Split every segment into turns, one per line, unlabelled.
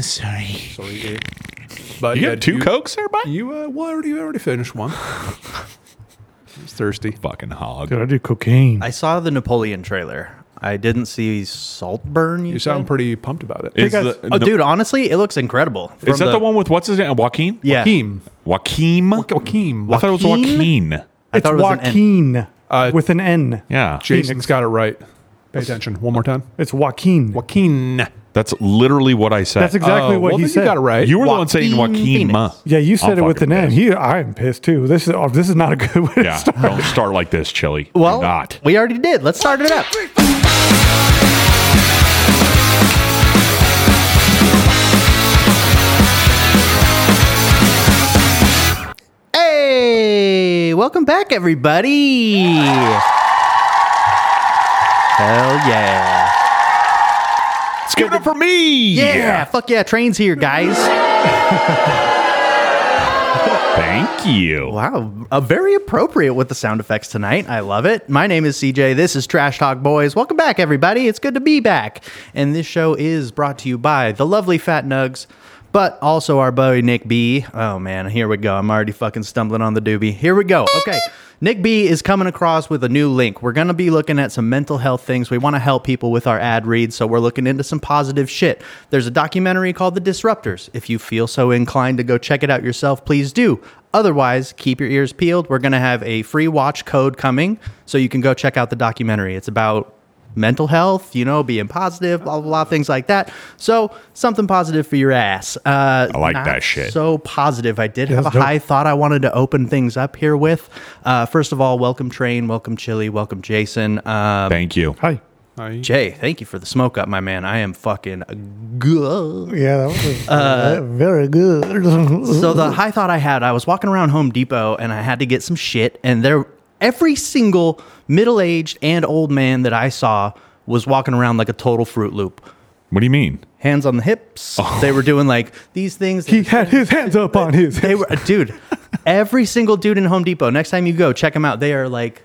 Sorry.
Sorry, Abe. But
You
yeah,
got two
you,
cokes there, bud?
You uh, well, I already, I already finished one. It's thirsty.
Fucking hog.
Dude, I do cocaine.
I saw the Napoleon trailer. I didn't see Saltburn. You,
You sound
said?
pretty pumped about it.
Is,
I-
the,
Oh,
no-
dude, honestly, it looks incredible. From
is that the, one with what's his name? Joaquin?
Yeah.
Joaquin.
Joaquin?
Joaquin.
I thought it was Joaquin.
I
it's
thought it was an N.
Joaquin
Uh,
with an N.
Yeah.
Jason's got it right. Pay attention. One more time.
It's Joaquin.
Joaquin.
That's literally what I said. Uh,
That's exactly
Oh,
what
well,
he
then
said.
You got it right.
You were the one saying
Joaquin
Joaquin. ma.
Phoenix.
Yeah, you said
I'm
it with
fucking
an N.
pissed.
He, I am pissed too. This is oh, this is not a good way. to
Yeah.
start.
Don't start like this, Chili. Do
Well,
not.
we already did. Let's start it up. Hey, welcome back, everybody. Hell yeah.
Let's give it up for me.
Yeah, fuck yeah, train's here, guys.
Thank you.
Wow, uh, very appropriate with the sound effects tonight. I love it. My name is CJ. This is Trash Talk Boys. Welcome back, everybody. It's good to be back. And this show is brought to you by the lovely Fat Nugs, but also our buddy Nick B. Oh man, here we go. I'm already fucking stumbling on the doobie. Here we go. Okay. Nick B is coming across with a new link. We're going to be looking at some mental health things. We want to help people with our ad reads, so we're looking into some positive shit. There's a documentary called The Disruptors. If you feel so inclined to go check it out yourself, please do. Otherwise, keep your ears peeled. We're going to have a free watch code coming, so you can go check out the documentary. It's about mental health, you know, being positive, blah, blah, blah, things like that. So, something positive for your ass. Uh,
I like
not
that shit.
So positive. I did have a
that's dope.
high thought I wanted to open things up here with. Uh, first of all, welcome, Train. Welcome, Chili. Welcome, Jason. Uh,
Thank you.
Hi.
I-
Jay, thank you for the smoke up, my man. I am fucking good.
Yeah, that was uh, very good.
So the high thought I had, I was walking around Home Depot and I had to get some shit, and there, every single middle-aged and old man that I saw was walking around like a total Fruit Loop,
What do you mean?
hands on the hips. They were doing like these things.
he had his hands up on his.
they were, dude. Every single dude in Home Depot. Next time you go, check them out. They are like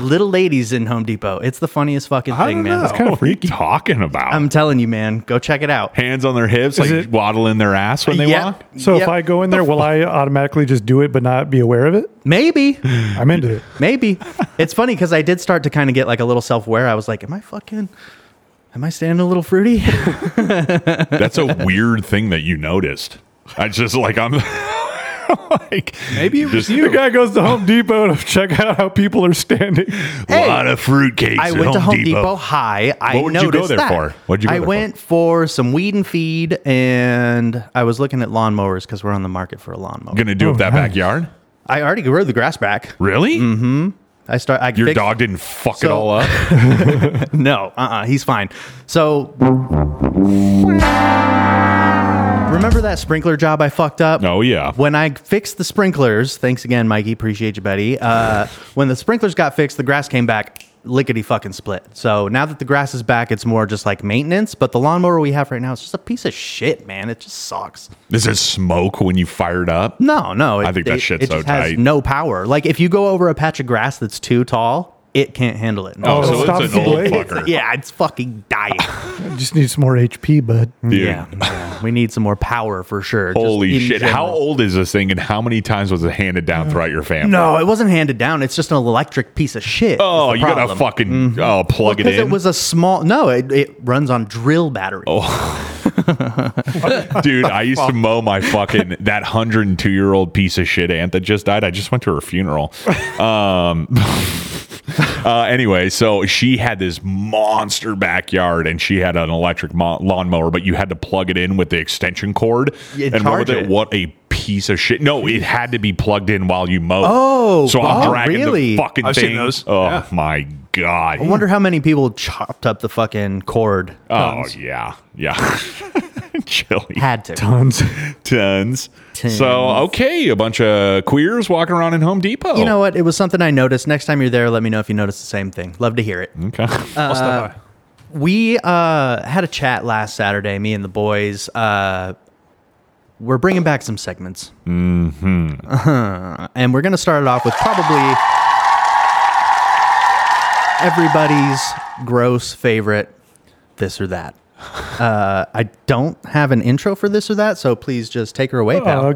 little ladies in Home Depot. It's the funniest fucking
I
thing,
don't
man.
know.
Oh, What are you talking about?
I'm telling you, man. Go check it out.
Hands on their hips, like
it-
waddling their ass when they
Yep,
walk.
So
yep.
if I go in there, will I automatically just do it but not be aware of it?
maybe
I'm into it.
Maybe. it's funny because I did start to kind of get like a little self aware. I was like, am I fucking. Am I standing a little fruity?
That's a weird thing that you noticed. I just like I'm like
Maybe it was
just
you.
The guy goes to Home Depot to check out how people are standing.
A lot of fruitcakes.
I
at
went to Home Depot. High. I
What would you go
noticed
there
that.
for? What'd you go
I
there for?
went for? some weed and feed, and I was looking at lawnmowers because we're on the market for a lawnmower.
Gonna
Oh,
do up that backyard?
I already grew the grass back.
Really?
I start. I
Your
fixed-
dog didn't fuck it
Mm-hmm. So-
all up.
No, uh, uh he's fine. So remember that sprinkler job I fucked up?
Oh, yeah.
When I fixed the sprinklers, thanks again, Mikey. Appreciate you, buddy. Uh, when the sprinklers got fixed, the grass came back lickety fucking split. So now that the grass is back, it's more just like maintenance. But the lawnmower we have right now is just a piece of shit, man. It just sucks.
Does it smoke when you fire it up?
No, no. It,
I think that
it-
shit's
it
so
just
tight.
Has no power. Like if you go over a patch of grass that's too tall, it can't handle it.
Oh,
it
so
stops
it's
the
an old
blade.
fucker.
yeah, it's fucking dying.
I just need some more HP, bud.
Dude.
Yeah, yeah. we need some more power for sure. just
Holy
in
shit. How
general.
old is this thing and how many times was it handed down throughout your family?
No, it wasn't handed down. It's just an electric piece of shit. is
Oh,
the
you gotta
problem.
fucking oh, plug it
because
in. Oh.
it was a small. No, it, it runs on drill battery.
Dude, I used to mow my fucking that 102 year old piece of shit aunt that just died. I just went to her funeral. Um, uh, anyway, so she had this monster backyard and she had an electric mo- lawnmower, but you had to plug it in with the extension cord.
Yeah,
and
charge
what,
it.
what a piece of shit! No, it had to be plugged in while you mowed.
Oh,
so I'm
wow,
dragging
really?
the
Oh,
fucking
I've
thing.
seen those.
Oh
Yeah.
my god!
I wonder how many people chopped up the fucking cord.
oh yeah, yeah. Chili.
Had to.
Tons.
Tons.
Tons.
So okay, a bunch of queers walking around in Home Depot.
You know what? It was something I noticed. Next time you're there, let me know if you notice the same thing. Love to hear it.
Okay.
I'll stop by.
Uh, We uh, had a chat last Saturday, me and the boys. Uh, we're bringing back some segments. Mm-hmm.
Mm-hmm.
Uh-huh. And we're going to start it off with probably everybody's gross favorite this or that. Uh, I don't have an intro for this or that, so please just take her away, pal.
Uh,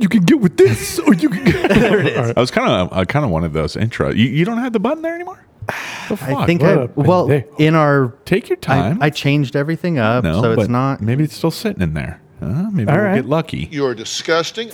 you can get with this, or you can get. there it
I was kind of I kind of wanted those intros. You, you don't have the button there anymore.
I think I, well in our
Take your
I,
time.
I changed everything up,
No,
so it's
but
not.
Maybe it's still sitting in there. Uh, maybe we'll
right.
get lucky.
You're disgusting.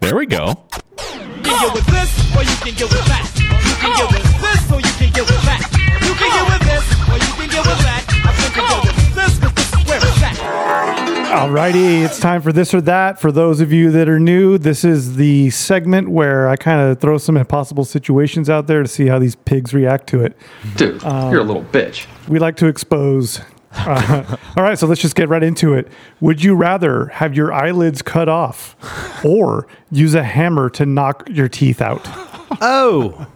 There we go.
You can get with this, or you can get with that. You can get with this, or you can get with that. You can get with this, or you can get with that. I think you can get with this, but this is where it's at.
Alrighty, it's time for this or that. For those of you that are new, this is the segment where I kind of throw some impossible situations out there to see how these pigs react to it.
Dude, you're a little bitch.
We like to expose. Uh, all right, so let's just get right into it. Would you rather have your eyelids cut off or use a hammer to knock your teeth out?
Oh,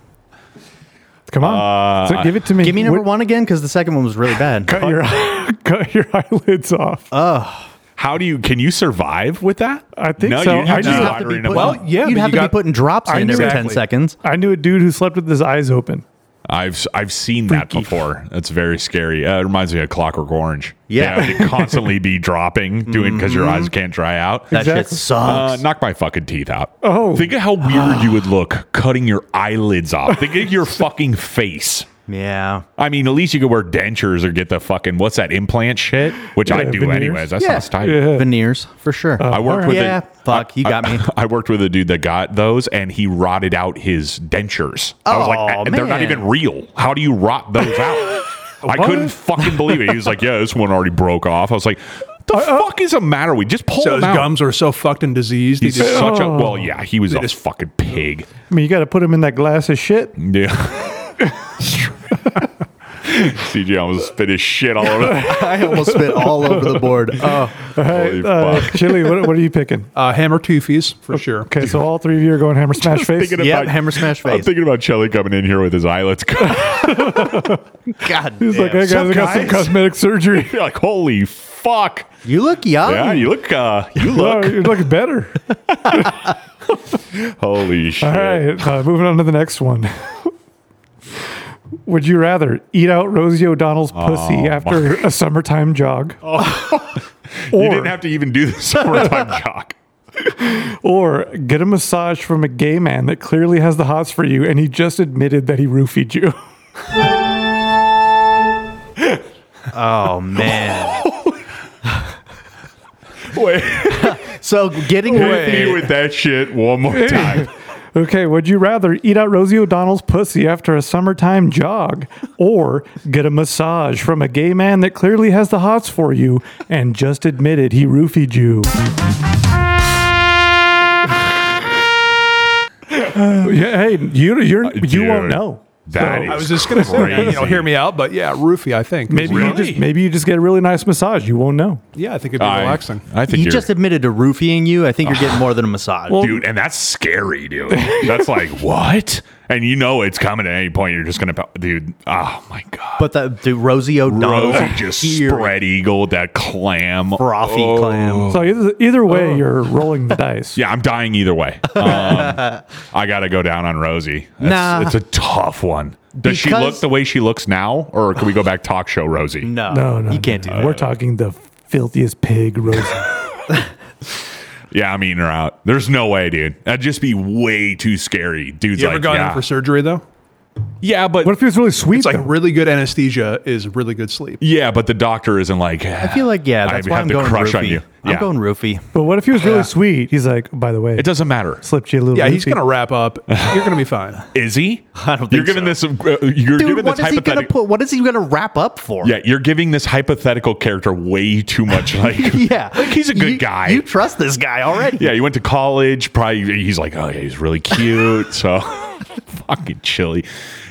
Come on. so give it to me.
Uh, give me number
Would-
one again because the second one was really bad.
Cut your, cut your eyelids off.
Uh.
How do you? Can you survive with that?
I think
no,
so.
You have to
I just
be
have
to be
watering them
put-
up.
Well, yeah,
you'd
but
have
you
to
got-
be putting drops
I
in
knew
every ten
exactly.
seconds.
I knew a dude who slept with his eyes open.
I've s- I've seen that before. That's very scary. Uh, it reminds me of Clockwork Orange.
Yeah. Mm-hmm.
to constantly be dropping, doing because your eyes can't dry out.
That shit
Exactly.
sucks.
Uh, knock my fucking teeth out.
Oh.
think of how weird you would look cutting your eyelids off. Think of your fucking face.
yeah.
I mean, at least you could wear dentures or get the fucking what's that implant shit, which I
Yeah, Uh,
do
veneers.
anyways. That
Yeah.
sounds tight.
Veneers for sure.
I worked with
yeah.
a,
Fuck, you got me.
I worked with a dude that got those, and he rotted out his dentures. I was
Oh,
like, "Eh, they're
man.
not even real. How do you rot those out? I couldn't fucking believe it. He was like, yeah, this one already broke off. I was like, the fuck is the matter? We just pull
So
him
his
out. "Oh."
gums Oh. are so fucked and diseased.
He's
he just,
such a well, yeah. He was a fucking pig.
I mean, you got to put him in that glass of shit.
Yeah. CJ almost spit his shit all over.
I almost spit all over the board. Oh,
Holy
Uh,
fuck.
Chili, what, what are you picking?
uh, hammer toofies for sure.
Okay, so all three of you are going hammer smash face.
Thinking
yeah,
about-
hammer smash
I'm
face.
thinking about Chelly coming in here with his eyelids. cut.
God,
He's like, hey
damn.
guys, I got some
guys?"
cosmetic surgery.
You're like, holy fuck.
you look young.
Yeah, you look. Uh, you
Look,
look.
you look better.
Holy shit!
All right, uh, moving on to the next one. Would you rather eat out Rosie O'Donnell's
Oh,
pussy after a summertime jog,
You didn't have to even do the summertime jock.
or get a massage from a gay man that clearly has the hots for you, and he just admitted that he roofied you?
Oh man.
Wait,
So getting
hit me
roofied,
with that shit one more time.
Okay, would you rather eat out Rosie O'Donnell's pussy after a summertime jog or get a massage from a gay man that clearly has the hots for you and just admitted he roofied you? yeah, hey, you
Uh,
you're, you won't
Dude,
know.
That is
I was just gonna say, you know, hear me out, but yeah, roofie. I think
Maybe you just maybe you just get a really nice massage. You won't know.
yeah, I think it'd be
I,
relaxing.
I think
you
you're,
just admitted to roofying you. I think you're getting more than a massage.
dude, and that's scary, dude. That's like what? And you know it's coming at any point. You're just gonna, pow- dude. Oh my god.
but the, the Rosie O'Donnell
Rosie just
here,
spread Oh. eagle with that clam.
frothy clam.
Oh.
So either, either way, you're rolling the dice.
Yeah, I'm dying either way. Um, I got to go down on Rosie. That's,
Nah.
It's a tough one. Does she
Because-
look the way she looks now, or can we go back talk show Rosie?
No,
No, no,
you can't
no,
do
no.
that.
We're talking the filthiest pig, Rosie.
Yeah, I'm eating her out. There's no way, dude. That'd just be way too scary. Dude's
You ever
like,
gone
yeah.
in for surgery though?
yeah, but
what if he was really sweet?
It's like
though?
really good anesthesia is really good sleep.
yeah, but the doctor isn't like.
I feel like yeah, that's
I
why
have
I'm
the
going
crush
roofie.
on you.
I'm
Yeah.
going roofie.
But what if he was really sweet? He's like, by the way,
It doesn't matter.
slipped you a little.
Yeah, he's
loopy.
gonna wrap up. You're gonna be fine.
Is he? I
don't
You're
think
giving this. Uh, you're
Dude,
giving this
what is he gonna
hypothetical.
put? What is he gonna wrap up for?
yeah, you're giving this hypothetical character way too much. Like,
yeah.
like he's a good
You-
guy.
You trust this guy already?
Yeah, he went to college. Probably he's like, oh yeah, he's really cute. So fucking chilly.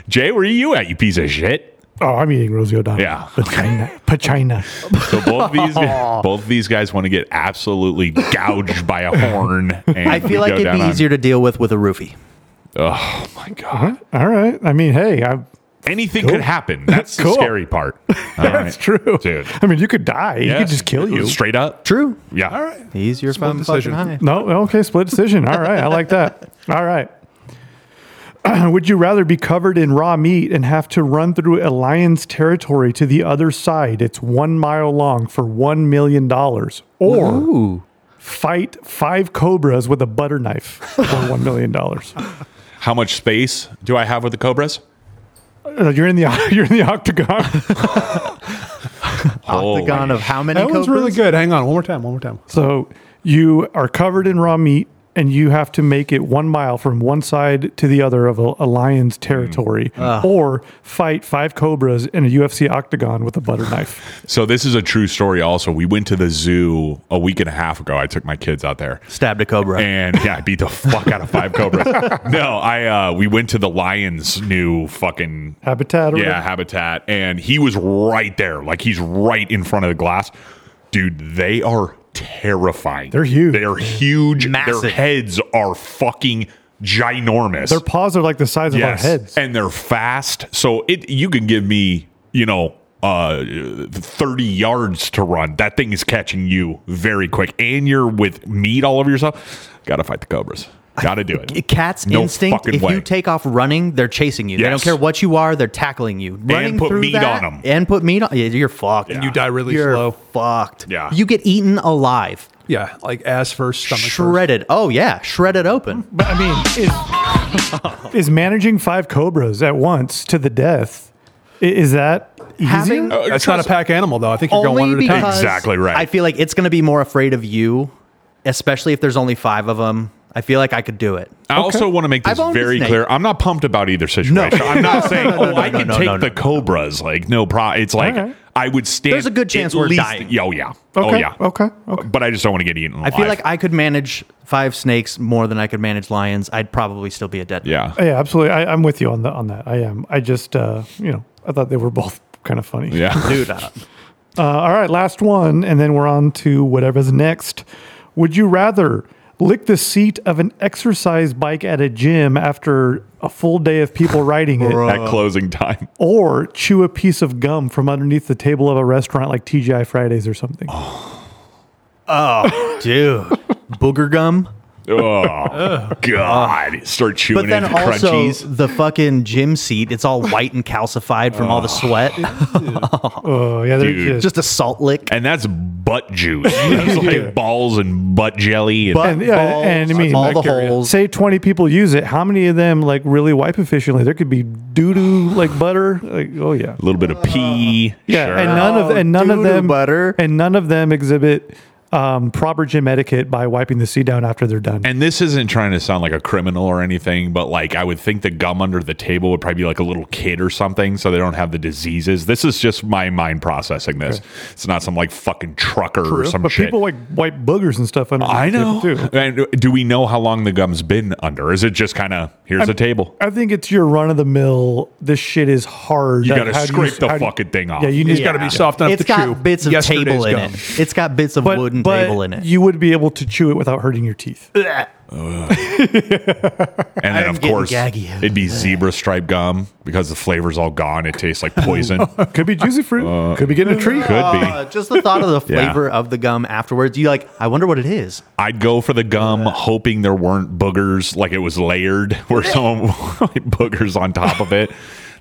Jay, where are you at? You piece of shit.
Oh, I'm eating Rosie O'Donnell.
Yeah. Oh
Pachina. Pachina.
So both of these both of these guys want to get absolutely gouged by a horn. And
I
we
feel like
go
it'd
down
be
on-
easier to deal with with a roofie.
Oh my god,
All right. I mean, hey, I,
anything could happen. That's
Cool.
the scary part.
that's true.
dude.
I mean, you could die. He
Yeah.
could just kill you.
straight up.
True.
Yeah. All
right.
He's your
Split
phone fucking
decision.
high.
No. Okay. Split decision. All right. I like that. All right. Would you rather be covered in raw meat and have to run through a lion's territory to the other side? It's one mile long for one million dollars, or fight five cobras with a butter knife for one million dollars.
How much space do I have with the Cobras?
Uh, you're in the you're in the octagon.
Oh,
Octagon of how many
That one's really
cobras?
good. Hang on, one more time, one more time.
So you are covered in raw meat and you have to make it one mile from one side to the other of a, a
Hmm.
lion's territory
Ah.
or fight five cobras in a UFC octagon with a butter knife.
So this is a true story. Also, we went to the zoo a week and a half ago. I took my kids out there.
Stabbed a cobra.
And yeah, I beat the fuck out of five cobras. No, I uh, we went to the lion's new fucking
Habitat or
yeah
whatever.
habitat, and he was right there, like he's right in front of the glass. Dude, they are terrifying.
They're huge.
They are huge. Their
Massive.
heads are fucking ginormous.
Their paws are like the size of our heads.
And they're fast. So it you can give me, you know, uh 30 yards to run. That thing is catching you very quick. And you're with meat all over yourself. Gotta fight the cobras. Gotta do
C-
it.
Cat's
No
instinct.
fucking
If
way.
you take off running, they're chasing you. They don't
Yes.
care what you are. They're tackling you. Running
put
through
meat
that
on 'em.
And put meat on. Yeah, you're fucked.
And you die
really
You're
slow.
Fucked.
Yeah.
You get eaten alive,
Yeah, like ass first, stomach first.
shredded. Oh yeah, shredded open.
But I mean, is, is managing five cobras at once to the death, i- is that easier?
Having
Uh,
That's not a
trust-
pack animal though. I think you're going one
only
at a time.
because
Exactly right.
I feel like it's going to be more afraid of you, especially if there's only five of them. I feel like I could do it.
I also want to make this
I've owned a
very
snake.
clear. I'm not pumped about either situation. I'm not saying, oh, I
no,
can
no,
take
no, no,
the
no.
cobras. Like, no problem. It's like,
Okay.
I would stand.
There's a good chance
at
we're dying.
Yeah, oh, yeah. Oh,
Okay,
yeah.
okay, okay.
But I just don't want to get eaten
I
alive.
feel like I could manage five snakes more than I could manage lions. I'd probably still be a dead. man.
Yeah.
Yeah, absolutely. I, I'm with you on the on that. I am. I just uh, you know I thought they were both kind of funny.
Yeah.
dude. Uh,
Uh, all right, last one, and then we're on to whatever's next. Would you rather lick the seat of an exercise bike at a gym after a full day of people riding it,
uh,
At closing time.
or chew a piece of gum from underneath the table of a restaurant like TGI Fridays or something?
dude, booger gum.
Oh God! Start chewing
But then
into
also
crunchies.
the fucking gym seat. It's all white and calcified from all the sweat.
Oh yeah, they're
Dude.
just
Just a salt lick.
And that's butt juice. That's like balls and butt jelly. And
Butt
and- yeah,
balls,
and I mean,
all the
bacteria.
holes.
say twenty people use it. How many of them like really wipe efficiently? There could be doo doo like butter. Like oh yeah.
a little bit of pee.
Yeah,
sure.
and none of
Oh,
and none of
doo-doo
them
butter.
and none of them exhibit um, proper gym etiquette by wiping the seat down after they're done.
And this isn't trying to sound like a criminal or anything, but like I would think the gum under the table would probably be like a little kid or something, so they don't have the diseases. This is just my mind processing this. It's not some like fucking trucker or some
but
shit.
people like wipe boogers and stuff under.
I
the table,
know.
Too.
And do we know how long the gum's been under? Is it just kind of here's a table?
I think it's your run of the mill. This shit is hard.
You
Like,
got to
how do
scrape the
how do
fucking thing off.
Yeah, you
It's
need
got to
Yeah.
be soft enough
It's
to
got
chew.
bits of
Yesterday's
table in
gum.
it. It's got bits of
But,
wooden
but
table in it.
you would be able to chew it without hurting your teeth.
And then,
I'm
of
getting
course,
gaggy.
it'd be zebra stripe gum because the flavor's all gone. It tastes like poison. Could
Could be juicy fruit. Could be getting a treat.
Uh,
be.
just the thought of the
Yeah.
flavor of the gum afterwards. You like, I wonder what it is.
I'd go for the gum, hoping there weren't boogers, like it was layered, where some boogers on top of it.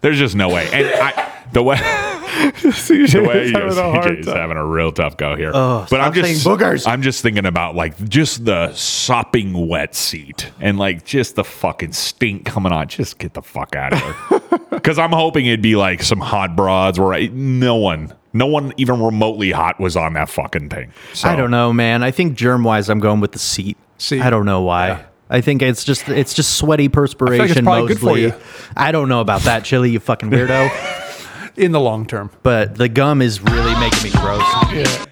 There's just no way. And I, the way, the way you're is having a real tough go here. but I'm
Oh, stop
just
saying boogers.
I'm just thinking about like just the sopping wet seat and like just the fucking stink coming on. Just get the fuck out of here. Because I'm hoping it'd be like some hot broads where I, no one, no one even remotely hot was on that fucking thing. So,
I don't know, man. I think germ wise, I'm going with the seat.
Seat.
I don't know why. I think it's just it's just sweaty perspiration
it's probably good for
mostly.
you.
I don't know about that, Chili, you fucking weirdo.
in the long term.
but the gum is really making me gross.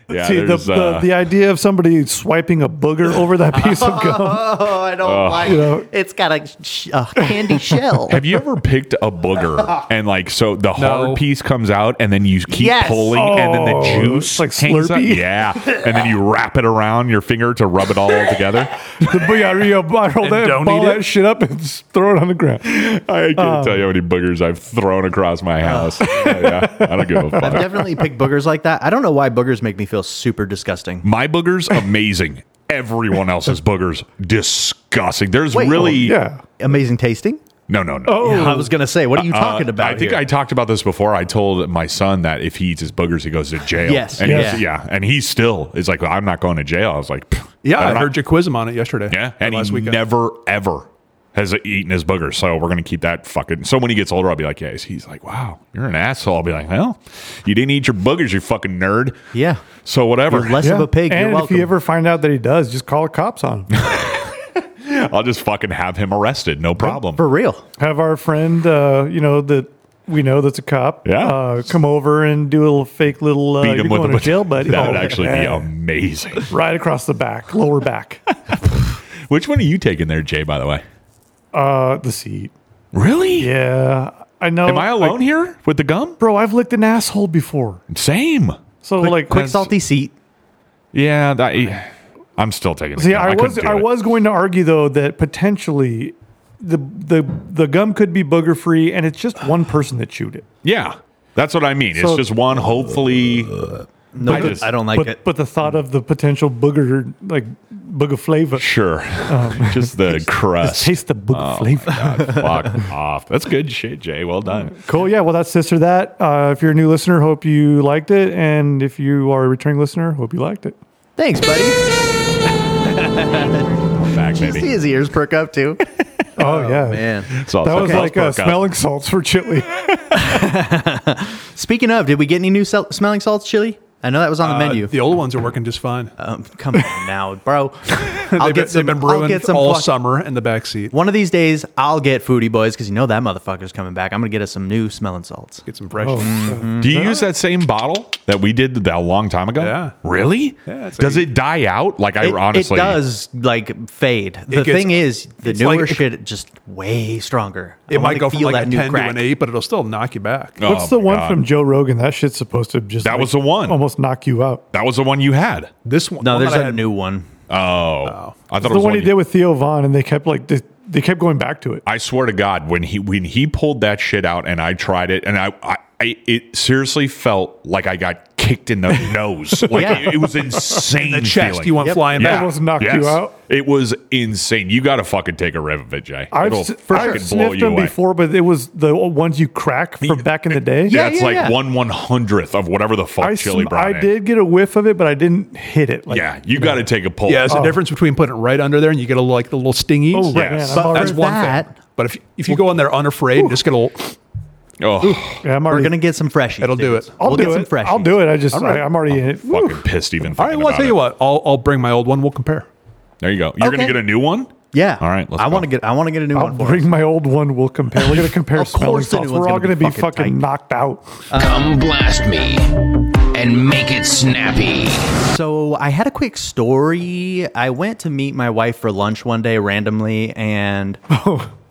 Yeah,
See, the,
there's,
the,
uh,
the idea of somebody swiping a booger over that piece of gum.
Oh, I don't like
know.
It's got a, sh- a candy shell.
Have you ever picked a booger and like so the hard piece comes out and then you keep
Yes.
pulling and then
Oh,
the
it's
juice
like
hangs out?
Slurpee.
Yeah, and then you wrap it around your finger to rub it all together.
the booger, you bottle that,
don't
ball
eat
that shit up and s- throw it on the ground.
I can't
Um.
tell you how many boogers I've thrown across my
Oh.
house. Oh, yeah, I don't give a
I've
fuck.
definitely picked boogers like that. I don't know why boogers make me feel super disgusting.
My boogers amazing. Everyone else's boogers disgusting. There's
Wait,
really
Oh, Yeah.
Amazing tasting?
No, no, no.
Oh, I was gonna say, what are you talking
Uh,
about?
I think
here?
I talked about this before. I told my son that if he eats his boogers, he goes to jail.
Yes.
and
Yeah.
he's- yeah, and he still is like, I'm not going to jail. I was like, "Pff,
Yeah, I
I'm not-
heard you quiz him on it yesterday.
Yeah,
or
and
last
he
weekend.
never ever has eaten his boogers. So we're gonna keep that fucking. So when he gets older, I'll be like, yeah. He's- He's like, wow, you're an asshole. I'll be like, well, you didn't eat your boogers, you fucking nerd.
Yeah.
So whatever.
You're less of a pig.
and
You're
if
welcome.
you ever find out that he does, just call the cops on him.
I'll just fucking have him arrested. No problem.
For real.
Have our friend, uh, you know that we know that's a cop.
Yeah.
uh, come over and do a little fake little. Uh,
Beat
you're
him with
going
a
to jail, buddy.
That would
Oh,
actually be
yeah.
amazing.
right across the back, lower back,
Which one are you taking there, Jay? By the way,
uh, the seat.
really?
Yeah, I know.
Am I alone here with the gum?
bro? I've licked an asshole before,
Same.
so like
Quick salty seat.
Yeah, that, I'm still taking. the
See,
gum.
I,
couldn't
was
do
I
it.
was going to argue though that potentially the the the gum could be booger free, and it's just one person that chewed it.
Yeah, that's what I mean.
So-
it's just one. Hopefully,
Uh, No,
I just-
I don't like
But
it.
but the thought of the potential booger like booger flavor,
sure.
Oh,
just the crust. Ah,
taste the
Oh,
booger flavor.
Fuck off. That's good shit, Jay. Well done.
Cool. Yeah. Well, that's this or that. Uh, if you're a new listener, hope you liked it, and if you are a returning listener, hope you liked it.
Thanks, buddy.
I'm back,
See
baby.
his ears perk up too.
Oh, yeah,
Man.
It's all
That was
okay.
like uh,
Let's perk up.
smelling salts for chili.
Speaking of, did we get any new sel- smelling salts chili? I know that was on the
Uh,
menu.
The old ones are working just fine.
um, come on now, bro. I'll
they've, been,
get some.
they've been
I'll
brewing
get some.
all
pluck-
summer in the back seat.
One of these days, I'll get Foodie Boys because you know that motherfucker's coming back. I'm gonna get us some new smelling salts.
Get some fresh.
Do you use that same bottle that we did that a long time ago?
Yeah.
Really?
Yeah, it's
Does
like-
it die out? Like I
It,
honestly
it does like fade. The
It gets-
thing is, the
it's
newer
like-
shit just way stronger. I
It might
wanna
go from
feel
like a
new
ten
crack.
to an eight, but it'll still knock you back.
Oh
What's the
my
one
God.
from Joe Rogan? That shit's supposed to just
That
like,
was the one.
almost knock you out.
That was the one you had.
This one,
No,
one
there's
that I
a
had-
new one.
Oh, I thought it
the
was
one
one
he
you-
did with Theo Vaughn, and they kept like they, they kept going back to it.
I swear to God, when he when he pulled that shit out and I tried it and I, I, I it seriously felt like I got kicked in the nose. Like
Yeah.
it, it was insane.
the chest.
feeling.
You went
Yep.
flying
Yeah.
back.
Almost knocked you out.
It was insane. You got to fucking take a rev of it, Jay.
I've,
It'll
s-
fucking
I've sniffed them before, but it was the ones you crack from back in the day.
Yeah, it's
yeah,
like
yeah.
one one hundredth of whatever the fuck
I,
chili
sm-
brought
I
in.
did get a whiff of it, but I didn't hit it. Like,
Yeah, you got to take a pull.
Yeah, it's the difference between putting it right under there and you get a little, like the little stingies.
Oh, right,
Yes.
man, I'm
But
already-
That's one
That-
thing. But if if you go in there unafraid, and just get a little.
Oh,
yeah, I'm
We're
already-
gonna get some freshies.
It'll do
dudes.
it.
I'll
we'll
do
get some
it.
freshies. Oh,
I'll do it. I just,
right.
I, am already in it. Woo.
fucking pissed even.
All right, well, I'll tell you what. I'll I'll bring my old one. We'll compare.
There you go. You're gonna
Okay.
get a new one.
Yeah.
All right, let's
I
go.
want to get. I want to get a new
I'll
one for
bring my old one. We'll compare. We're gonna compare
Of
smelling
course the new
salts.
one's
We're all
gonna
gonna
be
be
fucking
fucking
tight.
knocked out.
Come blast me and make it snappy.
So I had a quick story. I went to meet my wife for lunch one day randomly, and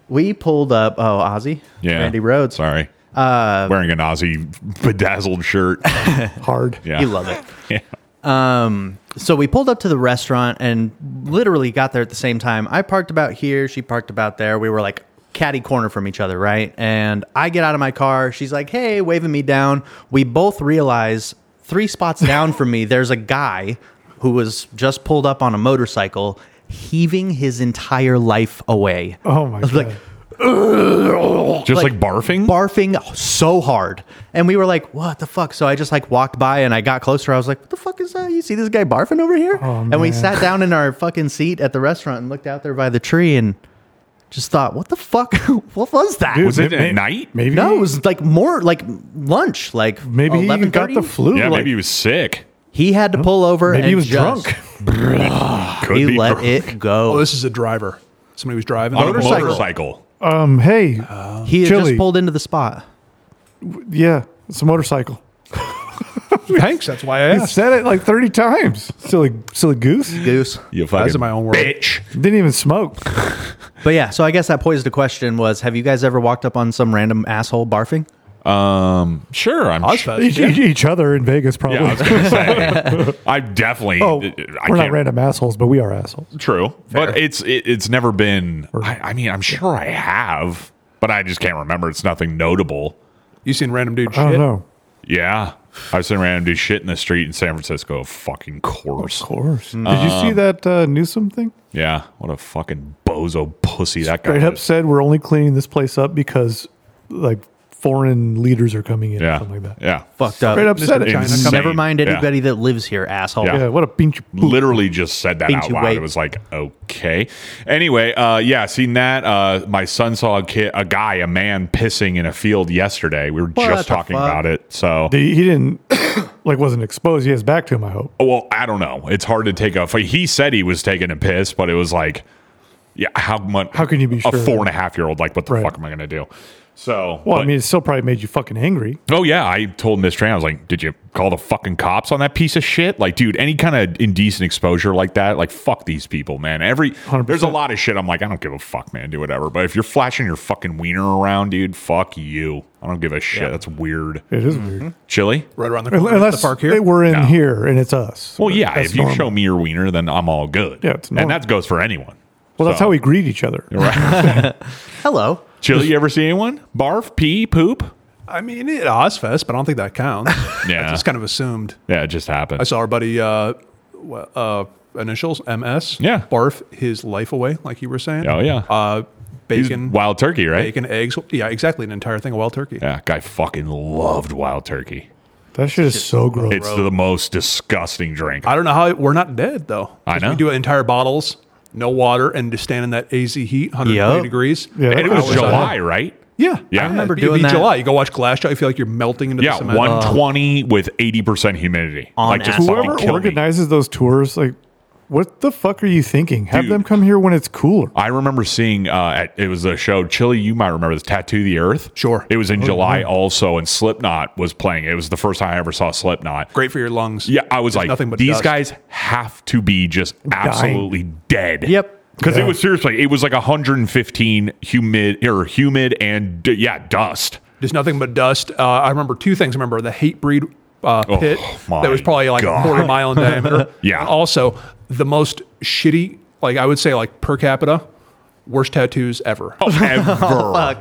we pulled up. Oh, Ozzy,
Yeah,
Randy Rhodes.
Sorry, wearing an Aussie bedazzled shirt.
Hard.
Yeah,
You love it. Um, so we pulled up to the restaurant and literally got there at the same time. I parked about here, she parked about there. We were like catty corner from each other, right? And I get out of my car. She's like, "Hey," waving me down. We both realize three spots down from me, there's a guy who was just pulled up on a motorcycle, heaving his entire life away.
Oh my
I was
god.
like,
just like,
like,
barfing.
barfing so hard. And we were like, what the fuck? So I just like walked by and I got closer. I was like, what the fuck is that? You see this guy barfing over here? and we
Oh, man.
sat down in our fucking seat at the restaurant and looked out there by the tree and just thought, what the fuck? what was that?
was it
May-
at
may-
night?
Maybe
no, it was like more like lunch, like
Maybe he even got
11:30?
the flu.
yeah,
like,
maybe he was sick.
He had to pull over.
maybe
and
he was
just-
drunk.
Could
He
be
let
drunk.
it
Oh,
go.
this is a driver. Somebody was driving
on a
Motorcycle.
motorcycle.
Um, hey,
he had just
chili.
pulled into the spot.
yeah, it's a motorcycle.
Thanks. That's why I
He
asked.
said it like thirty times. Silly, silly goose.
Goose.
You fucking
That's in my own world.
bitch.
Didn't even smoke.
But yeah, so I guess that posed a question was have you guys ever walked up on some random asshole barfing?
Um, sure, I'm.
Oz
sh-
Fest.
Each, each- each other in Vegas, probably.
yeah, I was gonna say. I definitely. I
oh, we're not
can't-
random assholes, but we are assholes.
True, but it's it, it's never been. I, I mean, I'm sure I have, but I just can't remember. It's nothing notable.
You seen random dude?
I don't
shit?
know.
Yeah, I've seen random do shit in the street in San Francisco. Of fucking course.
Of course. Did you see that uh, Newsom thing?
Yeah, what a fucking bum. bozo pussy that guy
Straight up
is.
said we're only cleaning this place up because like foreign leaders are coming in or
Yeah.
something like that.
Yeah.
Fucked up.
Straight up said it.
China
China.
come-
Never mind
Yeah.
anybody that lives here, asshole.
Yeah.
Yeah, what a pinch of poop.
literally just said that
Thinks
out
you
loud.
wait.
It was like, okay. Anyway, uh, yeah, seen that. Uh, my son saw a kid, a guy, a man pissing in a field yesterday. We were just
the
talking
fuck?
about it. So,
He, he didn't like wasn't exposed. He has back to him. I hope.
Oh, well, I don't know. It's hard to take a. He said he was taking a piss, but it was like, yeah, how much?
How can you be
a
sure?
four and a half year old? Like, what the
Right.
fuck am I gonna do? So,
Well,
but-
I mean, it still probably made you fucking angry.
Oh yeah, I told Miss Tran, I was like, "Did you call the fucking cops on that piece of shit?" Like, dude, any kind of indecent exposure like that, like, fuck these people, man. Every
100%.
there's a lot of shit. I'm like, I don't give a fuck, man. Do whatever. But if you're flashing your fucking wiener around, dude, fuck you. I don't give a shit. That's weird.
It is weird.
Chili.
right around the corner.
Unless
the park here.
they were in
Mm-hmm. No.
here and it's us.
Well, yeah.
That's
if you
normal.
show me your wiener, then I'm all good.
Yeah, it's
and
normal.
that goes for anyone.
well, that's
so-
how we greet each other.
Hello.
Chili, you ever see anyone barf, pee, poop?
I mean, at Ozfest, but I don't think that counts.
Yeah.
I just kind of assumed.
Yeah, it just happened.
I saw our buddy, uh, wh- uh, initials MS.
Yeah.
barf his life away, like you were saying.
Oh, yeah.
uh,
He's
bacon,
wild turkey, right?
bacon, eggs. Yeah, exactly. An entire thing of wild turkey.
Yeah, guy fucking loved wild turkey.
That shit is so gross.
It's the most disgusting drink.
I don't know how we're not dead though.
I
'Cause
know.
We do entire bottles, no water, and just stand in that AZ heat, 120
Yup.
degrees.
Yeah,
and it was
Hours on
July,
end.
right?
Yeah,
Yeah. I remember
it'd be- it'd
doing
be
that.
July. You go watch Glass Jaw. You feel like you're melting into
Yeah,
the cement.
120 with 80% humidity.
On
like just
acid.
fucking
Whoever
kill me.
organizes those tours, like, what the fuck are you thinking? Have
Dude.
them come here when it's cooler.
I remember seeing uh, at, it was a show Chile. You might remember this Tattoo the Earth.
Sure.
it was in July also, and Slipknot was playing. It was the first time I ever saw Slipknot.
Great for your lungs.
Yeah, I was
There's
like,
nothing but
these
dust.
guys have to be just absolutely dead.
Yep.
Because it was seriously, it was like 115 humid or humid and d- yeah, dust.
There's nothing but dust. Uh, I remember two things. I remember the hate breed uh,
Oh,
pit
my
that was probably like
God.
a quarter mile in diameter.
Yeah.
Also, the most shitty, like I would say, like per capita, worst tattoos ever.
Oh, ever.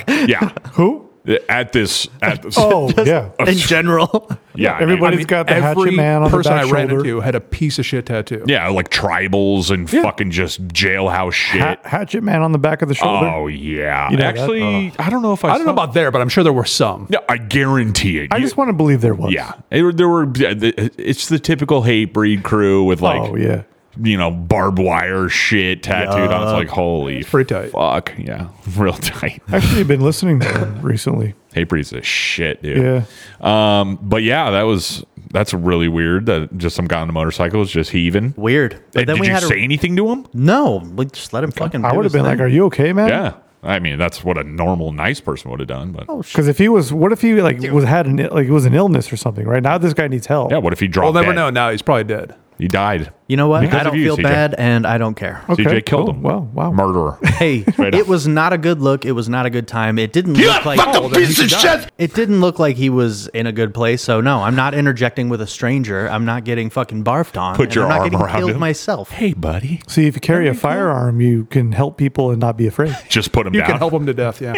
Yeah.
Who?
At this, at this,
Oh, yeah.
In general.
yeah. I mean-
Everybody's got the hatchet
Every
man on the
person
back
I ran
shoulder.
into had a piece of shit tattoo.
Yeah, like tribals and
Yeah.
fucking just jailhouse shit.
Ha- hatchet man on the back of the shoulder.
oh yeah.
You know that? Oh.
Actually, I don't know if I.
I don't know about there, but I'm sure there were some.
No, I guarantee it.
I
You-
just want to believe there was.
yeah, It- there were. It's the typical hate breed crew with like,
oh yeah.
you know, barbed wire shit tattooed on. It's like holy,
pretty tight.
Fuck yeah, real tight.
Actually, I've been listening to them recently.
Hate breed's a shit, dude.
Yeah.
Um, but yeah, that was that's really weird. That just some guy on a motorcycle is just heaving.
Weird.
And did you
had a-
say anything to him?
no. We just let him fucking.
I
do
would have
his
been like,
thing.
"Are you okay, man?"
Yeah. I mean, that's what a normal, nice person would have done. But
Because if he was, what if he like was had an like it was an illness or something? Right now, this guy needs help.
yeah, what if he dropped?
We'll never
dead?
know. Now he's probably dead.
He died.
You know what?
Because
I
of
don't
you,
feel
CJ.
bad, and I don't care.
Okay,
CJ killed
cool.
him.
Wow, wow.
Murderer.
Hey,
Straight
it
up.
was not a good look. It was not a good time. It didn't look like
piece of shit.
it didn't look like he was in a good place. So no, I'm not interjecting with a stranger. I'm not getting fucking barfed on.
Put
and
your
I'm not
arm
getting
around
killed
him.
myself.
hey, buddy.
See, if you carry a firearm, you can help people and not be afraid.
Just put him
You
down.
can help him to death. Yeah.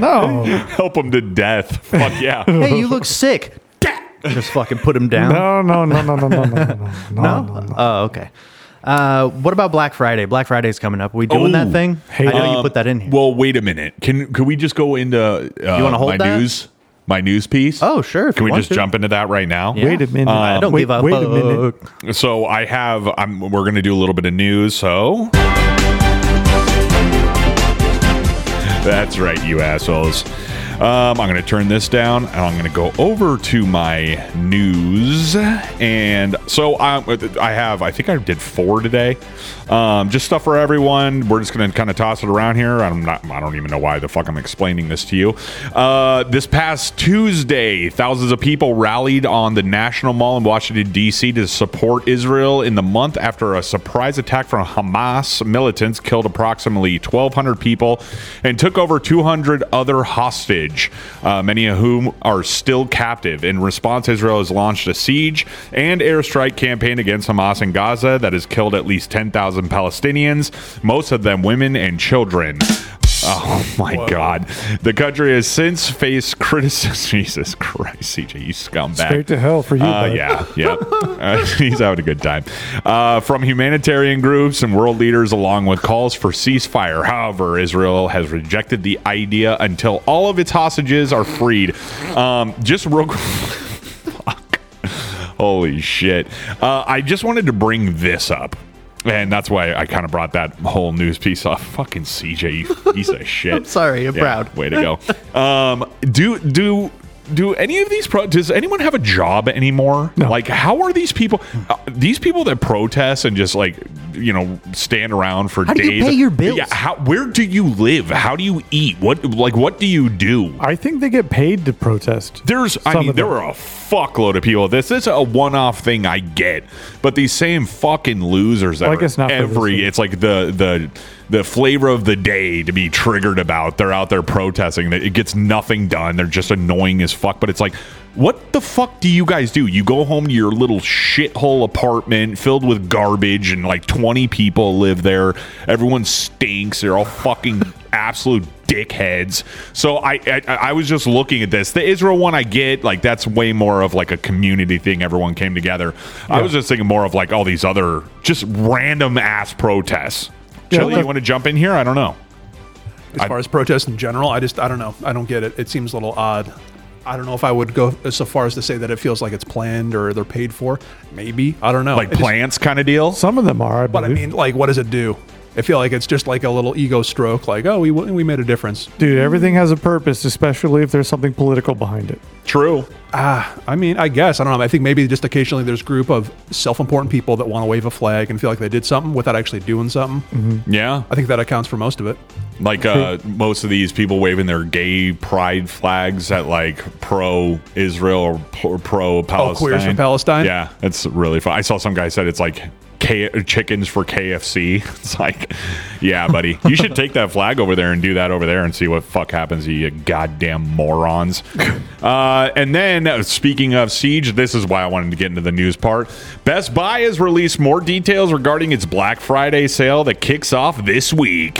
No,
Help him to death. Fuck yeah.
Hey, you look sick. Just fucking put him down.
no, no, no, no, no, no, no, no, no, no, no.
Oh, okay. Uh, what about Black Friday? Black Friday's coming up. we doing
Oh,
that thing?
hey,
I know you
Um,
put that in here.
Well, wait a minute. Can could we just go into uh,
wanna hold
my
that?
news? My news piece.
Oh, sure, if
Can
you
we
want
just
to.
jump into that right now?
Yeah.
Wait a minute.
I don't
wait,
give a
wait
fuck.
a minute.
So I have. I'm. We're gonna do a little bit of news. So. That's right, you assholes. Um, I'm going to turn this down and I'm going to go over to my news. And so I, I have, I think I did four today. Um, just stuff for everyone. We're just going to kind of toss it around here. I'm not, I don't even know why the fuck I'm explaining this to you. Uh, this past Tuesday, thousands of people rallied on the National Mall in Washington, D.C. to support Israel in the month after a surprise attack from Hamas militants killed approximately 1,200 people and took over 200 other hostage, uh, many of whom are still captive. In response, Israel has launched a siege and airstrike campaign against Hamas in Gaza that has killed at least 10,000 Palestinians, most of them women and children. Uh, Oh my God! The country has since faced criticism. Jesus Christ, CJ, you scumbag!
Straight to hell for you,
Uh,
bud.
yeah, yeah. Uh, he's having a good time. Uh, from humanitarian groups and world leaders, along with calls for ceasefire. However, Israel has rejected the idea until all of its hostages are freed. Um, just real quick. Holy shit. Uh, I just wanted to bring this up. And that's why I kind of brought that whole news piece off. Fucking CJ, you piece of shit. I'm
sorry, I'm proud.
Way to go. Um, do do do any of these pro? Does anyone have a job anymore? Like, how are these people? Uh, these people that protest and just like you know stand around for
How do
days.
you pay your bills?
Yeah. How, where do you live? How do you eat? What like what do you do?
I think they get paid to protest.
There's, I
Some
mean,
of
there
them.
were a fuckload of people. This is a one-off thing, I get, but these same fucking losers that
Well, I
are
guess not for this
every,
one.
it's like the the the flavor of the day to be triggered about. They're out there protesting. That it gets nothing done. They're just annoying as fuck. But it's like, what the fuck do you guys do? You go home to your little shithole apartment filled with garbage, and like twenty people live there. Everyone stinks. They're all fucking absolute dickheads. So I, I I was just looking at this. The Israel one I get, like that's way more of like a community thing. Everyone came together. I was just thinking more of like all these other just random ass protests.
Yeah,
Chili,
but-
you want to jump in here? I don't know.
as far as protests in general, I just I don't know. I don't get it. It seems a little odd. I don't know if I would go so far as to say that it feels like it's planned or they're paid for. Maybe I don't know.
Like
It just-
plants kind of deal.
Some of them are, I
but I
believe.
mean, like, what does it do? I feel like it's just like a little ego stroke. Like, oh, we we made a difference.
Dude, everything has a purpose, especially if there's something political behind it.
True.
Ah, I mean, I guess I don't know. I think maybe just occasionally there's a group of self-important people that want to wave a flag and feel like they did something without actually doing something.
Yeah.
I think that accounts for most of it.
Like uh, most of these people waving their gay pride flags at like pro Israel or pro Palestine.
Oh, Queers for Palestine?
Yeah, it's really fun. I saw some guy said it's like K- chickens for KFC. It's like, yeah, buddy, you should take that flag over there and do that over there and see what fuck happens. You goddamn morons. Uh, and then uh, speaking of siege, this is why I wanted to get into the news part. Best Buy has released more details regarding its Black Friday sale that kicks off this week.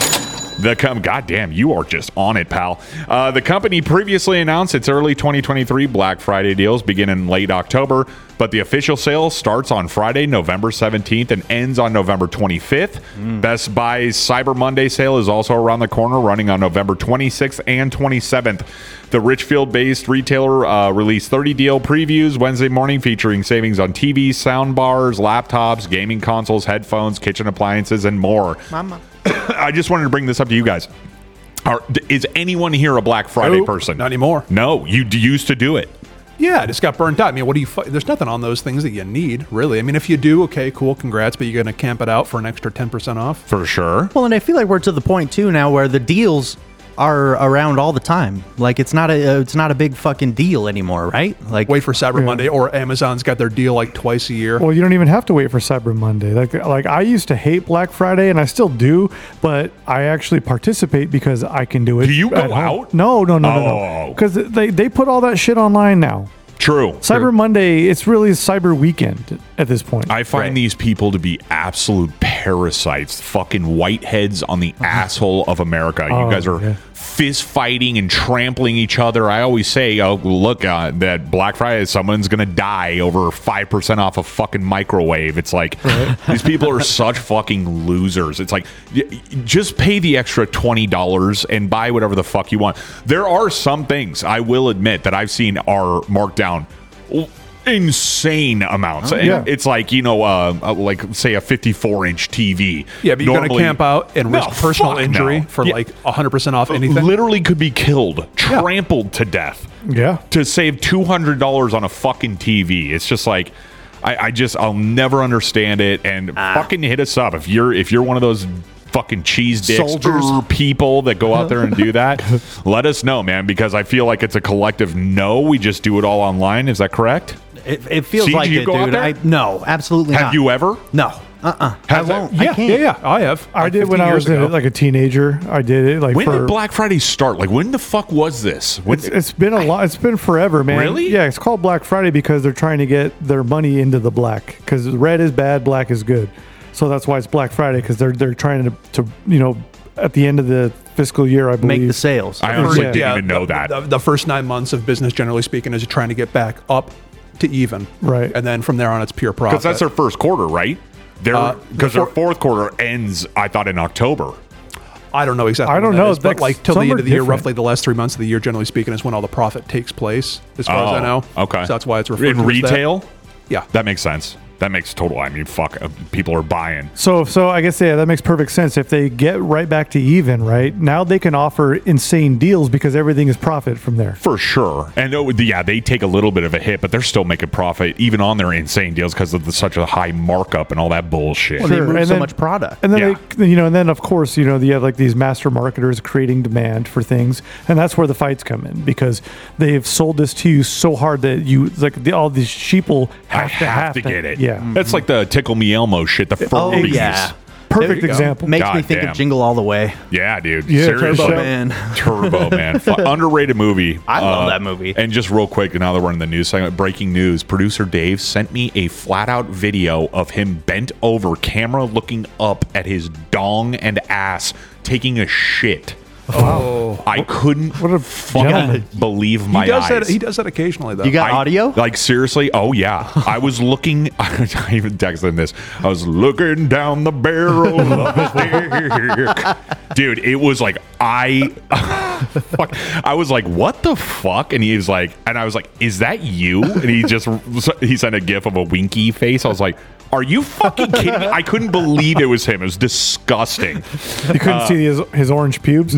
The com- goddamn, you are just on it, pal. Uh, the company previously announced its early 2023 Black Friday deals begin in late October, but the official sale starts on Friday, November 17th, and ends on November 25th. Best Buy's Cyber Monday sale is also around the corner, running on November 26th and 27th. The Richfield-based retailer uh, released 30 deal previews Wednesday morning, featuring savings on TVs, sound bars, laptops, gaming consoles, headphones, kitchen appliances, and more. I just wanted to bring this up to you guys. Are, d- is anyone here a Black Friday
Nope,
person?
not anymore.
No, you d- used to do it.
Yeah, I just got burnt out. I mean, what do you? Fu- There's nothing on those things that you need, really. I mean, if you do, okay, cool, congrats, but you're gonna camp it out for an extra ten percent off.
For sure.
Well, and I feel like we're to the point too now where the deals are around all the time. Like it's not a uh, it's not a big fucking deal anymore, right? Like
Wait for Cyber Monday, or Amazon's got their deal like twice a year.
Well, you don't even have to wait for Cyber Monday. Like, like I used to hate Black Friday, and I still do, but I actually participate because I can do it.
Do you go
at home.
out?
No, no, no, no,
Oh.
no. Because they they put all that shit online now.
True.
Cyber Monday, it's really Cyber Weekend at this point.
I find these people to be absolute parasites, fucking whiteheads on
Uh-huh.
the asshole of America. You
Oh,
guys are
yeah.
fist fighting and trampling each other. I always say, oh, look, uh, that Black Friday, someone's going to die over 5% off a fucking microwave. It's like, these people are such fucking losers. It's like, y- y- just pay the extra $20 and buy whatever the fuck you want. There are some things I will admit that I've seen are marked down insane
Oh,
amounts. And
yeah.
It's like, you know, uh, uh, like say a 54 inch TV.
yeah, but you're
Normally-
gonna camp out and risk
No,
personal
fuck
injury
no.
for
Yeah.
like like 100 percent off anything.
Literally could be killed, trampled to death
yeah.
to save $200 on a fucking TV. It's just like, I, I just, I'll never understand it. And
Ah.
fucking hit us up. If you're, if you're one of those fucking cheese dicks
Soldiers.
er, people that go out there and do that, let us know, man, because I feel like it's a collective no. We just do it all online. Is that correct?
it, it feels
See,
like
do you
it,
go out
dude.
there?
I, no, absolutely
Have
not.
you ever?
No. Uh. uh I
Has that-
won't. I
yeah,
can't.
yeah, yeah. I have.
I
Like
did
15
when I
years
was a,
ago.
like a teenager. I did it like
When
for
did Black Friday start? Like when the fuck was this? When,
It's, it's been a lot. It's been forever, man.
Really?
Yeah, it's called Black Friday because they're trying to get their money into the black. Because red is bad, black is good. So that's why it's Black Friday because they're they're trying to, to you know at the end of the fiscal year, I believe.
Make the sales.
I honestly
Yeah.
didn't even know
the,
that.
The, the first nine months of business, generally speaking, is trying to get back up to even.
Right.
And then from there on, it's pure profit.
Because that's their first quarter, right? Their
Uh,
because
the
their fourth quarter ends, I thought, in October.
I don't know exactly.
I
when
don't
that
know.
is, but
That's-
like till the
some
end
are
of the year,
different.
roughly the last three months of the year, generally speaking, is when all the profit takes place. As far as I know.
Oh, Okay,
So that's why it's referred
in
to as that.
retail.
Yeah.
That makes sense. That makes total. I mean, fuck, uh, people are buying.
So, so I guess yeah, that makes perfect sense. If they get right back to even, right now they can offer insane deals because everything is profit from there.
For sure, and it would- yeah, they take a little bit of a hit, but they're still making profit even on their insane deals because of the, such a high markup and all that bullshit.
they
Sure,
move
and
so
then-
much product.
And then
Yeah.
they, you know, and then of course, you know, you have like these master marketers creating demand for things, and that's where the fights come in because they've sold this to you so hard that you it's like the, all these sheeple have
I
to have to
get it. Mm.
Yeah,
that's like the tickle me Elmo shit. The
oh
furries.
yeah,
perfect
There you go.
example.
Makes me
God
think
damn.
of Jingle All the Way.
Yeah, dude.
Yeah,
Seriously.
Turbo
Man.
Turbo Man. Fu- Underrated movie. Uh,
I love that movie.
And just real quick, now that we're in the news segment, breaking news. Producer Dave sent me a flat out video of him bent over, camera looking up at his dong and ass, taking a shit. Oh, I couldn't
What a
fucking
gentleman.
believe
He
my
does
eyes.
that. He does that occasionally, though.
You got
I-
audio?
Like seriously? Oh yeah. I was looking. I even texted him this. I was looking down the barrel of a dick. dude. It was like I, fuck. I was like, what the fuck? And he was like, and I was like, is that you? And he just he sent a gif of a winky face. I was like. Are you fucking kidding me? I couldn't believe it was him. It was disgusting.
You
Uh,
couldn't see his, his orange pubes.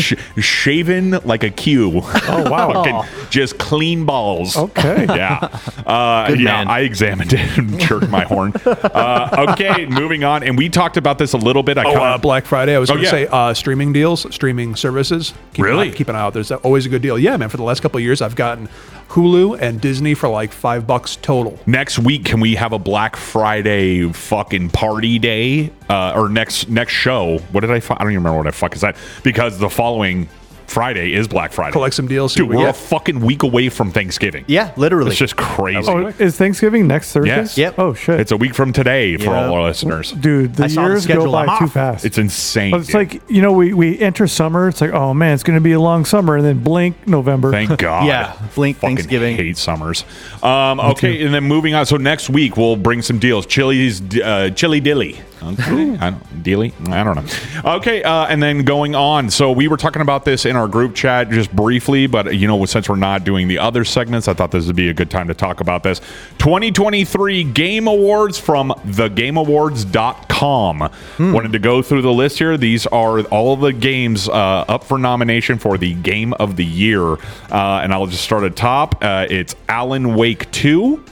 Sh- shaven like a Q. Oh wow! just clean balls.
Okay.
Yeah. Uh,
Good
yeah.
man.
I examined it and jerked my horn. Uh, okay, moving on. And we talked about this a little bit. I
Oh,
kinda-
uh, Black Friday. I was
Oh,
going to
yeah.
say uh, streaming deals, streaming services. Keep an
Really?
eye- keep an eye out. There's always a good deal. Yeah, man. For the last couple of years, I've gotten Hulu and Disney for like five bucks total.
next week can we have a black friday fucking party day uh, or next next show what did i fu- i don't even remember what i fuck is that because the following friday is black friday
Collect some deals, see
dude
what we
we're a
get.
fucking week away from thanksgiving
Yeah, literally.
it's just crazy
oh, is Thanksgiving next Thursday?
Yes.
Yep.
Oh shit.
it's a week from today for
Yeah.
all our listeners
dude, the
I saw the
years go
schedule.
by
I'm
too
off.
fast.
it's insane
But it's
dude.
like you know we we enter summer. It's like oh man, it's going to be a long summer, and then blink November.
Thank God.
Yeah, blink
Fucking
Thanksgiving.
Hate summers. Um, okay, and then moving on. So next week we'll bring some deals. Chili's, uh, chili dilly. Okay, I don't, dilly. I don't know. Okay, uh, and then going on. So we were talking about this in our group chat just briefly, but you know, since we're not doing the other segments, I thought this would be a good time to talk about this. 2023 Game Awards from thegameawards.com. Wanted to go through the list here. These are all the games uh, up for nomination for the Game of the Year. Uh, and I'll just start at top. Uh, it's Alan Wake 2,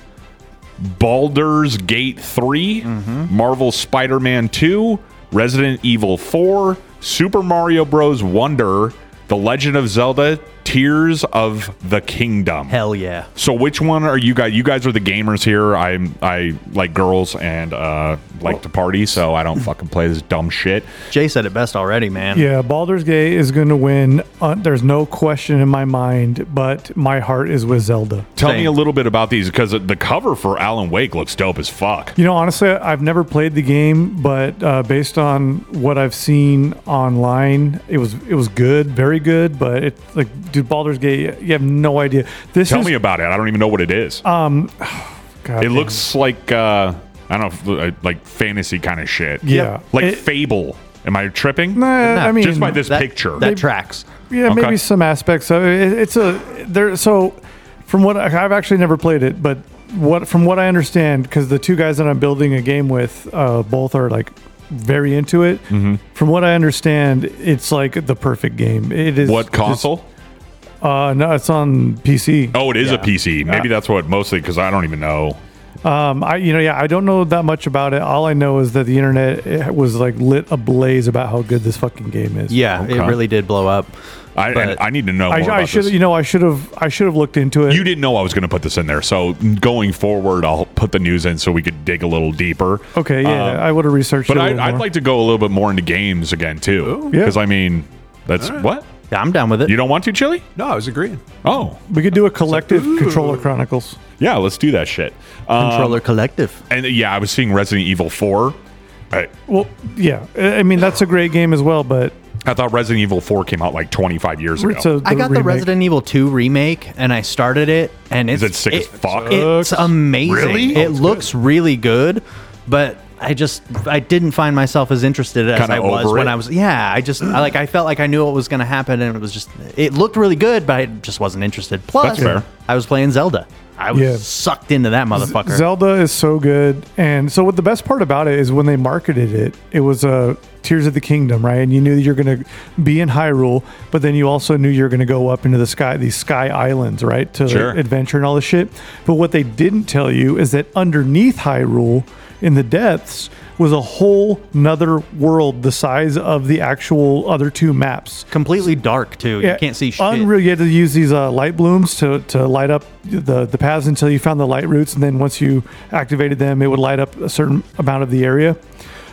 Baldur's Gate 3, Marvel Spider Man 2, Resident Evil 4, Super Mario Bros. Wonder, The Legend of Zelda, Tears of the Kingdom.
Hell yeah.
So which one are you guys? You guys are the gamers here. I'm I like girls and uh, like to party, so I don't fucking play this dumb shit.
Jay said it best already, man.
Yeah, Baldur's Gate is going to win. Uh, there's no question in my mind, but my heart is with Zelda.
Tell
Same.
me a little bit about these because the cover for Alan Wake looks dope as fuck.
You know, honestly, I've never played the game, but uh, based on what I've seen online, it was it was good, very good. But it's like, dude, Baldur's Gate, you have no idea. This Uh,
Tell
is,
me about it. I don't even know what it is.
God
it
damn.
looks like uh, I don't know, uh, like fantasy kind of shit.
Yeah.
like
It-
Fable. Am I tripping?
Nah, I mean,
just by this
That,
picture.
that tracks.
Yeah,
Okay.
maybe some aspects of it. It- It's a there. So, from what I- I've actually never played it, but what from what I understand, because the two guys that I'm building a game with, uh, both are like very into it.
Mm-hmm.
From what I understand, it's like the perfect game. It is
what
just-
console?
uh, no, it's on PC.
oh, it is a
Yeah.
PC. Maybe that's what mostly because I don't even know.
Um, I you know yeah, I don't know that much about it. All I know is that the internet eh, was like lit ablaze about how good this fucking game is.
Yeah, it
Okay.
really did blow up.
I and
But-
I need to know. More
I,
about
I should
this.
you know I should have I should have looked into it.
You didn't know I was going to put this in there, so going forward, I'll put the news in so we could dig a little deeper.
okay, yeah, I would have researched.
Um, But
it a
I,
little
I'd
more.
like to go a little bit more into games again too,
Yeah.
because I mean, that's what
Yeah, I'm down with it.
you don't want to chili.
No, I was agreeing.
Oh,
We could do a collective controller chronicles.
yeah, let's do that shit. Um,
Controller Collective.
and yeah, I was seeing Resident Evil Four. Right.
Well, yeah. I I mean, that's a great game as well, but
I thought Resident Evil 4 came out like 25 years ago.
it's a,
I got the
remake.
Resident Evil 2 remake and I started it and it's
it sick as fuck?
It's amazing.
Really?
Oh,
It looks really good, but I just I didn't find myself as interested as
Kinda
I was
over
when
it?
I was yeah, I just I, like I felt like I knew what was going to happen and it was just it looked really good, but I just wasn't interested. Plus
That's fair.
I was playing Zelda. I was
Yeah.
sucked into that motherfucker.
Zelda is so good, and so what the best part about it is when they marketed it, it was uh, Tears of the Kingdom, right? And you knew that you're going to be in Hyrule, but then you also knew you're going to go up into the sky, these sky islands, right, to
Sure.
adventure and all this shit. But what they didn't tell you is that underneath Hyrule, in the depths, was a whole nother world the size of the actual other two maps.
Completely dark too.
Yeah,
you can't see shit.
Unreal. You had to use these uh, light blooms to, to light up the, the paths until you found the light routes, and then once you activated them, it would light up a certain amount of the area.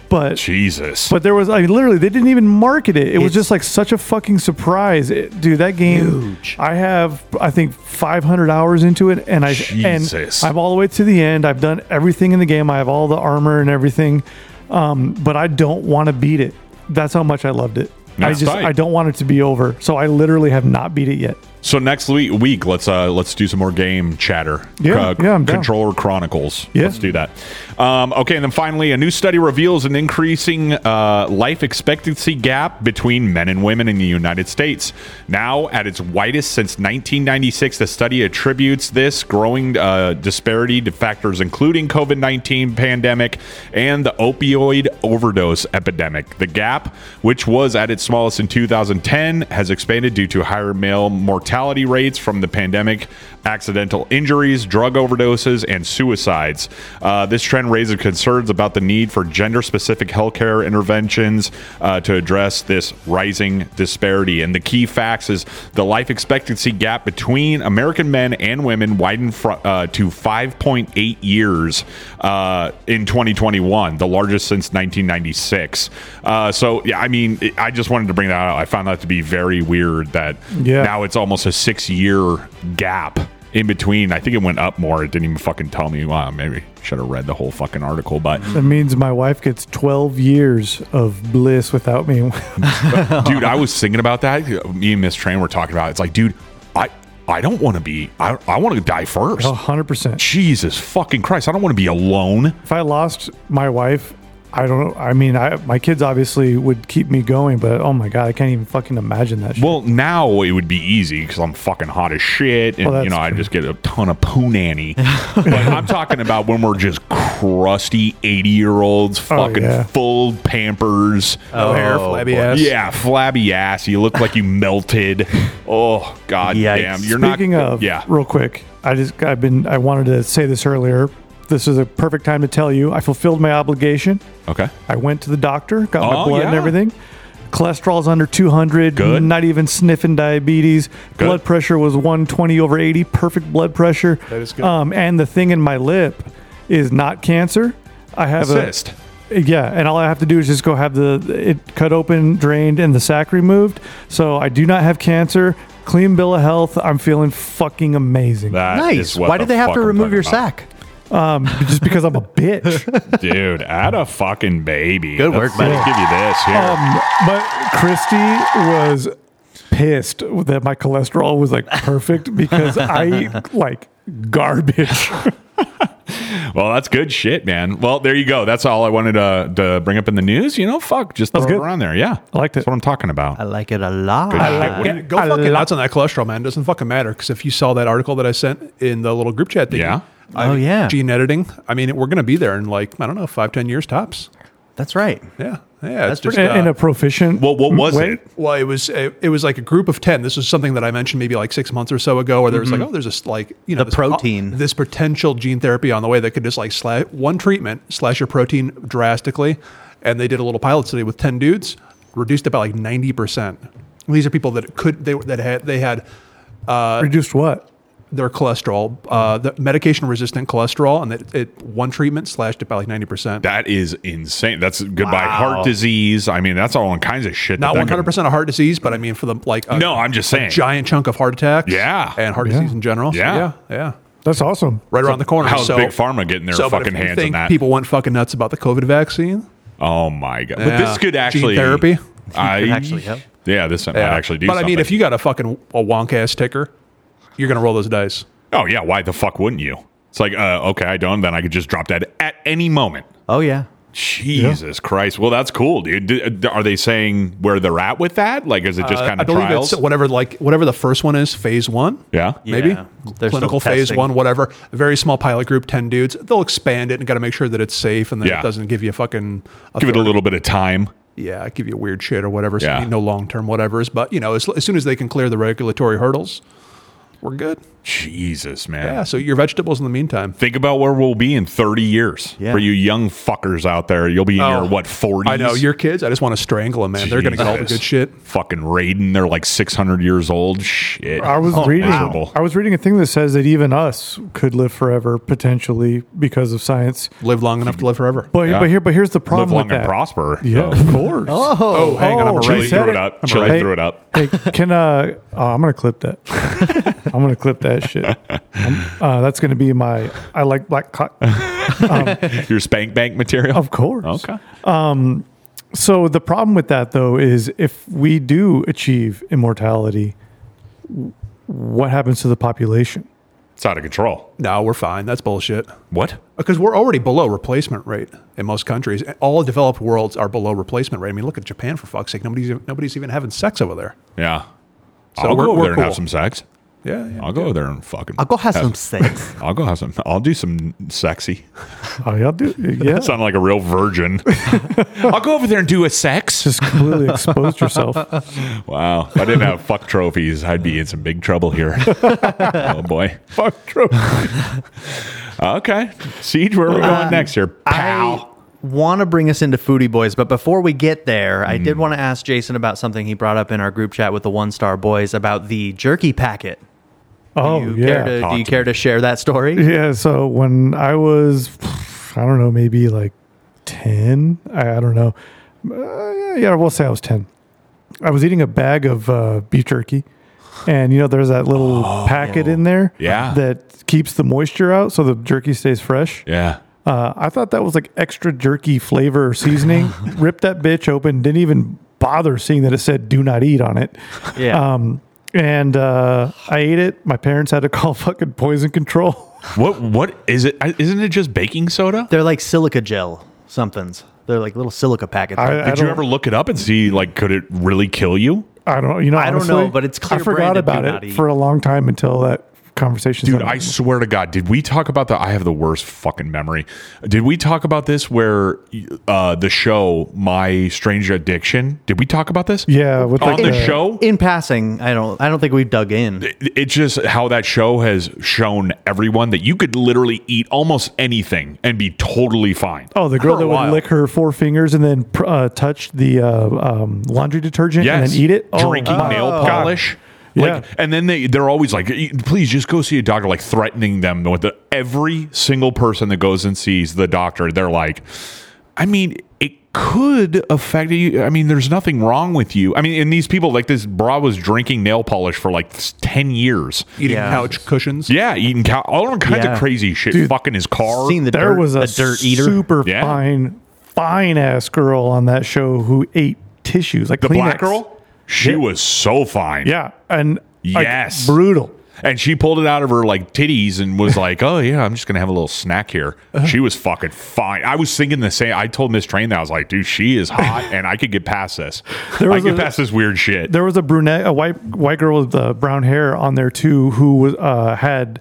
But
Jesus.
but there was I mean, literally they didn't even market it. It was
It's-
just like such a fucking surprise, It- dude. That game.
Huge.
I have I think 500 hours into it, and I
Jesus.
and I'm all the way to the end. I've done everything in the game. I have all the armor and everything, um, but I don't want to beat it. That's how much I loved it.
That's
I just
tight.
I don't want it to be over. So I literally have not beat it yet.
so next week, week let's uh let's do some more game chatter. Uh,
Yeah, yeah, I'm down.
Controller Chronicles.
Yeah.
Let's do that. Um, okay, and then finally, a new study reveals an increasing uh, life expectancy gap between men and women in the United States. Now at its widest since 1996, the study attributes this growing uh, disparity to factors including COVID-19 pandemic and the opioid overdose epidemic. The gap, which was at its smallest in 2010, has expanded due to higher male mortality rates from the pandemic, accidental injuries, drug overdoses, and suicides. Uh, this trend raises concerns about the need for gender specific healthcare interventions uh, to address this rising disparity. And the key facts is the life expectancy gap between American men and women widened fr- uh, to 5.8 years uh, in 2021, the largest since 1996. Uh, so, yeah, I mean, it- I just wanted to bring that out. I found that to be very weird that
Yeah.
now it's almost a six year gap in between. I think it went up more. It didn't even fucking tell me. Wow, maybe should have read the whole fucking article, but
That means my wife gets 12 years of bliss without me.
dude, I was thinking about that. Me and Miss Train were talking about it. It's like, dude, I I don't want to be. I I want to die first.
100%.
Jesus fucking Christ! I don't want to be alone.
If I lost my wife, I don't know. I mean, I my kids obviously would keep me going, but oh my god, I can't even fucking imagine that. Shit.
Well, now it would be easy because I'm fucking hot as shit, and
Well, that's
you know I
true.
just get a ton of poo nanny. but I'm talking about when we're just crusty eighty year olds, fucking
Oh, yeah.
full pampers, Oh,
No hair, flabby ass.
Yeah, flabby ass. You look like you melted. Oh god
Yikes.
damn! You're not.
Speaking of,
yeah.
real quick, I just I've been I wanted to say this earlier. This is a perfect time to tell you. I fulfilled my obligation.
Okay.
I went to the doctor, got
Oh,
my blood and
yeah.
everything. Cholesterol's under 200.
Good.
Not even sniffing diabetes.
Good.
Blood pressure was 120 over 80. Perfect blood pressure. That
is good.
Um, and the thing in my lip is not cancer. I have a
Cyst.
Yeah, and all I have to do is just go have the it cut open, drained, and the sac removed. So I do not have cancer. Clean bill of health. I'm feeling fucking amazing.
That
nice.
is what
Why
the
did they have
fuck
to
I'm
remove
talking
your
about.
sack?
just because I'm a bitch.
dude? Add a fucking baby. Good
work, buddy.
Give you this here.
Um, but Christy was pissed that my cholesterol was like perfect because I eat like garbage.
Well, that's good shit, man. Well, there you go. That's all I wanted to, to bring up in the news. You know, fuck, just throw it
That's good.
around there. Yeah, I
liked
That's
it.
what I'm talking
I
about.
like it a lot.
I like-
What do you- go
I
fucking
lo-
nuts on that cholesterol, man. Doesn't fucking matter because if you saw that article that I sent in the little group chat thing,
Yeah.
I-
Oh, yeah.
gene editing. I mean, we're gonna be there in like I don't know, five ten years tops.
That's right.
Yeah, yeah.
That's
it's just,
In, in
uh,
a proficient.
Well, what was
way.
it?
well, it was uh, it, it was like a group of ten. This was something that I mentioned maybe like six months or so ago, where there was like, oh, there's this like you know
Mm-hmm. The
this,
protein.
this potential gene therapy on the way that could just like slash one treatment slash your protein drastically, and they did a little pilot study with ten dudes, reduced it by like ninety percent. These are people that could they were- that had they had
Uh,
Reduced what?
their cholesterol, uh, the medication resistant cholesterol, and that it one treatment slashed it by like ninety percent.
That is insane. That's goodbye
Wow.
heart disease. I mean, that's all kinds of shit.
Not
that
one
that could-
hundred percent of heart disease, but I mean for the like a,
No, I'm just saying.
giant chunk of heart attacks,
Yeah.
and heart disease in general. So,
Yeah.
yeah, yeah,
That's awesome.
right around the corner.
How's
so,
Big Pharma getting their
so, but
fucking
if you
hands on
think
that?
People went fucking nuts about the COVID vaccine.
Oh my god! But
Yeah.
this could
Gene
actually
therapy?
I
actually help.
Yeah, this might
Yeah.
actually do.
But I mean,
something.
if you got a fucking a wonk ass ticker, you're gonna roll those dice.
oh yeah, why the fuck wouldn't you? It's like uh, okay, I don't. Then I could just drop that at any moment.
Oh yeah.
Jesus Christ! Well, that's cool, dude. D- are they saying where they're at with that? Like, is it just
Uh,
kind
I
of
believe
trials?
it's whatever like whatever the first one is, phase one.
yeah.
Maybe
Yeah. They're still
clinical phase
testing.
one, whatever. A very small pilot group, ten dudes. They'll expand it and got to make sure that it's safe and that
Yeah.
it doesn't give you a fucking
Give it
authority.
a little bit of time.
yeah, give you weird shit or whatever. So
Yeah.
you no long term whatever's, but you know, as, as soon as they can clear the regulatory hurdles, we're good.
Jesus, man.
Yeah, so your vegetables in the meantime.
Think about where we'll be in 30 years.
Yeah.
For you young fuckers out there, you'll be in
Oh.
your, what, 40s?
I know your kids. I just want to strangle them, man. They're gonna get all the
Jesus.
good shit.
Fucking Raiden. They're like 600 years old. Shit. Oh,
I was reading.
Miserable.
I was reading a thing that says that even us could live forever potentially because of science.
Live long enough to live forever.
But
Yeah.
but here but here's the problem
Live long
with
and
that.
prosper.
Yeah,
So,
of course.
Oh,
Oh, hang on, I'm
oh,
a
she
Chili
really
said
threw it
it.
up.
I'm
Chili
right.
threw it up.
Hey, can uh, oh, I'm gonna clip that. I'm gonna clip that shit. Um, uh, that's gonna be my. I like black. Co-
Your spank bank material?
of course.
Okay.
So the problem with that though is if we do achieve immortality, w- what happens to the population?
It's out of control.
No, we're fine. That's bullshit.
What?
Because we're already below replacement rate in most countries. All developed worlds are below replacement rate. I mean, look at Japan for fuck's sake. Nobody's nobody's even having sex over there.
Yeah.
So
I'll
we're-
go over
we're
there and have
cool.
some sex.
Yeah, yeah.
I'll go over there and fucking.
I'll go have some sex.
I'll go have some. I'll do some sexy.
Oh, y'all do. Yeah,
Sound like a real virgin. I'll go over there and do a sex.
just completely exposed yourself.
Wow. If I didn't have fuck trophies, I'd be in some big trouble here. oh, boy.
Fuck trope.
Okay. Siege, where are we going next here?
Um, I
Pow.
want to bring us into Foodie Boys, but before we get there, I
Mm.
did want to ask Jason about something he brought up in our group chat with the One Star Boys about the jerky packet.
Oh
Do you
yeah.
care to,
Talk
do you
to
care to share that story?
Yeah, so when I was, I don't know, maybe like 10, I, I don't know. Uh, yeah, yeah, we'll say I was 10. I was eating a bag of uh, beef jerky. And, you know, there's that little packet in there
Yeah.
that keeps the moisture out so the jerky stays fresh.
Yeah.
Uh, I thought that was like extra jerky flavor or seasoning. Ripped that bitch open, didn't even bother seeing that it said do not eat on it.
Yeah.
Um, and uh, I ate it. My parents had to call fucking poison control.
What? What is it? I- Isn't it just baking soda?
They're like silica gel somethings. They're like little silica packets.
I-
Did you
don't-
ever look it up and see like could it really kill you?
I don't. You know,
I don't
honestly,
know, but it's clear
I forgot
branded,
about
do not
it
eat.
for a long time until that conversation.
Dude, I swear to God, did we talk about the? I have the worst fucking memory. Did we talk about this where uh, the show My Strange Addiction? Did we talk about this?
yeah, with uh,
on
like
the show.
in passing, I don't I don't think we dug in.
It- it's just how that show has shown everyone that you could literally eat almost anything and be totally fine.
Oh, the girl
For a
that would
while.
lick her four fingers and then pr- uh, touch the uh, um, laundry detergent and
yes,
then eat it. Oh,
drinking
my
nail
God.
polish. Like,
Yeah.
and then they they're always like, "E- please just go see a doctor. Like threatening them with the, every single person that goes and sees the doctor. They're like, I mean, it could affect you. I mean, there's nothing wrong with you. I mean, and these people like this bra was drinking nail polish for like ten years.
Eating
Yeah.
couch cushions.
Yeah, eating cow, all kinds
Yeah.
of crazy shit.
Dude,
Fucking his car.
Seen the
There
dirt,
was a,
a dirt eater.
super
Yeah.
fine, fine ass girl on that show who ate tissues like
the black
Kleenex.
girl. She was so fine.
Yeah, and like,
Yes.
brutal.
And she pulled it out of her like titties and was like, "Oh yeah, I'm just gonna have a little snack here."
Uh-huh.
She was fucking fine. I was thinking the same. I told Miss Train that I was like, "Dude, she is hot, and I could get past this. I
was
could
a-
pass this weird shit."
there was a brunette, a white white girl with uh, brown hair on there too, who was uh, had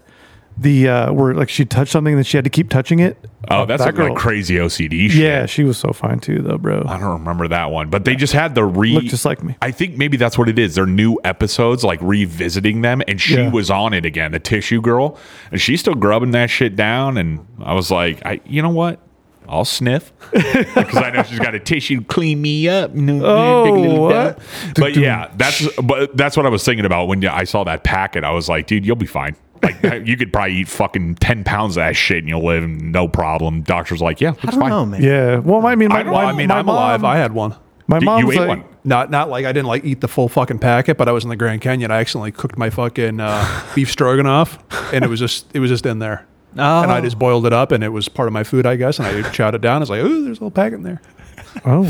the uh, where like she touched something that she had to keep touching it.
Oh, that's like, like crazy OCD. Shit.
Yeah, she was so fine too, though, bro.
I don't remember that one, but they just had the re
Looked just like me.
I think maybe that's what it is. They're new episodes, like revisiting them, and she
Yeah.
was on it again, the tissue girl, and she's still grubbing that shit down. And I was like, I, you know what? I'll sniff because I know she's got a tissue to clean me up. You know,
Oh,
dig a little
what?
dump. But yeah, that's but that's what I was thinking about when I saw that packet. I was like, dude, you'll be fine. Like you could probably eat fucking ten pounds of that shit and you'll live no problem. Doctor's like, yeah,
I
it's
don't
fine.
know, man.
Yeah, well, I mean, my,
I don't know.
my,
I mean,
my
I'm
mom,
alive. I had one.
My
Did-
mom
you
was
ate
like,
one.
Not not like I didn't like eat the full fucking packet, but I was in the Grand Canyon. I accidentally cooked my fucking uh, beef stroganoff, and it was just it was just in there. And I just boiled it up, and it was part of my food, I guess. And I chowed it down. It's like, ooh, there's a little packet in there.
Oh,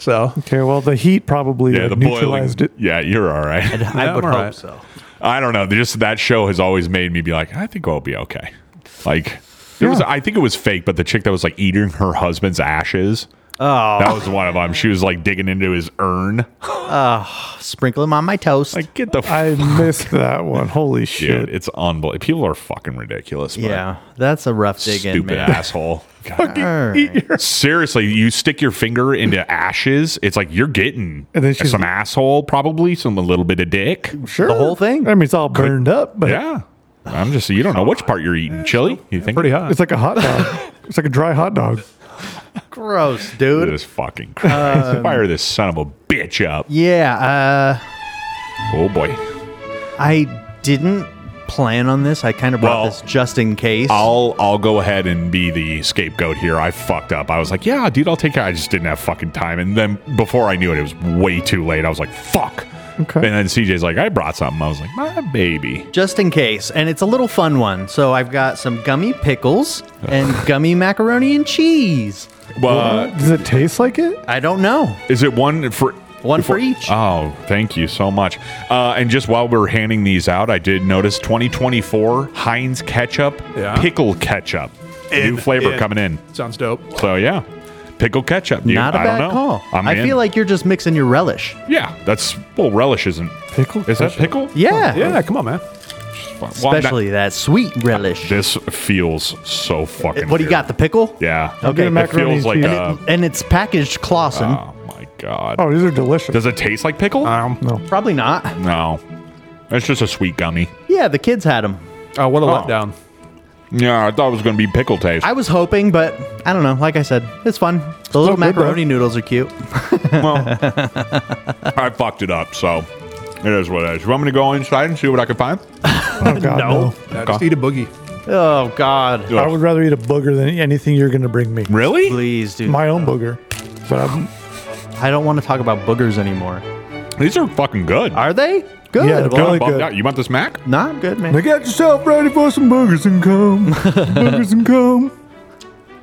So
okay. Well, the heat probably
Yeah,
like,
the boiling.
neutralized it.
Yeah, you're all right.
I
Yeah,
would
I'm all
hope
right.
so.
I don't know. Just that show has always made me be like, I think I'll be okay. Like there was,
Yeah.
I think it was fake, but the chick that was like eating her husband's ashes.
Oh.
that was one of them. She was like digging into his urn.
Sprinkle them on my toast.
Like get the f-
I missed that one. Holy shit!
dude. It's unbelievable. People are fucking ridiculous. But
yeah, that's a rough dig in,
stupid
man.
asshole. God.
All right.
Seriously, you stick your finger into ashes. It's like you're getting
And then she's-
some asshole, probably some a little bit of dick.
sure,
the whole thing?
I mean, it's all burned up, but
Yeah, I'm just you don't know which part you're eating. Chili? You think
pretty hot.
it's like a hot dog. it's like a dry hot dog.
Gross, dude.
This fucking
Um,
Christ. fire this son of a bitch up.
Yeah,
Oh boy.
uh, I didn't plan on this. I kind of brought
Well,
this just in case.
I'll I'll go ahead and be the scapegoat here. I fucked up. I was like, yeah, dude, I'll take it. I just didn't have fucking time. And then before I knew it, it was way too late. I was like, fuck.
Okay.
And then CJ's like, I brought something. I was like, my baby.
just in case, and it's a little fun one. So I've got some gummy pickles and gummy macaroni and cheese.
Well,
Does it taste like it?
I don't know.
Is it one for
One for each.
Oh, thank you so much. Uh, and just while we're handing these out, I did notice 2024 Heinz ketchup,
Yeah.
pickle ketchup, new flavor
in.
coming in.
sounds dope.
So yeah, pickle ketchup. You-
Not a
I
bad
don't know.
call.
I'm
I
in.
feel like you're just mixing your relish.
yeah, that's well relish isn't
Pickle
Is that
ketchup?
pickle?
Yeah,
Yeah, come on, man.
Well, I'm not-
especially that sweet relish.
this feels so fucking.
what do
weird.
you got? The pickle?
Yeah.
Okay.
Get a
It
macaroni
feels
and
like
cheese.
a- Uh,
and it's packaged Clausen.
Oh my god.
oh, these are delicious.
Does it taste like
Uh.
pickle?
Um,
no.
Probably not.
no. It's just a sweet gummy.
Yeah, the kids had them.
Oh, what a
Oh.
letdown.
Yeah, I thought it was going to be pickle taste.
I was hoping, but I don't know. Like I said, it's fun. The little
good, bro.
macaroni noodles are cute.
Well, I fucked it up, so it is what it is. You want me to go inside and see what I can find?
Oh god, no.
Yeah, just eat a boogie.
Oh God!
I would rather eat a booger than anything you're going to bring me.
Really?
Please, dude.
My own booger. But I'm,
I don't want to talk about boogers anymore.
These are fucking good.
Are they good?
Yeah,
well,
really
Bummed
good.
out. You want this Mac?
not good, man.
Now get yourself ready for some boogers and come. boogers and come.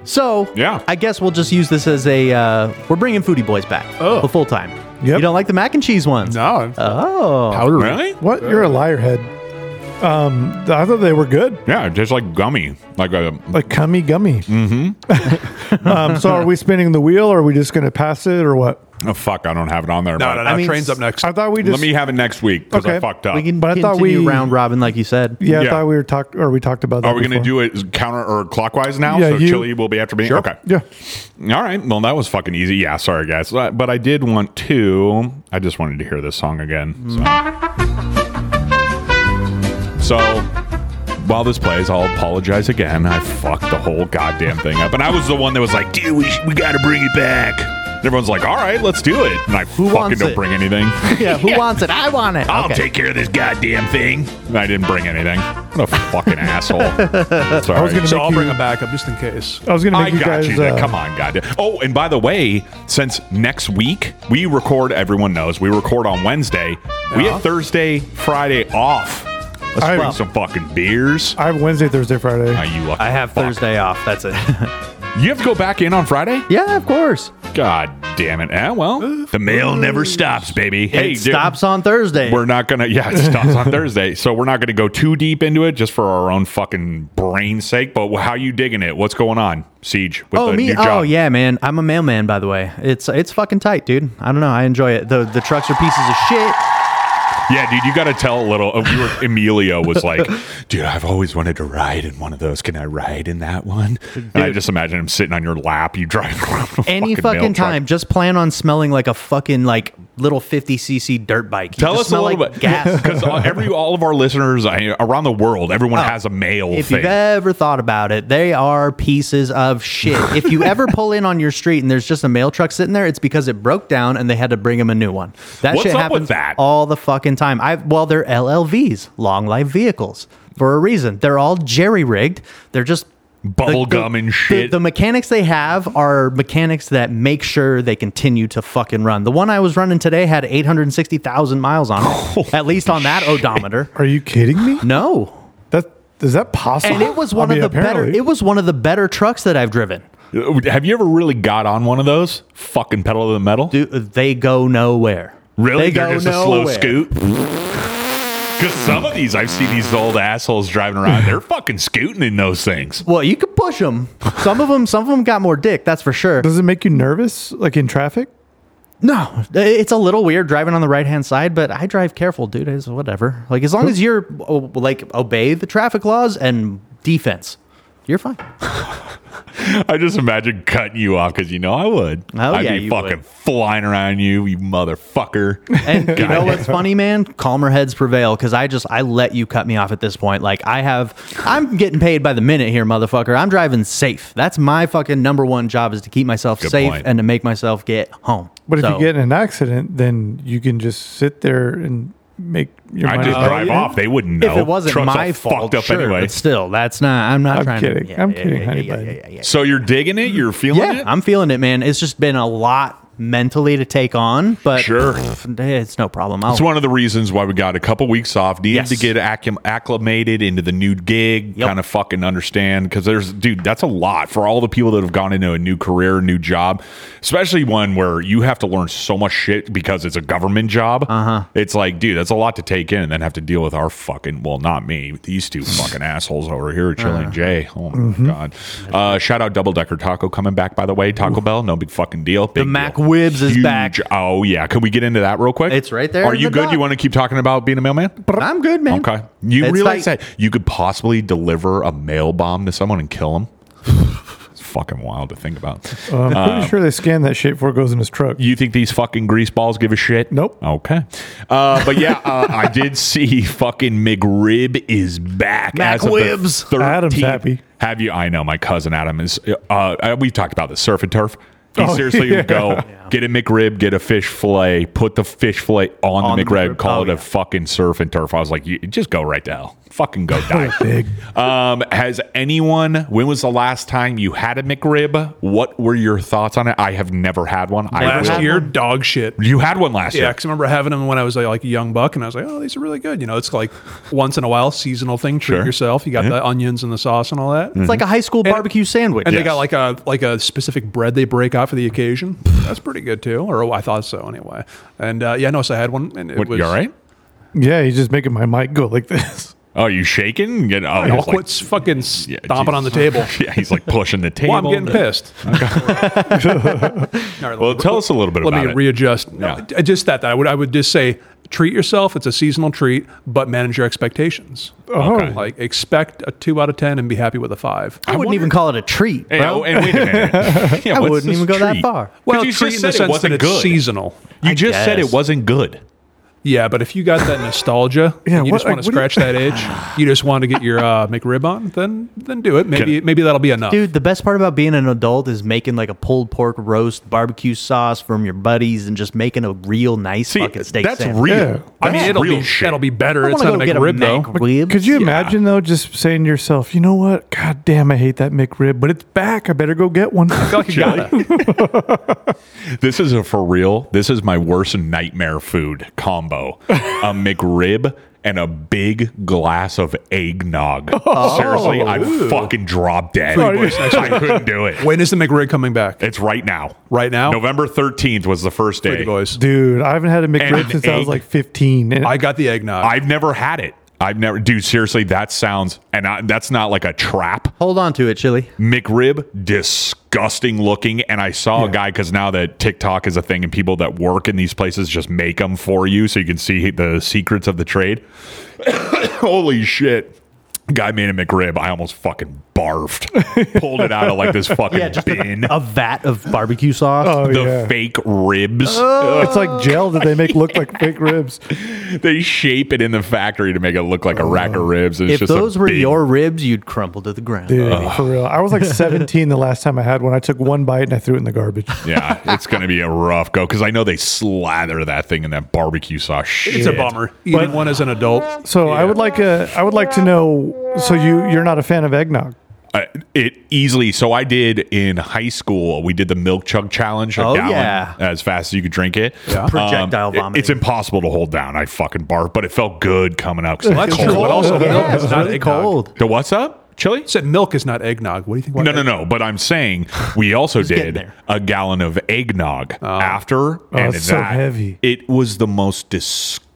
So
Yeah.
I guess we'll just use this as a. Uh, we're bringing Foodie Boys back. Oh, full time.
Yep.
You don't like the mac and cheese ones?
No,
Oh,
powder.
Really?
What? You're a liar head. Um, I thought they were good.
Yeah, it tastes like gummy. Like a
Like cummy gummy. Mm-hmm.
Mm-hmm.
um, so are we spinning the wheel or are we just going to pass it or what?
oh, fuck. I don't have it on there.
No,
but
no, no.
I mean,
Train's up next.
I thought we
Let
just.
me have it next week because I
Okay.
fucked up.
we can
But I
continue
thought we-
round robin like you said.
yeah, I
Yeah.
thought we were talking, or we talked about that.
Are we going to do it counter or clockwise now?
Yeah,
so
you-
chili will be after me. Okay.
Yeah.
All right. Well, that was fucking easy. Yeah. Sorry, guys. Uh, But I did want to. I just wanted to hear this song again. So. so while this plays, I'll apologize again. I fucked the whole goddamn thing up, and I was the one that was like, "Dude, we, sh- we got to bring it back." And everyone's like, "All right, let's do it," and I fucking
wants
don't
it?
bring anything.
Yeah, who wants it? I want it.
I'll
Okay.
take care of this goddamn thing. And I didn't bring anything. What a fucking asshole. Sorry.
gonna
So
make
I'll
you-
bring it back up just in case.
I was going to
I
make you
got
guys.
you.
uh,
Come on, goddamn. Oh, and by the way, since next week we record, everyone knows we record on Wednesday. We have Thursday, Friday off. Let's
Uh-huh. I-
drink some fucking beers.
I have Wednesday, Thursday, Friday.
Ah, you lucky
I have
fuck.
Thursday off. That's it.
You have to go back in on Friday.
yeah, of course.
God damn it! Ah, well, the mail never stops, baby. Hey,
it
dude,
stops on Thursday.
We're not gonna. Yeah, it stops on Thursday, so we're not gonna go too deep into it, just for our own fucking brain's sake. But how you digging it? What's going on, Siege? With
Oh
the
me!
new job?
Oh yeah, man. I'm a mailman, by the way. It's it's fucking tight, dude. I don't know. I enjoy it. the The trucks are pieces of shit.
Yeah, dude, you got to tell a little. Uh, we were, Emilio was like, dude, I've always wanted to ride in one of those. Can I ride in that one? And I just imagine him sitting on your lap, you driving around. a
Any
mail
fucking,
truck.
time, just plan on smelling like a fucking like little 50 cc dirt bike. You
Tell
just
us a
smell
little
like
bit.
Gas.
Because every all of our listeners I, around the world, everyone has a mail
Oh, if
thing.
you've ever thought about it, they are pieces of shit. if you ever pull in on your street and there's just a mail truck sitting there, it's because it broke down and they had to bring him a new one. That
What's
shit
up
happens
with that?
all the fucking time. I well, they're LLVs, long life vehicles, for a reason. They're all jerry rigged. They're just
Bubble gum and shit.
the mechanics they have are mechanics that make sure they continue to fucking run. The one I was running today had 860,000 miles on it, at least on that odometer.
Are you kidding me?
No.
That is that possible?
And it was
I
one
mean,
of the better
apparently.
it was one of the better trucks that I've driven.
Uh, Have you ever really got on one of those? Fucking pedal to the metal?
Do, they go nowhere.
really?
They
They're
go
just a slow
nowhere.
scoot? Because some of these, I've seen these old assholes driving around. They're fucking scooting in those things.
Well, you could push them. Some of them, some of them got more dick. That's for sure.
Does it make you nervous, like in traffic?
No, it's a little weird driving on the right hand side, but I drive careful, dude. It's whatever. Like as long as you're oh, like obey the traffic laws and defense, you're fine.
I just imagine cutting you off because you know I would.
Oh,
I'd
yeah,
be
you
fucking
would.
flying around you, you motherfucker.
And you know
God.
what's funny, man? Calmer heads prevail because I just I let you cut me off at this point. Like I have, I'm getting paid by the minute here, motherfucker. I'm driving safe. That's my fucking number one job is to keep myself
Good
safe
point.
and to make myself get home.
But if
So-
you get in an accident, then you can just sit there and make your
I
mind
just
up.
drive
Yeah.
off. They wouldn't know.
if it wasn't
Trucks
my
all
fault,
fucked up
sure,
anyway.
but still, that's not. I'm not
I'm
trying
kidding.
to.
I'm kidding, honey bun.
yeah.
So you're digging it. You're feeling
yeah,
it.
I'm feeling it, man. It's just been a lot mentally to take on, but
Sure.
pff, it's no problem. I'll,
it's one of the reasons why we got a couple weeks off. Needed
Yes.
to get acclim- acclimated into the new gig,
Yep.
kind of fucking understand because there's, dude, that's a lot for all the people that have gone into a new career, new job, especially one where you have to learn so much shit because it's a government job.
Uh-huh.
Uh huh. It's like, dude, that's a lot to take in and then have to deal with our fucking, well, not me, these two fucking assholes over here at Chili
Uh-huh.
and Jay. Oh my
Mm-hmm.
god! Uh, shout out Double Decker Taco coming back by the way. Taco Bell, no big fucking deal. Big
The Mac
deal.
Whibs is
Huge
back.
Oh yeah, can we get into that real quick?
It's right there
Are
in
you
the
good?
doc.
You want to keep talking about being a mailman?
I'm good, man.
Okay. You
It's
realize
like-
that you could possibly deliver a mail bomb to someone and kill them? it's fucking wild to think about.
Um, I'm pretty sure they scan that shit before it goes in his
Um,
truck.
You think these fucking grease balls give a shit?
Nope.
Okay. Uh, but yeah, uh, I did see fucking McRib is back.
Mac
of the
Whibs.
13th.
Adam's happy.
Have you? I know my cousin Adam is. Uh, uh, we've talked about this surf and turf. He
Oh,
seriously
yeah.
would go get a McRib, get a fish fillet, put the fish fillet on,
On
the
the
McRib,
McRib.
call
Oh,
it a
yeah.
fucking surf and turf. I was like, you, just go right to hell. Fucking go die. Um, has anyone? When was the last time you had a McRib? What were your thoughts on it? I have never had one. I
Last
will.
year, dog shit.
You had one last
Yeah,
year.
because I remember having them when I was like, like a young buck, and I was like, oh, these are really good. You know, it's like once in a while seasonal thing. Treat
Sure. Mm.
yourself. You got the onions and the sauce and all that.
It's like a high school
And-
barbecue sandwich.
And
Yes.
they got like a like a specific bread they break out for the occasion. That's pretty good too, or oh, I thought so anyway. And uh, yeah, no, so I had one. And it
What,
was
you all right?
Yeah, he's just making my mic go like this.
Oh, you shaking? Get, oh,
I
he's
all
like-
quits fucking
Yeah, Jesus.
stomping on the table.
yeah, he's like pushing the table.
Well, I'm getting pissed. All right,
Well,
let-
tell us a little bit
let
about
me
it.
readjust. No,
Yeah.
I- just that, that I would I would just say treat yourself. It's a seasonal treat, but manage your expectations.
Oh. Okay.
like expect a two out of ten and be happy with a five.
I wouldn't even call it a treat,
Hey,
bro.
oh, and wait a minute. Yeah,
I
what's
wouldn't
this
even go that
treat?
far.
'Cause
Well,
you
treat
just
in the
said it
sense that
wasn't
it's
good.
seasonal.
You just said it
guess.
wasn't good.
Yeah, but if you got that nostalgia
Yeah,
and you
what-
just want to
like, what do you-
scratch that itch, you just want to get your uh, McRib on, then then do it. Maybe maybe that'll be enough.
Dude, the best part about being an adult is making like a pulled pork roast, barbecue sauce from your buddies, and just making a real nice
See,
fucking steak
that's
sandwich.
real.
Yeah.
I mean,
That's
it'll
real
be
shit.
it'll be better.
I
It's
wanna
not a
go get a
McRib though.
Mac rib.
Could you imagine though, just saying to yourself, you know what? God damn, I hate that McRib, but it's back. I better go get one.
Like you gotta.
This is a for real. This is my worst nightmare food combo: a McRib and a big glass of eggnog.
Oh.
Seriously, I'd fucking drop dead. I couldn't do it.
When is the McRib coming back?
It's right now.
Right now?
November thirteenth was the first day.
Pretty boys.
Dude, I haven't had a McRib
an
since I was
egg.
like 15. And
I got the eggnog.
I've never had it. I've never, dude. Seriously, that sounds, and I, that's not like a trap.
Hold on to it, Chili.
McRib, disgusting looking. And I saw a guy because now that TikTok is a thing, and people that work in these places just make them for you, so you can see the secrets of the trade. Holy shit! Guy made a McRib. I almost fucking barfed. Pulled it out of like this fucking bin.
A vat of barbecue sauce.
oh,
the
yeah.
fake ribs.
oh, it's like gel that they make look like fake ribs.
they shape it in the factory to make it look like a rack of ribs. It's
if
just a
those were
big-
your ribs, you'd crumble to the ground.
Dude, for real. I was like 17 the last time I had one. I took one bite and I threw it in the garbage.
yeah, it's gonna be a rough go because I know they slather that thing in that barbecue sauce. Shit.
it's a bummer. Eating one as an adult.
So I would like a, I would like to know. So you you're not a fan of eggnog?
Uh, it easily. So I did in high school. We did the milk chug challenge. a
Oh,
gallon,
yeah.
as fast as you could drink it. Um,
Projectile
it-
vomiting.
it's impossible to hold down. I fucking barf, but it felt good coming out. 'cause
Well,
it's
that's true.
cold.
But also,
Oh, Yeah,
eggnog is
it's
not
really
eggnog.
cold.
The what's up? Chili?
Said milk is not eggnog. What do you think? about
No, no,
egg-
no. But I'm saying we also
getting
did
there.
a gallon of eggnog
Oh.
after, and
it's so heavy.
It was the most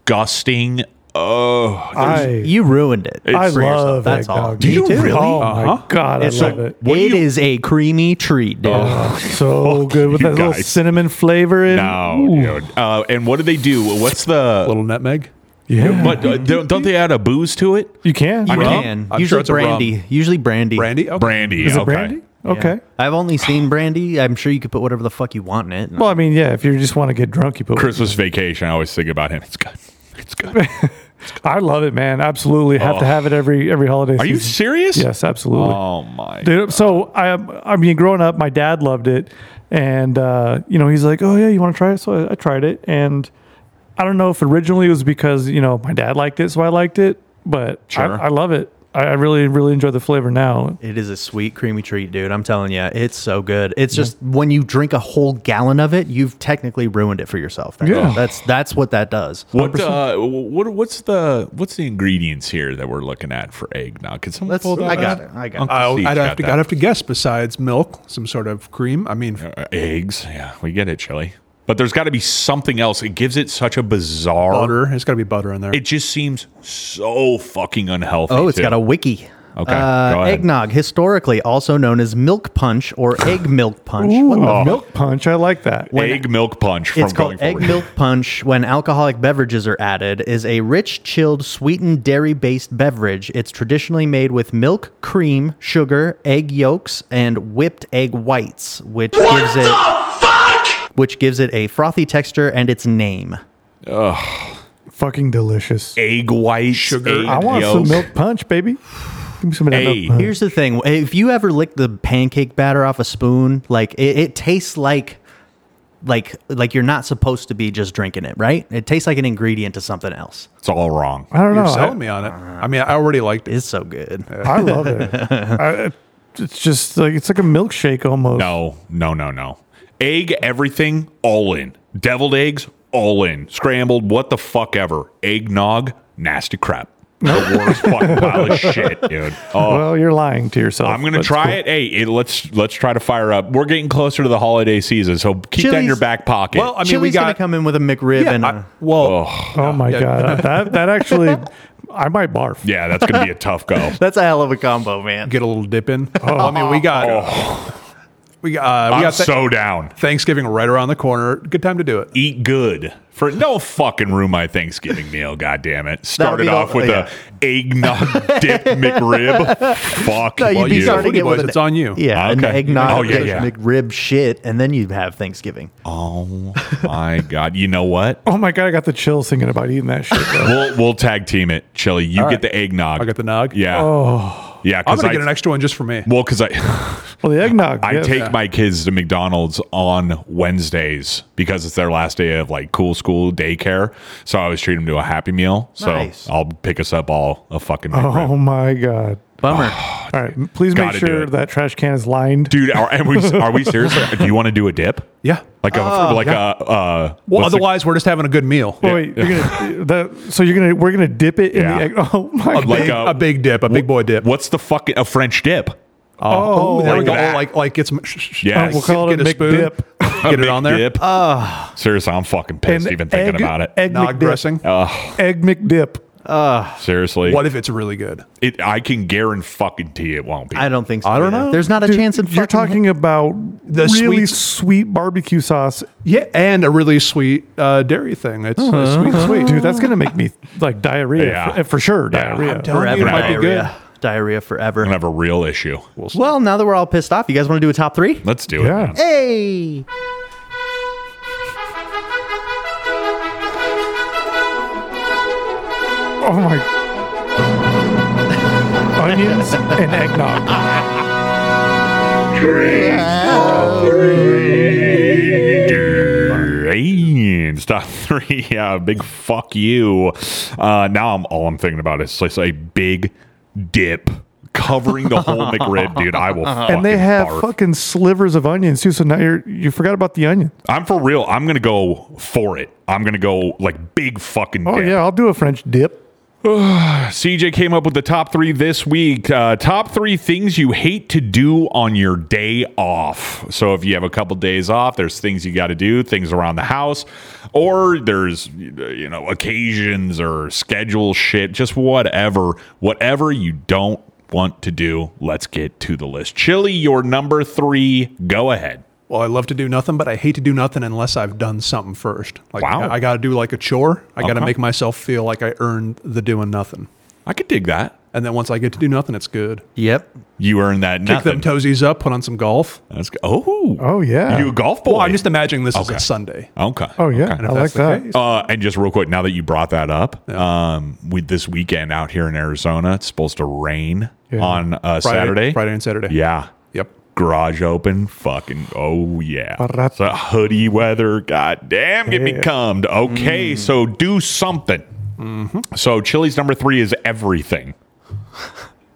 disgusting. Oh,
I,
You ruined it.
I
for yourself,
love
that's all.
eggnog.
Do you
Me too.
really?
Oh
Uh-huh.
my god, I
It's
love
so-
it.
What do
It
you-
is a creamy treat, dude.
Oh, So good with
you
that little
guys.
cinnamon flavor in.
no, dude. Uh, and what do they do? What's the?
Little nutmeg.
Yeah,
But uh, don't, don't they add a booze to it?
you can.
You
Yeah.
rum?
can.
I'm sure
usually
it's a rum.
brandy. Usually brandy.
Brandy. Okay.
Brandy.
Is
okay.
it brandy?
Yeah.
Okay.
I've only seen brandy. I'm sure you could put whatever the fuck you want in it.
Well, I mean, yeah. If you just want to get drunk, you put.
Christmas vacation. I always think about him. It's good. It's good.
I love it, man. Absolutely, have to
Oh.
have it every every holiday.
Are you
season.
serious?
Yes, absolutely.
Oh my.
Dude, so I, I mean, growing up, my dad loved it, and uh, you know, he's like, "Oh yeah, you want to try it?" So I, I tried it, and I don't know if originally it was because you know my dad liked it, so I liked it, but
Sure.
I, I love it. I, I really, really enjoy the flavor now.
It is a sweet, creamy treat, dude. I'm telling you, it's so good. It's just when you drink a whole gallon of it, you've technically ruined it for yourself. That-
Yeah.
that's that's what that does.
What, uh, what what's the what's the ingredients here that we're looking at for eggnog? Could someone
Let's-
pull that
I got
up?
it. I got it.
Uncle
I'll,
Steve's
I'd
got
have to.
that.
I'd have to guess. Besides milk, some sort of cream. I mean,
Uh, eggs. Yeah, we get it, chili. But there's got to be something else. It gives it such a bizarre.
butter. It's got to be butter in there.
It just seems so fucking unhealthy.
Oh, it's
too.
got a wiki.
Okay,
Uh,
go ahead.
eggnog, historically also known as milk punch or egg milk punch. What
Oh.
the fuck?
Milk punch, I like that.
egg milk punch from
It's
going
called egg
forward.
milk punch when alcoholic beverages are added is a rich chilled sweetened dairy-based beverage. It's traditionally made with milk, cream, sugar, egg yolks and whipped egg whites, which gives it which gives it a frothy texture and its name.
Fucking delicious.
Egg white
Sugar.
Egg
I want
yolk.
some milk punch, baby. Give me some of that
Hey,
milk punch.
Here's the thing. If you ever lick the pancake batter off a spoon, like it, it tastes like like like you're not supposed to be just drinking it, right? It tastes like an ingredient to something else.
It's all wrong.
I don't know.
You're
I-
selling me on it. I mean, I already liked it.
It's so good.
I love it. I, it's just like it's like a milkshake almost.
No, no, no, no. Egg everything all in. Deviled eggs all in. Scrambled what the fuck ever. Eggnog nasty crap. The worst fucking pile of shit, dude. Oh,
Well, you're lying to yourself.
I'm gonna
That's
try
cool.
it. Hey, it, let's let's try to fire up. We're getting closer to the holiday season, so keep that in
Chili's-
your back pocket.
Well, I mean, we
Chili's gonna
got.
come in with a McRib
yeah,
and a
I- well,
Oh my
Yeah.
god, that that actually, I might barf.
yeah, that's gonna be a tough go.
That's a hell of a combo, man.
get a little dip in. I mean, we got. We got. Uh, we
Oh. I'm
got th-
so down.
Thanksgiving right around the corner. Good time to do it.
Eat good for no fucking ruin my Thanksgiving meal. God damn it!
be
Started
the-
off with
yeah.
a eggnog dip McRib. Fuck
No, you'd be
you.
starting
Foodie
it with
boys,
an-
it's on you.
Yeah, an
Okay.
eggnog,
Oh, yeah,
with
yeah.
McRib shit, and then you have Thanksgiving.
Oh my god! You know what?
Oh my god, I got the chills thinking about eating that shit. though.
We'll we'll tag team it, Chili. You get the eggnog.
I got the nog.
yeah. Oh yeah.
I'm
'cause
gonna
I,
get an extra one just for me.
well, because I.
well, the eggnog.
I
yeah.
take my kids to McDonald's on Wednesdays because it's their last day of like cool school daycare. So I always treat them to a Happy Meal. So
Nice.
I'll pick us up all a fucking.
Oh
McRib.
my god.
Bummer.
All right, please make
Gotta do
sure
it.
that trash can is lined.
Dude, are, and we, are we serious? do you want to do a dip?
Yeah.
Like a like
yeah.
a uh,
Well,
what's the-
otherwise we're just having a good meal.
Oh, wait, you're gonna the, so you're gonna we're gonna dip it in
Yeah.
the egg. Oh my
I'd like uh,
god.
a-
a big dip, a big boy dip.
what's the fucking a French dip?
oh,
Ooh, there we go.
that.
Or Like like get some.
Yeah.
we'll call it a McDip.
Get it on there.
Dip. seriously, I'm fucking pissed
An
even thinking
egg-
about it.
Egg
Nog
McDip.
dressing.
Oh.
Egg McDip.
seriously,
What if it's really good?
it, I can guarantee fucking tea it won't be.
I don't think so.
I don't
either.
know.
There's not a
Dude,
chance in
You're
fucking-
talking about
The
really
sweet-
sweet barbecue sauce.
Yeah, and a really sweet uh, dairy thing. It's uh,
Uh-huh.
sweet, sweet.
Dude, that's gonna make me like diarrhea
Yeah.
for, for sure.
Yeah.
Diarrhea.
I'm
telling you,
forever
it might be good.
diarrhea. Diarrhea
I'm
forever.
gonna have a real issue.
Well, now that we're all pissed off, you guys want to do a top three?
Let's do
Yeah.
it. man.
Hey,
Oh my. Onions and eggnog.
Rain. Stop three. Yeah, big fuck you. Uh, now I'm all I'm thinking about is just a big dip covering the whole McRib, dude. I will.
And they have
barf.
fucking slivers of onions too. So now you're you forgot about the onion.
I'm for real. I'm gonna go for it. I'm gonna go like big fucking.
Oh
dip.
yeah, I'll do a French dip.
CJ came up with the top three this week. Uh, top three things you hate to do on your day off. So if you have a couple days off, there's things you got to do, things around the house, or there's you know occasions or schedule shit, just whatever, whatever you don't want to do. Let's get to the list. Chili, your number three. Go ahead.
Well, I love to do nothing, but I hate to do nothing unless I've done something first. Like
Wow.
I, got to do like a chore. I got to
Okay.
make myself feel like I earned the doing nothing.
I could dig that.
And then once I get to do nothing, it's good.
Yep.
You earned that.
Kick them
Nothing.
toesies up, put on some golf.
That's good. Oh,
Oh, yeah.
You a golf boy?
Well, I'm just imagining this is
Okay.
a Sunday.
okay.
Oh,
Okay.
yeah. I
if
like
that's the
that.
case-
Uh, and just real quick, now that you brought that up, um, with this weekend out here in Arizona, it's supposed to rain on uh,
Friday,
Saturday.
Friday and Saturday.
Yeah.
Yep.
Garage open. Fucking. Oh yeah.
Barat-
It's a hoodie weather. God damn. Get me cummed. Okay.
Mm.
So do something.
Mm-hmm.
So Chili's number three is everything.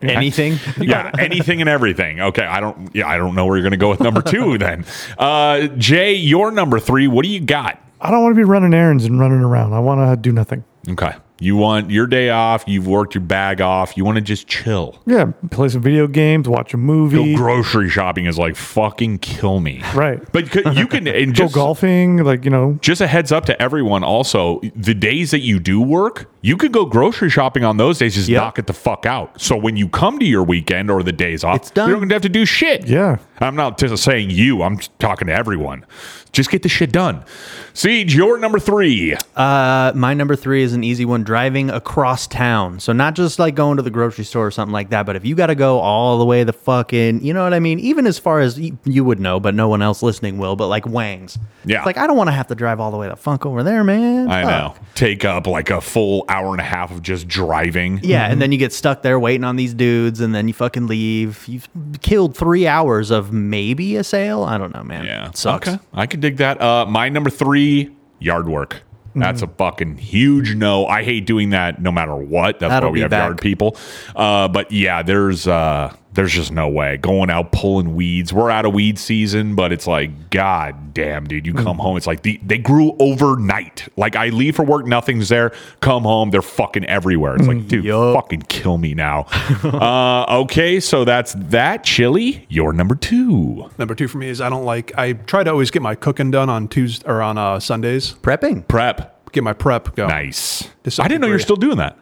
Anything?
Yeah, anything and everything. Okay, I don't. Yeah, I don't know where you're going to go with number two. Then, uh, Jay, your number three. What do you got?
I don't want to be running errands and running around. I want to do nothing.
Okay. You want your day off. You've worked your bag off. You want to just chill.
Yeah, play some video games, watch a movie,
Go grocery shopping is like fucking kill me.
Right.
But could- you can and
go
just,
golfing, like, you know,
Just a heads up to everyone. Also, the days that you do work, you could go grocery shopping on those days. Just
Yep.
knock it the fuck out. So when you come to your weekend or the days off,
It's done.
you don't have to do shit.
Yeah.
I'm not just saying you. I'm talking to everyone. Just get the shit done. Siege, your number three.
Uh, my number three is an easy one: driving across town. So not just like going to the grocery store or something like that, but if you got to go all the way the fucking, you know what I mean? Even as far as y- you would know, but no one else listening will. But like Wangs,
Yeah.
It's like I don't want to have to drive all the way the funk over there, man.
I
Fuck.
know. Take up like a full hour and a half of just driving.
Yeah, and then you get stuck there waiting on these dudes, and then you fucking leave. You've killed three hours of maybe a sale. I don't know, man.
Yeah.
it sucks.
Okay. I can dig that. Uh, my number three, yard work. That's a
Mm-hmm.
fucking huge no. I hate doing that no matter what. That's
That'll
why we
be
have
back.
yard people. Uh, but yeah, there's uh, there's just no way going out pulling weeds. We're out of weed season, but it's like, god damn, dude, you
Mm.
come home, it's like the, they grew overnight. Like I leave for work, nothing's there. Come home, they're fucking everywhere. It's like, dude,
Yup.
fucking kill me now. uh, okay, so that's that. Chili, you're number two.
Number two for me is I don't like. I try to always get my cooking done on Tuesday or on uh, Sundays.
Prepping.
Prep.
Get my prep
Oh,
going.
Nice.
To some
I didn't know you were
degree.
still doing that.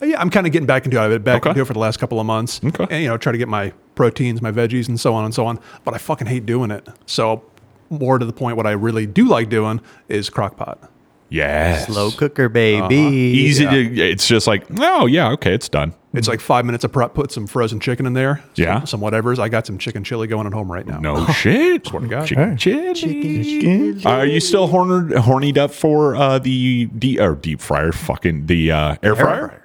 Yeah, I'm kind of getting back into it. I've been back
Okay.
into it for the last couple of months.
Okay.
And, you know, try to get my proteins, my veggies, and so on and so on. But I fucking hate doing it. So, more to the point, what I really do like doing is crock pot.
Yes.
Slow cooker, baby.
Uh-huh. Easy to. It's just like, oh yeah, okay, it's done.
It's like five minutes of prep, put some frozen chicken in there. some-
Mm. Yeah.
Some whatevers. I got some chicken chili going at home right now.
No shit. Swear to
God.
Chicken, chili. Uh, Are you still horned hornied up for uh, the de- or deep fryer? Fucking the uh, air fryer.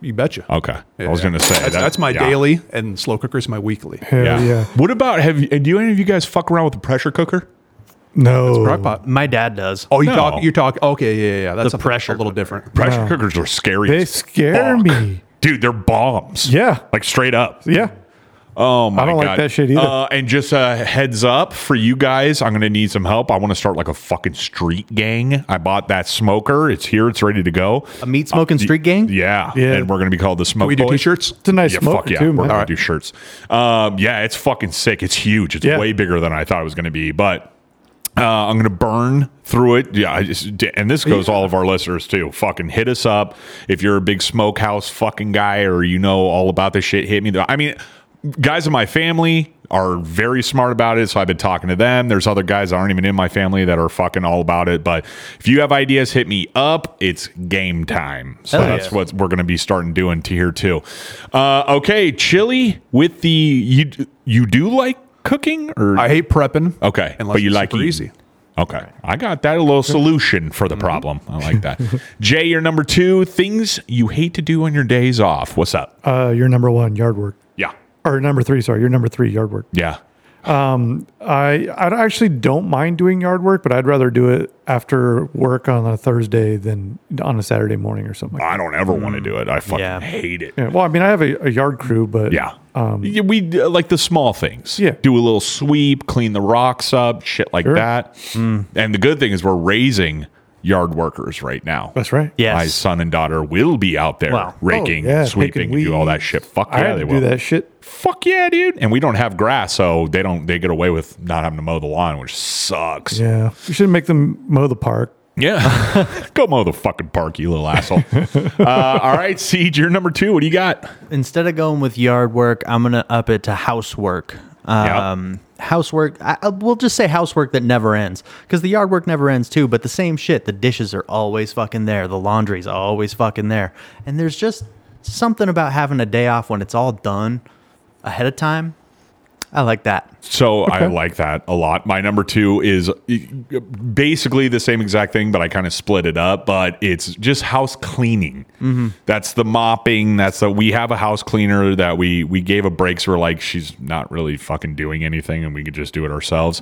You betcha.
Okay, I was
Yeah.
gonna say
That's,
that-
that's my
Uh, yeah.
daily, and slow cooker's my weekly.
hell
Yeah.
yeah.
What about have you, do any of you guys fuck around with a pressure cooker?
No.
Crock pot.
My dad does.
Oh, you
No.
talk. You talk. Okay, yeah, yeah, yeah. That's something
pressure
a little different.
Pressure cookers are scary.
They
as
scare
fuck.
me.
dude. They're bombs.
Yeah.
like straight up.
Yeah.
Oh my
I don't like
God.
that shit either.
Uh, and just a heads up for you guys, I'm gonna need some help. I want to start like a fucking street gang. I bought that smoker. It's here. It's ready to go.
A meat smoking street gang.
uh, Yeah.
Yeah.
and we're gonna be called the smoke.
We do
Boys.
t-shirts.
It's a nice
Yeah,
smoker,
fuck yeah.
too,
we're
man.
gonna do shirts. Um, yeah, it's fucking sick. It's huge. It's
Yeah.
way bigger than I thought it was gonna be, but. Uh, I'm gonna burn through it. Yeah, I just, and this goes to all of our listeners too. Fucking hit us up if you're a big smokehouse fucking guy or you know all about this shit. Hit me. I mean, guys in my family are very smart about it, so I've been talking to them. There's other guys that aren't even in my family that are fucking all about it. But if you have ideas, hit me up. It's game time. So
Hell
that's
yeah.
what what we're going to be starting doing to here too. Uh, okay, chili with the you you do like cooking or
I hate prepping.
okay,
unless
but you
it's
like
super
eating.
easy.
Okay, I got that a little solution for the problem. I like that. Jay, your number two things you hate to do on your days off. What's up?
Uh, you're number one, yard work.
yeah,
Or number three, sorry. You're number three, yard work.
yeah.
I, I actually don't mind doing yard work, but I'd rather do it after work on a Thursday than on a Saturday morning or something. Like
I don't ever want to do it. I fucking
Yeah.
hate it.
that. Yeah, well, I mean, I have a, a yard crew, but
Yeah. Yeah, we uh, like the small things.
Yeah.
Do a little sweep, clean the rocks up, shit like
Sure.
that. And the good thing is we're raising yard workers right now.
That's right.
Yes.
My son and daughter will be out there
Wow.
raking,
Oh, yeah,
sweeping,
picking
and do all that
weeds.
shit. Fuck
I
yeah,
had
they
to
will.
do that shit.
Fuck yeah, dude. And we don't have grass, so they don't they get away with not having to mow the lawn, which sucks.
Yeah, you should make them mow the park.
Yeah. Go mow the fucking park, you little asshole. uh, all right, Siege, you're number two. What do you got?
Instead of going with yard work, I'm gonna up it to housework. Um, Housework. I, I, we'll just say housework that never ends because the yard work never ends too. But the same shit. The dishes are always fucking there. The laundry's always fucking there. And there's just something about having a day off when it's all done ahead of time. I like that.
So I like that a lot. My number two is uh, basically the same exact thing, but I kind of split it up. But it's just house cleaning.
Mm-hmm.
That's the mopping. That's the we have a house cleaner that we we gave a break. So we're like, she's not really fucking doing anything, and we could just do it ourselves.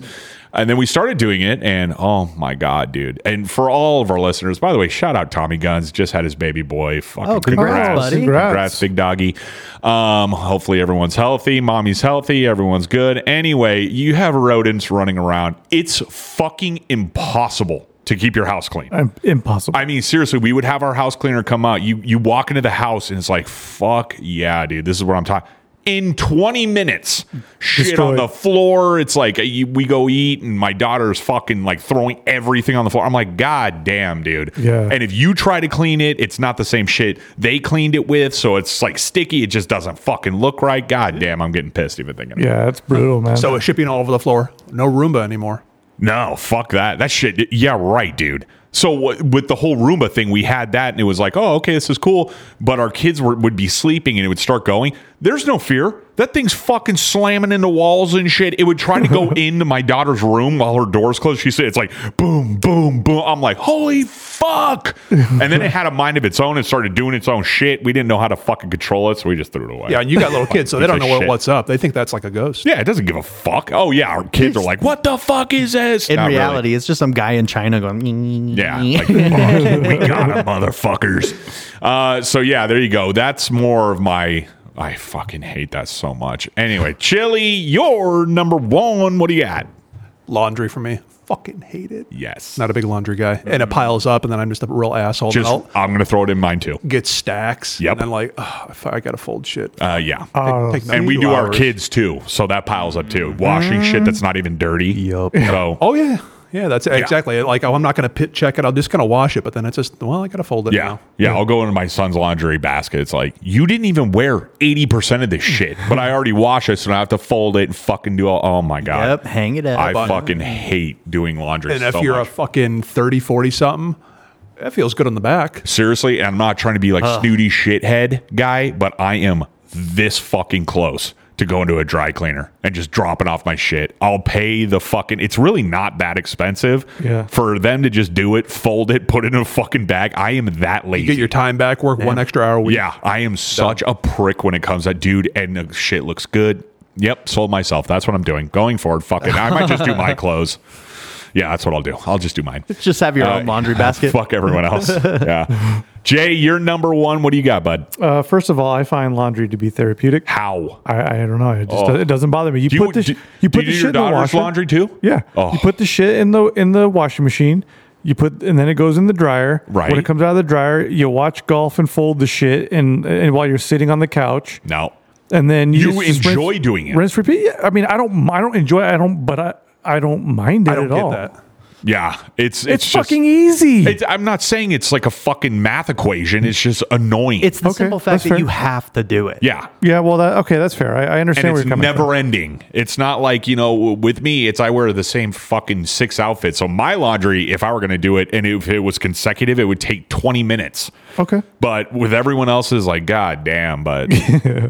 And then we started doing it, and oh my god, dude! And for all of our listeners, by the way, shout out Tommy Guns. Just had his baby boy. Fucking
Oh, congrats, buddy.
Congrats.
Congrats.
big doggy. Um, hopefully everyone's healthy, mommy's healthy, everyone's good. Anyway, you have rodents running around. It's fucking impossible to keep your house clean.
I'm, impossible.
I mean, seriously, we would have our house cleaner come out. You you walk into the house and it's like, fuck yeah, dude, this is what I'm talking. In 20 minutes, shit on
Destroyed.
the floor. It's like uh, you- we go eat, and my daughter's fucking like throwing everything on the floor. I'm like, God damn, dude.
Yeah.
And if you try to clean it, it's not the same shit they cleaned it with. So it's like sticky. It just doesn't fucking look right. God damn, I'm getting pissed even thinking.
yeah, that's brutal, man.
So it's shipping all over the floor. No Roomba anymore.
No, fuck that. That shit. Yeah, right, dude. So what, with the whole Roomba thing, we had that, and it was like, oh, okay, this is cool. But our kids were, would be sleeping, and it would start going. There's no fear. That thing's fucking slamming into walls and shit. It would try to go into my daughter's room while her door's closed. She said, it's like boom, boom, boom. I'm like, holy fuck. And then it had a mind of its own. It started doing its own shit. We didn't know how to fucking control it, so we just threw it away.
Yeah, and you got little kids, so they
Piece
don't
of
know what,
shit.
what's up. They think that's like a ghost.
Yeah, it doesn't give a fuck. Oh yeah, our kids are like, what the fuck is this?
In
Not really.
reality, it's just some guy in China going.
Yeah, like, fuck, we got 'em, motherfuckers. Uh, so yeah, there you go. That's more of my. I fucking hate that so much. Anyway, Chili, you're number one. What do you got?
Laundry for me. Fucking hate it.
Yes, Mm.
Not a big laundry guy. And it piles up, and then I'm just a real asshole.
just
I'll
I'm gonna throw it in mine too.
get stacks.
Yep.
And then, like, oh, I got to fold shit.
Uh, yeah,
Oh,
Take- take
and we
two
do our
hours.
kids too, so that piles up too. Washing shit that's not even dirty. Yup. So
Oh, yeah. Yeah, that's exactly it. Like, oh, I'm not going to pit check it. I'm just going to wash it. But then it's just, well, I got to fold it
Yeah.
now.
Yeah. I'll go into my son's laundry basket. It's like, you didn't even wear 80% of this shit, but I already washed it. So now I have to fold it and fucking do all. Oh my God.
Yep, hang it up.
I fucking hate doing laundry.
And if
so
you're
much.
a fucking 30, 40 something, that feels good on the back.
Seriously, and I'm not trying to be like snooty shithead guy, but I am this fucking close to going to a dry cleaner and just dropping off my shit. I'll pay the fucking it's really not that expensive
Yeah.
for them to just do it, fold it, put it in a fucking bag. I am that lazy.
You get your time back, work one extra hour a week.
Yeah, I am such a prick when it comes to dude, and the shit looks good. Yep, sold myself. That's what I'm doing. Going forward, fuck it. I might just do my clothes. Yeah, that's what I'll do. I'll just do mine.
Just have your
Uh,
own laundry basket.
Fuck everyone else. Yeah. Jay, you're number one. What do you got, bud?
uh, first of all, I find laundry to be therapeutic.
How?
I, I don't know. It just
Oh.
it doesn't bother me. You
Do
put the
do-
sh- you
do
put the
do
shit in the washer.
laundry too?
Yeah.
Oh.
You put the shit in the in the washing machine. You put and then it goes in the dryer.
Right.
When it comes out of the dryer, you watch golf and fold the shit and, and while you're sitting on the couch.
No.
And then you,
You
just
enjoy
rinse,
doing it.
Rinse repeat. Yeah, I mean, I don't I don't enjoy it. I don't but I I don't mind it
I don't
at
get
all.
that.
Yeah. It's it's,
It's,
just-
fucking e-, easy.
It's, I'm not saying it's like a fucking math equation. It's just annoying.
It's the
Okay,
simple
that's
fact that
fair.
you have to do it.
yeah.
yeah, well that okay, that's fair. I, I understand
and
where
it's
you're coming
never
from.
ending. It's not like you know with me. It's I wear the same fucking six outfits. So my laundry, if I were going to do it, and if it was consecutive, it would take twenty minutes.
Okay.
But with everyone else's, like god damn, but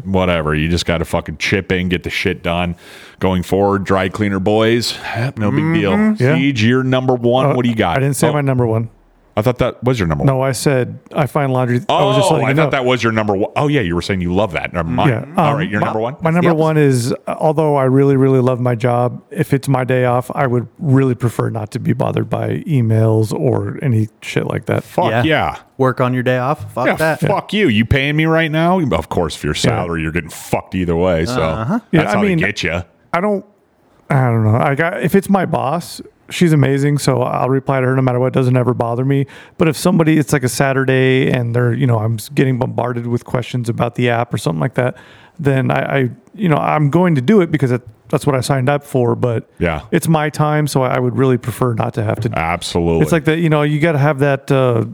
whatever. You just got to fucking chip in, get the shit done. Going forward, dry cleaner boys, eh, no big deal.
Mm-hmm. Yeah. Uh,
Siege, you're number one. what do you got?
I didn't say
Oh,
my number one.
I thought that was your number one.
No, I said I find laundry.
Oh,
I was just letting
I
you
thought
know.
that was your number one. Oh yeah, you were saying you love that. Never mind. All
um,
right, you're
my-
number one.
My number one is, although I really, really love my job, if it's my day off, I would really prefer not to be bothered by emails or any shit like that.
Fuck
Yeah.
yeah.
Work on your day off. Fuck
Yeah,
that.
fuck you. You paying me right now? Of course, if your salary, you're getting fucked either
Uh-huh.
way. So that's
Yeah, I
how
mean-
they get you.
I don't, I don't know. I got, if it's my boss, she's amazing, so I'll reply to her no matter what. It doesn't ever bother me. But if somebody, it's like a Saturday, and they're you know I'm getting bombarded with questions about the app or something like that, then I, I you know I'm going to do it because it, that's what I signed up for. But
Yeah. Ah,
it's my time, so I would really prefer not to have to.
Absolutely.
It's like that, you know, you got to have that. Uh,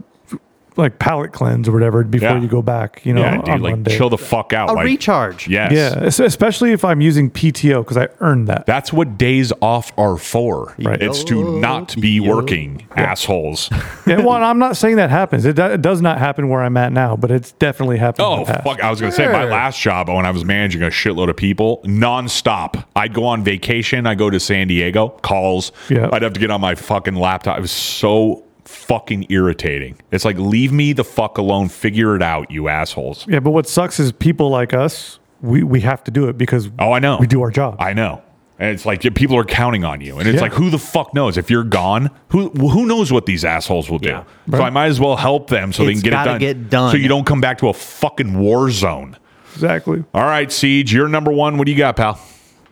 like palate cleanse or whatever before
Yeah.
you go back, you know,
yeah, dude,
on
like
Monday.
chill the fuck out.
A
like,
recharge.
Yes.
Yeah, es- especially if I'm using PTO because I earned that.
That's what days off are for.
Right.
It's to not be working, assholes.
yeah, well, and I'm not saying that happens. It, do- it does not happen where I'm at now, but it's definitely happened. in
Oh
the past.
fuck! I was gonna say my
Sure.
last job when I was managing a shitload of people nonstop. I'd go on vacation. I go to San Diego. Calls.
Yeah.
I'd have to get on my fucking laptop. It was so fucking irritating. It's like leave me the fuck alone. Figure it out, you assholes.
Yeah, but what sucks is people like us. We we have to do it because
Oh, I know.
we do our job.
I know. And it's like yeah, people are counting on you, and it's
Yeah.
like who the fuck knows if you're gone? Who who knows what these assholes will do?
Yeah.
So I might as well help them so
It's
they can get it
gotta
done.
get done.
So you don't come back to a fucking war zone.
exactly.
All right, Siege, you're number one. What do you got, pal?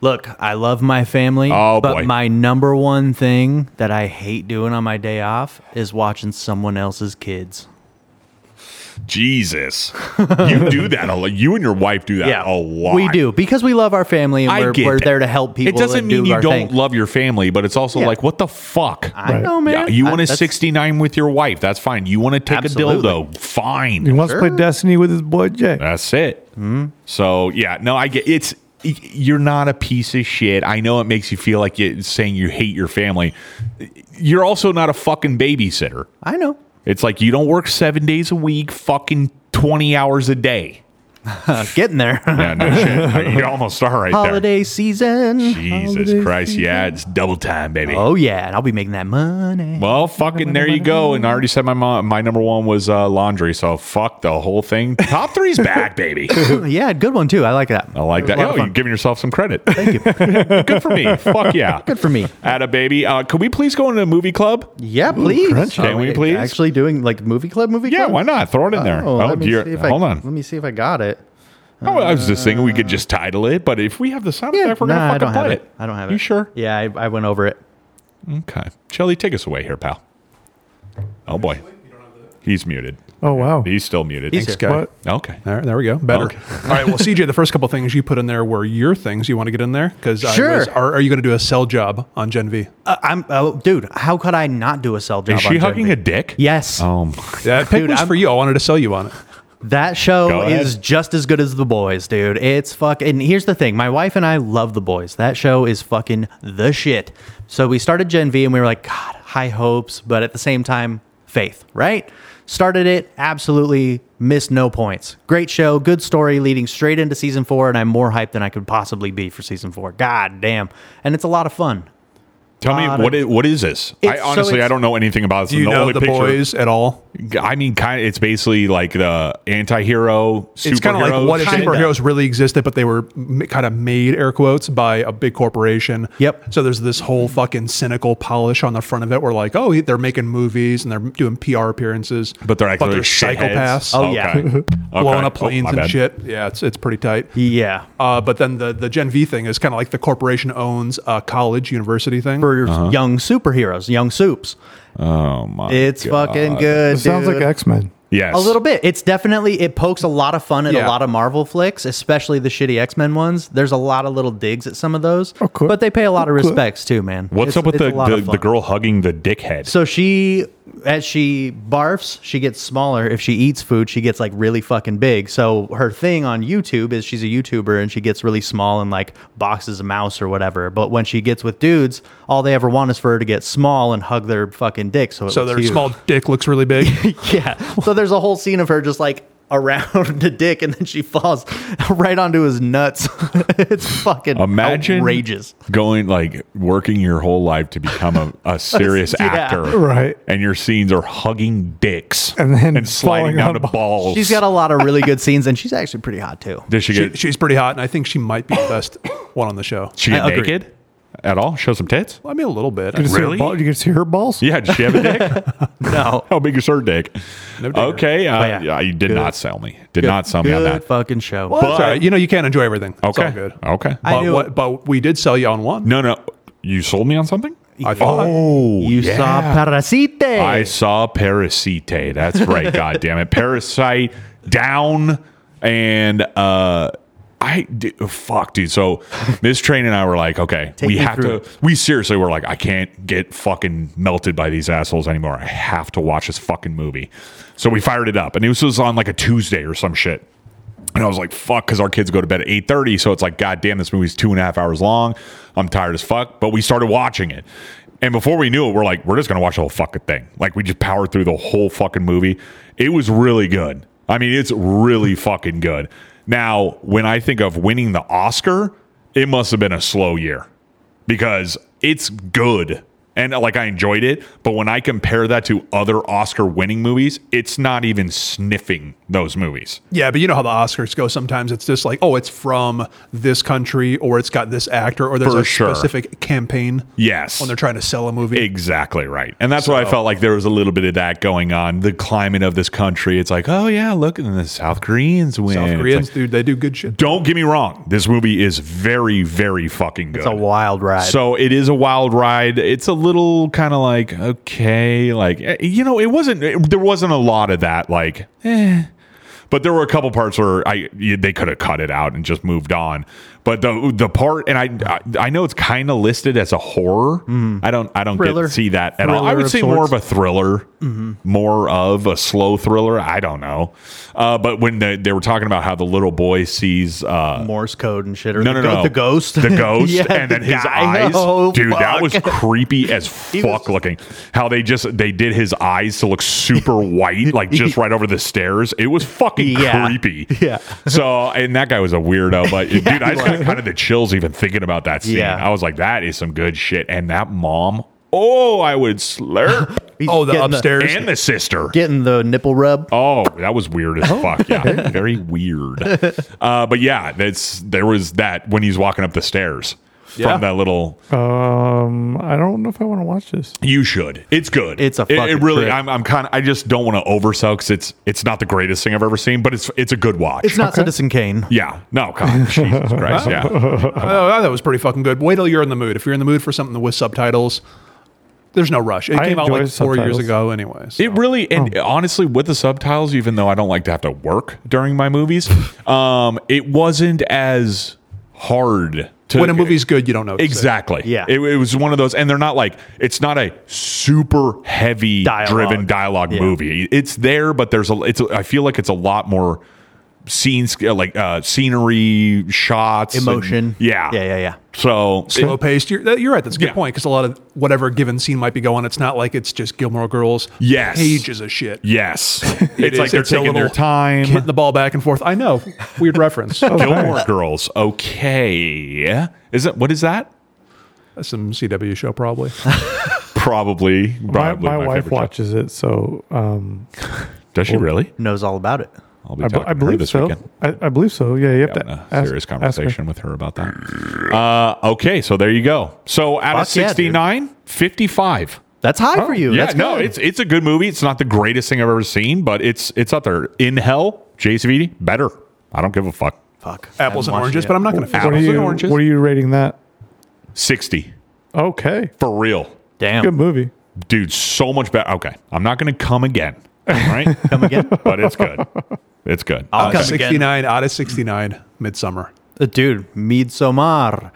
Look, I love my family,
Oh,
but
boy.
my number one thing that I hate doing on my day off is watching someone else's kids.
Jesus, you do that a lot. You and your wife do that a lot.
We do because we love our family and
Uh, oh, I
we're,
get
we're
that.
there to help people.
It doesn't
and
mean
do
you
our
don't
thing.
love your family, but it's also
Yeah.
like, what the fuck?
I know,
Yeah,
man.
you
I-
want a
that's-
69 with your wife. That's fine. You want to take
Absolutely.
a dildo. Fine.
He wants to play Destiny with his boy Jay.
That's it. So yeah, no, I get it's. y- You're not a piece of shit. I know it makes you feel like you saying you hate your family. You're also not a fucking babysitter.
I know.
It's like you don't work seven days a week, fucking twenty hours a day.
Uh, getting there.
Yeah, no shit. You're almost all right
Holiday season.
there. Jesus Christ, yeah, it's double time, baby.
Oh yeah, and I'll be making that money.
Well, fucking, there you go. And I already said my mom, my number one was uh, laundry, so fuck the whole thing. Top three's back, baby.
yeah, good one too. I like that.
I like that.
It was a lot
Oh,
of
you're
fun.
giving yourself some credit. Thank you. Good for me. Fuck yeah.
Good for me.
Atta baby. Uh, could we please go into a movie club?
Yeah, please. Oh,
crunchy.
Can we
wait,
please?
Actually, doing like movie club, movie
Yeah,
club.
why not? Throw it in there.
Oh, let me
dear.
see if I,
hold
Let
on.
me see if I got it.
Oh, I was just thinking we could just title it, but if we have the sound
Yeah,
effect, we're
nah, I
gonna fucking
don't have
play
it.
it.
I don't have it.
You sure?
Yeah, I, I went over it.
Okay. Shelly, take us away here, pal. Oh boy, he's muted.
Oh wow.
He's still muted.
He's
Thanks,
here.
guy.
What?
Okay.
All right, there we go. Better.
Okay.
All right. Well, CJ, the first couple things you put in there were your things you want to get in there because
Sure.
are, are you going to do a sell job on Gen V?
Uh, I'm, oh, dude. How could I not do a cell job?
Is
on
she
Gen
hugging
V?
a dick?
Yes.
Oh, my-
That pick
Dude,
was
I'm-
for you. I wanted to sell you on it.
That show
Go ahead.
is just as good as The Boys, dude. It's fuck. And here's the thing: my wife and I love The Boys. That show is fucking the shit. So we started Gen V, and we were like, God, high hopes, but at the same time, faith. Right? Started it, absolutely missed no points. Great show, good story, leading straight into season four, and I'm more hyped than I could possibly be for season four. God damn, and it's a lot of fun.
tell me
God.
what is, what is this? I
It's- so
honestly
it's-
I don't know anything about this.
Do you
The
know
only
the
picture-
boys at all?
I mean, kind of. It's basically like the anti-hero.
It's kind of like what if
Kinda.
superheroes really existed, but they were kind of made air quotes by a big corporation.
Yep.
So there's this whole fucking cynical polish on the front of it. Where like, oh, they're making movies and they're doing PR appearances,
But they're actually
but they're
shitheads.
psychopaths,
Oh, yeah.
blowing
Okay.
up
Oh, my
planes and
bad.
shit. Yeah, it's it's pretty tight.
Yeah,
Uh-huh.
Uh, but then the the Gen V thing is kind of like the corporation owns a college university thing.
for young superheroes, young soups.
Oh my!
It's fucking good.
It sounds
dude.
like X Men.
yes,
A little bit. It's definitely it pokes a lot of fun at
Yeah.
a lot of Marvel flicks, especially the shitty X Men ones. There's a lot of little digs at some of those,
Okay.
but they pay a lot of
Okay.
respects too, man.
What's
It's-
up with
it's
the,
a lot
the,
of
the
fun.
girl hugging the dickhead?
So she, as she barfs, she gets smaller. If she eats food, she gets like really fucking big. So her thing on YouTube is she's a YouTuber and she gets really small and like boxes a mouse or whatever. But when she gets with dudes, all they ever want is for her to get small and hug their fucking dick. So it
so
looks
their
huge.
small dick looks really big.
Yeah. So there's a whole scene of her just like around the dick, and then she falls right onto his nuts. it's fucking
Imagine
outrageous.
going like working your whole life to become a, a serious
Yeah.
actor,
Right.
And your scenes are hugging dicks
And then
sliding
falling
down
on
to
balls.
balls.
She's got a lot of really good scenes, and she's actually pretty hot too.
Did she
she,
get? She,
she's pretty hot, and I think she might be the best one on the show.
get
I agree.
naked at all? Show some tits?
I mean, a little bit.
You can see her
Really?
ball- you can see her balls.
Yeah. Did she have a dick?
No.
How big is her dick?
No digger.
okay. Uh,
But yeah.
yeah, you did not sell me. Did not sell me on
Good
that.
fucking show.
Well, that's
But-
all right. You know, you can't enjoy everything. It's all
Okay.
good.
Okay.
I
But,
knew-
what, but we did sell you on one.
no, no. You sold me on something?
I thought.
Oh,
You saw Parasite.
I saw Parasite. That's right. God damn it, Parasite down and uh. I d- fuck, dude. So Miss Train and I were like, okay,
Take
we
me
have
through
to. We seriously were like, I can't get fucking melted by these assholes anymore. I have to watch this fucking movie. So we fired it up, and this was on like a Tuesday or some shit. And I was like, fuck, because our kids go to bed at 8.30. So it's like, God damn, this movie's two and a half hours long. I'm tired as fuck. But we started watching it. And before we knew it, we're like, we're just going to watch the whole fucking thing. Like, we just powered through the whole fucking movie. It was really good. I mean, it's really fucking good. Now, when I think of winning the Oscar, it must have been a slow year because it's good and like I enjoyed it, but when I compare that to other Oscar winning movies, it's not even sniffing those movies.
Yeah, but you know how the Oscars go. Sometimes it's just like, oh, it's from this country, or it's got this actor, or there's
For
a
sure.
specific campaign.
Yes.
when they're trying to sell a movie.
Exactly right. And that's why I felt like there was a little bit of that going on. The climate of this country. It's like, oh yeah, look, and the South Koreans win.
South
It's
Koreans,
like-
dude, they do good shit.
don't get me wrong. This movie is very, very fucking good.
It's a wild ride.
So it is a wild ride. It's a little kind of like okay, like eh, you know, it wasn't it- there wasn't a lot of that like eh. But there were a couple parts where I you- they could have cut it out and just moved on. But the the part and I I, I know it's kind of listed as a horror. I don't I don't
Mm-hmm. Thriller.
get, see that at all. I
Thriller
would
of
say more
sorts. Mm-hmm.
of a thriller, more of a slow thriller. I don't know. Uh, but when the, they were talking about how the little boy sees uh,
Morse code and shit. Or
no,
the,
no,
go-
no.
The ghost.
The ghost.
Yeah,
and then
the
his
guy.
eyes.
Oh,
Dude, that was
fuck.
creepy as
He
fuck
was-
looking. How they just they did his eyes to look super white, like just right over the stairs. It was fucking
Yeah.
creepy.
Yeah.
So and that guy was a weirdo, but dude, I
he
just got kind of the chills even thinking about that scene.
Yeah.
I was like, that is some good shit. And that mom, oh, I would slurp.
He's
Oh, the
getting
upstairs.
and the sister.
getting the nipple rub.
Oh, that was weird as fuck. Yeah, very weird. Uh, but yeah, that's there was that when he's walking up the stairs
Yeah.
from that little.
Um, I don't know if I want to watch this.
You should. It's good.
It's a
It- It,
fucking
really.
trip.
I'm. I'm kind of. I just don't want to oversell because it's. It's not the greatest thing I've ever seen, but it's. It's a good watch.
It's not Citizen Kane.
Yeah. No. God. Jesus Christ. Yeah.
Oh, that was pretty fucking good. Wait till you're in the mood. If you're in the mood for something with subtitles, there's no rush. It
I
came out
enjoy
like four years
subtitles.
ago, anyways.
It really and honestly with the subtitles, even though I don't like to have to work during my movies, um, it wasn't as hard to
when a movie's good, you don't know.
Exactly.
Yeah.
It, it was one of those, and they're not like it's not a super heavy
Dialogue.
driven dialogue
Yeah.
movie. It's there, but there's a. It's. a- I feel like it's a lot more scenes like uh scenery shots and-
Emotion.
yeah
Yeah, yeah, yeah.
so it-
Slow paced. You're, that- you're right. That's a good
Yeah.
point because a lot of whatever given scene might be going, it's not like it's just Gilmore Girls.
Yes.
pages of shit.
yes it's
It
like
is-
they're
a
taking their
little
time Oh.
hitting the ball back and forth. I know, weird reference.
gilmore girls okay is it what is that
That's some CW show probably.
probably
My,
probably
my, wife
favorite show.
watches it, so um,
does she really
Knows all about it.
i'll be
I, b-
talking
I
to her
believe
this
so.
weekend
I, I believe so. Yeah, you have
having
to
a
ask,
serious
ask her.
conversation with her about that. Uh, okay, so there you go. So out of
Fuck yeah, dude.
69, 55.
That's high for you.
Oh, Yeah,
That's
no,
good.
it's it's a good movie. It's not the greatest thing I've ever seen, but it's it's up there. In Hell, JCVD, better. I don't give a fuck.
Fuck.
Apples and
Haven't watched
oranges,
it
but
yet.
I'm not going to.
What are
Apples and
you?
oranges.
What are you rating that?
60
Okay,
for real.
Damn.
good movie.
Dude, so much better. Okay, I'm not going to come again. All right? come
again? Uh,
But it's good. It's good.
I'll
Okay.
come again.
69 out of 69 midsummer
Uh, Dude, Midsommar.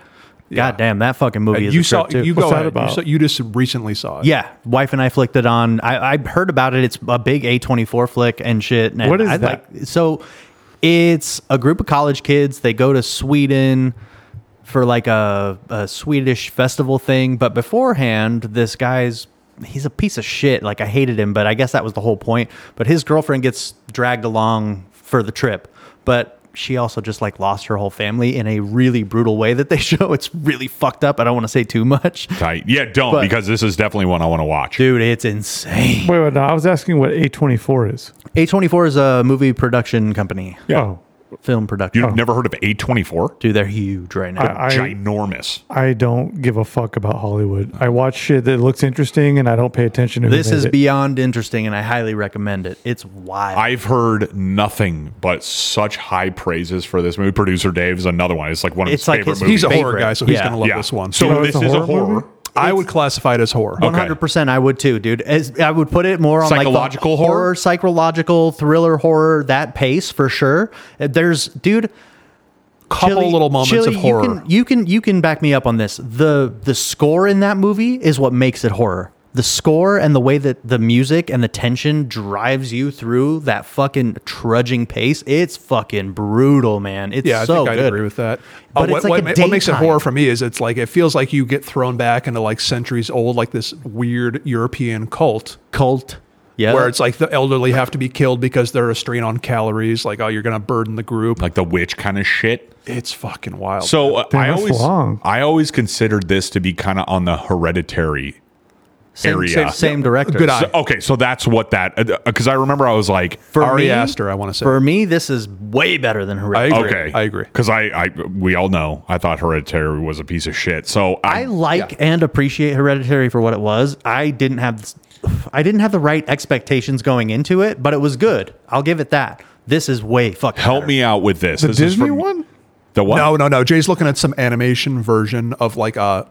God damn, that fucking movie is
you
a
saw
trip, too.
you
What's
go
that
ahead. You,
about?
saw, you just recently saw it
Yeah, wife and I flicked it on. I, I heard about it. It's a big A24 flick and shit. And
What is
I
that?
Like, so it's a group of college kids. They go to Sweden for like a, a Swedish festival thing. But beforehand, this guy's he's a piece of shit. Like I hated him, but I guess that was the whole point. But his girlfriend gets dragged along for the trip, but she also just like lost her whole family in a really brutal way that they show. It's really fucked up. I don't want to say too much.
Tight. Yeah, don't
But-
because this is definitely one I want to watch.
Dude, it's insane.
Wait, wait, no, I was asking what A twenty four is.
A24 is a movie production company,
Yeah.
film production. Oh.
You've never heard of A24?
Dude, they're huge right now.
I, I,
Ginormous.
I don't give a fuck about Hollywood. I watch shit that looks interesting, and I don't pay attention to who
this
made
is
it.
beyond interesting, and I highly recommend it. It's wild.
I've heard nothing but such high praises for this movie. Producer Dave's another one. It's like one of
It's
his
like
favorite
his-
movies.
he's a horror
Favorite.
guy so he's
Yeah.
going to love
Yeah.
this one
So
Oh,
this
it's a
is a
horror
horror.
movie?
I would classify it as horror.
Okay.
One hundred percent, I would too, dude. As, I would put it more on
Psychological
like the
horror?
psychological thriller horror. That pace for sure. There's, dude.
Couple
Chili-
little moments
Chili,
of horror.
You can, you can you can back me up on this. The the score in that movie is what makes it horror. The score and the way that the music and the tension drives you through that fucking trudging pace, it's fucking brutal, man. It's
yeah, I
so
think I'd
good.
agree with that. Uh,
But
what,
it's like
what
a
ma- what makes it
daytime.
horror for me is it's like it feels like you get thrown back into like centuries old, like this weird European cult
Cult. Yeah.
where it's like the elderly have to be killed because they're a strain on calories. Like, oh, you're going to burden the group.
like the witch kind of shit.
It's fucking wild.
So uh, I
that's
always
long.
I always considered this to be kind of on the hereditary
same,
area.
Same, same director.
Good eye.
So, okay, so that's what that because I remember I was like,
For
Ari
me-
Aster, I want to say.
For me, this is way better than Hereditary.
I agree.
okay,
I agree.
because I, I we all know I thought Hereditary was a piece of shit. So
I like and appreciate Hereditary for what it was. I didn't have I didn't have the right expectations going into it, but it was good. I'll give it that. This is way fucking
help
better.
me out with this.
The
This is
Disney
from-
one?
The what?
no, no, no. Jay's looking at some animation version of like uh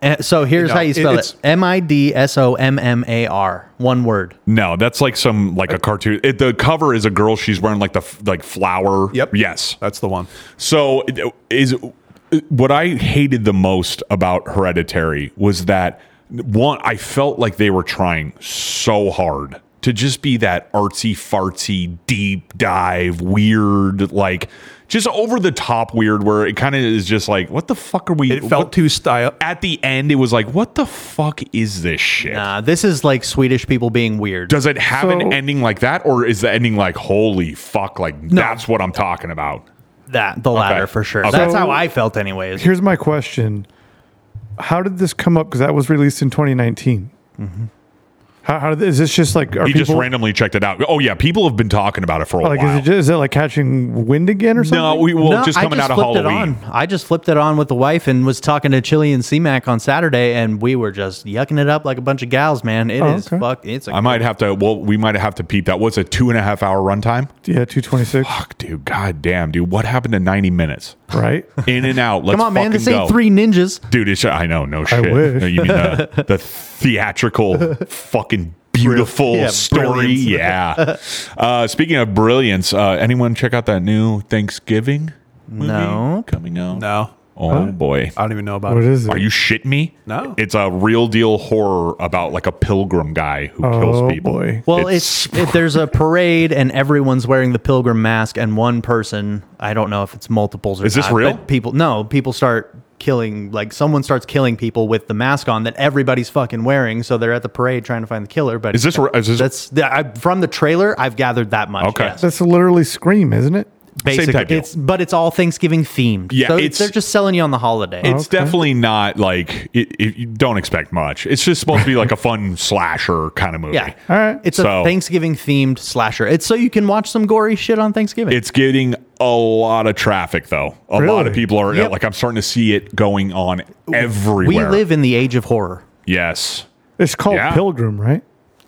Uh, so here's
No,
how you
it-
spell it:
it's-
M I D S O M M A R. One word.
No, that's like some
Uh,
like a cartoon. It, the cover is a girl. She's wearing like the f- like flower.
Yep.
Yes.
That's the one.
So it- is what I hated the most about Hereditary was that one I felt like they were trying so hard to just be that artsy fartsy deep dive weird like just over the top weird where it kind of is just like what the fuck are we
It felt
what-
too style.
at the end it was like what the fuck is this shit
Nah, this is like Swedish people being weird.
does it have
So-
an ending like that, or is the ending like holy fuck? Like that's what I'm talking about.
that the latter for sure.
Okay.
That's
So-
how I felt, anyways.
Here's my question How did this come up? Because that was released in 2019.
Mm-hmm.
How, how did- is this just like, are
he
people
just randomly checked it out. Oh yeah, people have been talking about it for a
like,
while.
is it, just, is it like catching wind again or something?
no, we well
No,
just
I
coming out of
flipped it
Halloween.
on. I just flipped it on with the wife and was talking to Chili and C-Mac on Saturday, and we were just yucking it up like a bunch of gals, man. It is
Oh, okay.
fuck. It's a
I might have to. Well, we might have to peep that. What's a two and a half hour runtime?
Yeah, 226,
Fuck, dude. God damn, dude. What happened to 90 minutes?
right?
In and out. Let's
come on,
fucking
man. This ain't
go.
three ninjas.
dude. It's I know. No shit.
wish.
No, you mean the, the theatrical fucking beautiful
yeah,
story?
brilliance.
Yeah. Uh, speaking of brilliance, uh, anyone check out that new Thanksgiving movie
No.
coming out?
No.
Oh boy.
I don't even know about
What
it.
is it?
Are you shitting me?
No.
It's a real deal horror about like a pilgrim guy who
Oh,
kills people.
boy.
Well, it's, if there's a parade and everyone's wearing the pilgrim mask, and one person, I don't know if it's multiples or
Is this
not,
real?
but People, no, people start killing. Like someone starts killing people with the mask on that everybody's fucking wearing, so they're at the parade trying to find the killer. But
Is this re- is this
that's the- I, from the trailer? I've gathered that much.
Okay.
yes.
That's literally Scream, isn't it?
basically,
type deal.
it's but it's all Thanksgiving themed.
Yeah,
so
it's- Oh,
they're just selling you on the holiday.
It's definitely not like it, it, you don't expect much. It's just supposed to be like a fun slasher kind of movie.
yeah,
All right.
It's
So-
a Thanksgiving themed slasher. It's so you can watch some gory shit on Thanksgiving.
It's getting a lot of traffic though. A lot
Really?
of people are
Yep.
like I'm starting to see it going on
we
everywhere.
live in the age of horror.
Yes.
It's called
Yeah.
Pilgrim, right?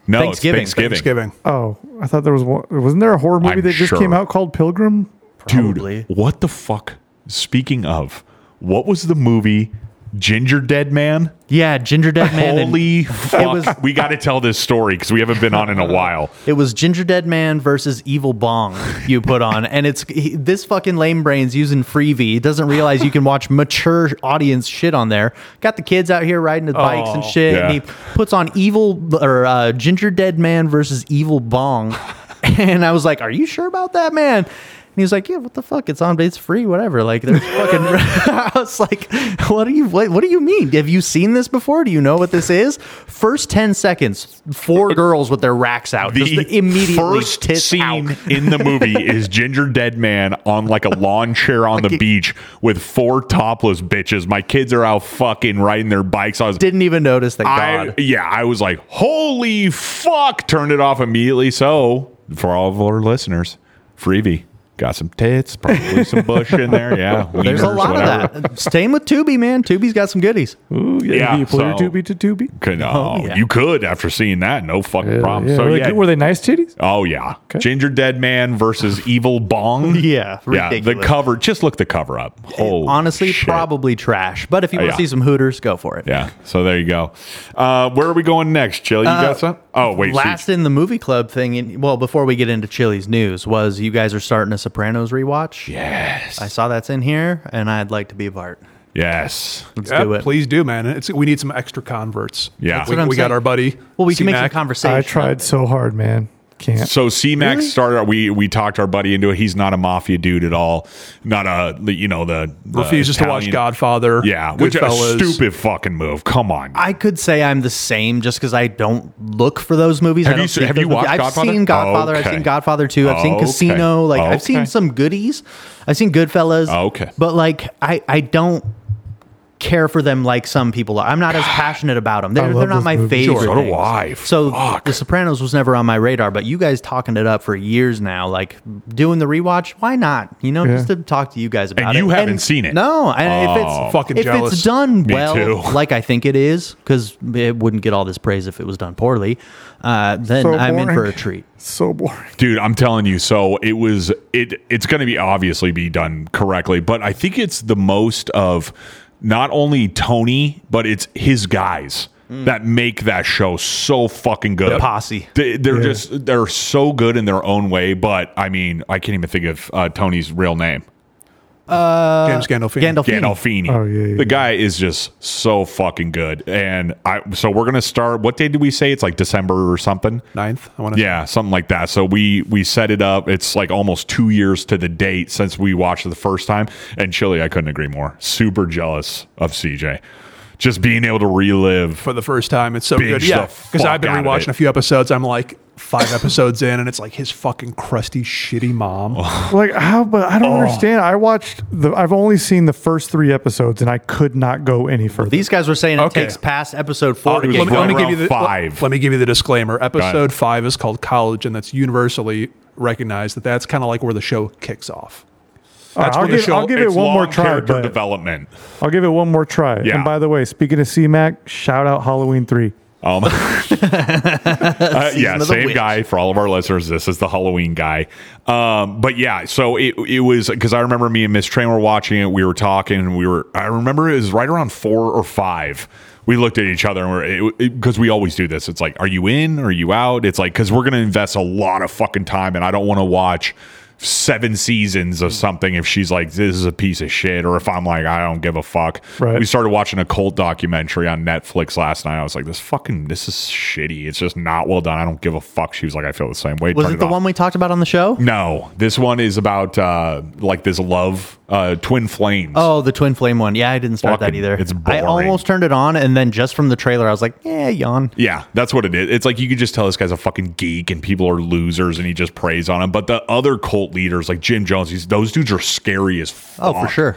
No,
Thanksgiving.
It's Thanksgiving.
Thanksgiving.
Oh, I thought there was one. Wasn't there a horror movie
I'm
that just
sure.
came out called Pilgrim?
Dude,
Probably.
what the fuck? Speaking of, what was the movie Ginger Dead Man?
Yeah, Ginger Dead Man. and-
Holy fuck.
was-
we got to tell this story because we haven't been on in a while.
It was Ginger Dead Man versus Evil Bong you put on, and it's he, this fucking lame brain's using Freevee. He doesn't realize you can watch mature audience shit on there. Got the kids out here riding his bikes and shit, and
Yeah.
he puts on Evil or uh, Ginger Dead Man versus Evil Bong, and I was like, "Are you sure about that, man?" And he was like, "Yeah, what the fuck? It's on, it's free, whatever." Like, there's fucking. I was like, "What do you what, what do you mean? Have you seen this before? Do you know what this is?" First ten seconds, four girls with their racks out
The
just immediately
first
tits
scene
out.
in the movie is Ginger Dead Man on like a lawn chair on the beach with four topless bitches. My kids are out fucking riding their bikes. I was,
Didn't even notice. Thank
I,
God.
yeah, I was like, holy fuck! Turned it off immediately. So for all of our listeners, freebie. Got some tits, probably some bush in there. Yeah,
There's a
wieners,
lot
whatever.
of that. Same with Tubi, man. Tubi's got some goodies.
Ooh, yeah.
Yeah,
do you pull your
so-
tubby to tubby?
Could, oh,
yeah.
You could after seeing that, no fucking problem.
Yeah,
so
were, they,
yeah,
good- were they nice titties?
oh yeah, Ginger Dead Man versus Evil Bong.
Yeah,
yeah. The
ridiculous.
cover, just look the cover up. Holy
Honestly,
shit.
probably trash. But if you want
yeah.
to see some Hooters, go for it.
Yeah. So there you go. Uh, where are we going next, Chill? You got some? Oh wait, so you-
Uh, Last in the movie club thing, in, well, before we get into Chili's news, was you guys are starting a Sopranos rewatch. Yes. I saw that's in here, and I'd like to be a part.
yes.
Let's
Yeah,
do it.
please do, man. It's we need some extra converts.
Yeah. That's
we,
what I'm
we got
saying.
our buddy.
Well, we can make
C-Mac.
some conversation.
I tried so hard, man. Can't.
So C Max started. We we talked our buddy into it. He's not a mafia dude at all. Not a you know the, the
Refuses to watch
Italian-
Godfather.
Yeah, which a
Goodfellas.
stupid fucking move. Come on.
I could say I'm the same just because I don't look for those movies.
Have
I don't
you se-
seek
have
those
you
movies.
watched
I've
Godfather?
seen Godfather. I've
Okay.
seen Godfather 2. I've seen
Okay.
Casino. Like, I've
Okay.
seen some goodies. I've seen Goodfellas.
Okay.
But, like, I, I don't care for them like some people are. I'm not as passionate about them. They're,
love
they're not
those
my
movies.
favorite.
Sure, so do
things.
I.
So,
Fuck.
The Sopranos was never on my radar, but you guys talking it up for years now, like doing the rewatch, why not? You know,
Yeah.
just to talk to you guys about it.
you haven't seen it.
No. And if
Oh.
it's
Fucking
if
jealous.
it's done
Me
well,
too.
like I think it is, because it wouldn't get all this praise if it was done poorly, uh, then
So
I'm in for
boring.
a treat.
So boring.
dude i'm telling you so it was it it's going to be obviously be done correctly but i think it's the most of not only tony but it's his guys that make that show so fucking good
Mm. The posse.
they, they're just they're so good in their own way but i mean i can't even think of uh, tony's real name
Uh,
James Gandolfini.
Gandolfini.
Gandolfini.
Oh, yeah, yeah,
the guy is just so fucking good. And I so we're gonna start what day did we say? It's like December or something.
Ninth. I want to.
Yeah, something like that. So we we set it up. It's like almost two years to the date since we watched it the first time. And Chili, I couldn't agree more. Super jealous of CJ, just being able to relive.
for the first time. It's so
Binge
good.
the
Yeah, because
fuck
I've been
out of it.
rewatching a few episodes. I'm like five episodes in, and it's like his fucking crusty, shitty mom.
Oh.
Like how? But I don't understand. I watched the. I've only seen the first three episodes, and I could not go any further.
These guys were saying
Okay.
it takes past episode four to
it was
get
one
going.
round
Let,
five.
me give you the disclaimer.
Got it.
Episode five is called College, and that's universally recognized. That that's kind of like where the show kicks off.
All right, I'll,
where the
give,
show-
I'll give it
It's
one more
long
try.
Character
But
development.
I'll give it one more try.
Yeah.
And by the way, speaking of C-Mac, shout out Halloween three.
Um, uh, yeah,
of the
same
witch.
guy for all of our listeners. This is the Halloween guy. Um, but yeah, so it, it was because I remember me and Miss Train were watching it. We were talking, and we were, I remember it was right around four or five. We looked at each other and we're, because we always do this. It's like, are you in? Are you out? It's like, because we're going to invest a lot of fucking time, and I don't want to watch seven seasons of something if she's like this is a pice of shit or if i'm like i don't give a fuck
Right.
we started watching a cult documentary on netflix last night i was like this fucking this is shitty it's just not well done i don't give a fuck she was like i feel the same way
Was
Turn
it the
off.
one we talked about on the show?
no this one is about uh like this love uh twin flames
Oh, the twin flame one. Yeah, I didn't start
Fucking-
that either.
it's
I
boring.
almost turned it on, and then just from the trailer, I was like, "Yeah, yawn."
Yeah, that's what it is. It's like you could just tell this guy's a fucking geek and people are losers and he just preys on him. But the other cult leaders, like Jim Jones, he's, those dudes are scary as fuck.
Oh, for sure.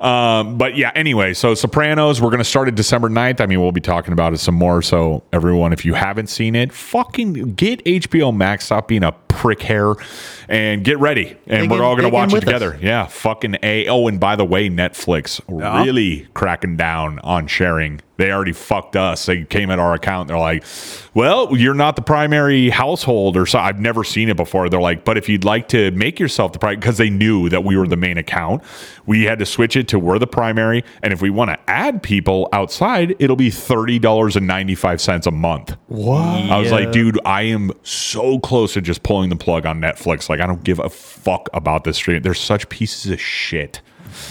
Um, but yeah, anyway, so Sopranos, we're going to start it December 9th. I mean, we'll be talking about it some more. So, everyone, if you haven't seen it, fucking get HBO Max, stop being a prick hair, and get ready. And
Dig
we're
in-
all going
dig
to
in
watch it
with us.
together. Yeah, fucking A. Oh, and by the way, Netflix really cracking down on sharing. They already fucked us. They came at our account. They're like, well, you're not the primary household or so. I've never seen it before. They're like, but if you'd like to make yourself the primary, because they knew that we were the main account, we had to switch it to we're the primary. And if we want to add people outside, it'll be $30.95 a month. What? I was like, dude, I am so close to just pulling the plug on Netflix. Like, I don't give a fuck about this stream. They're such pieces of shit.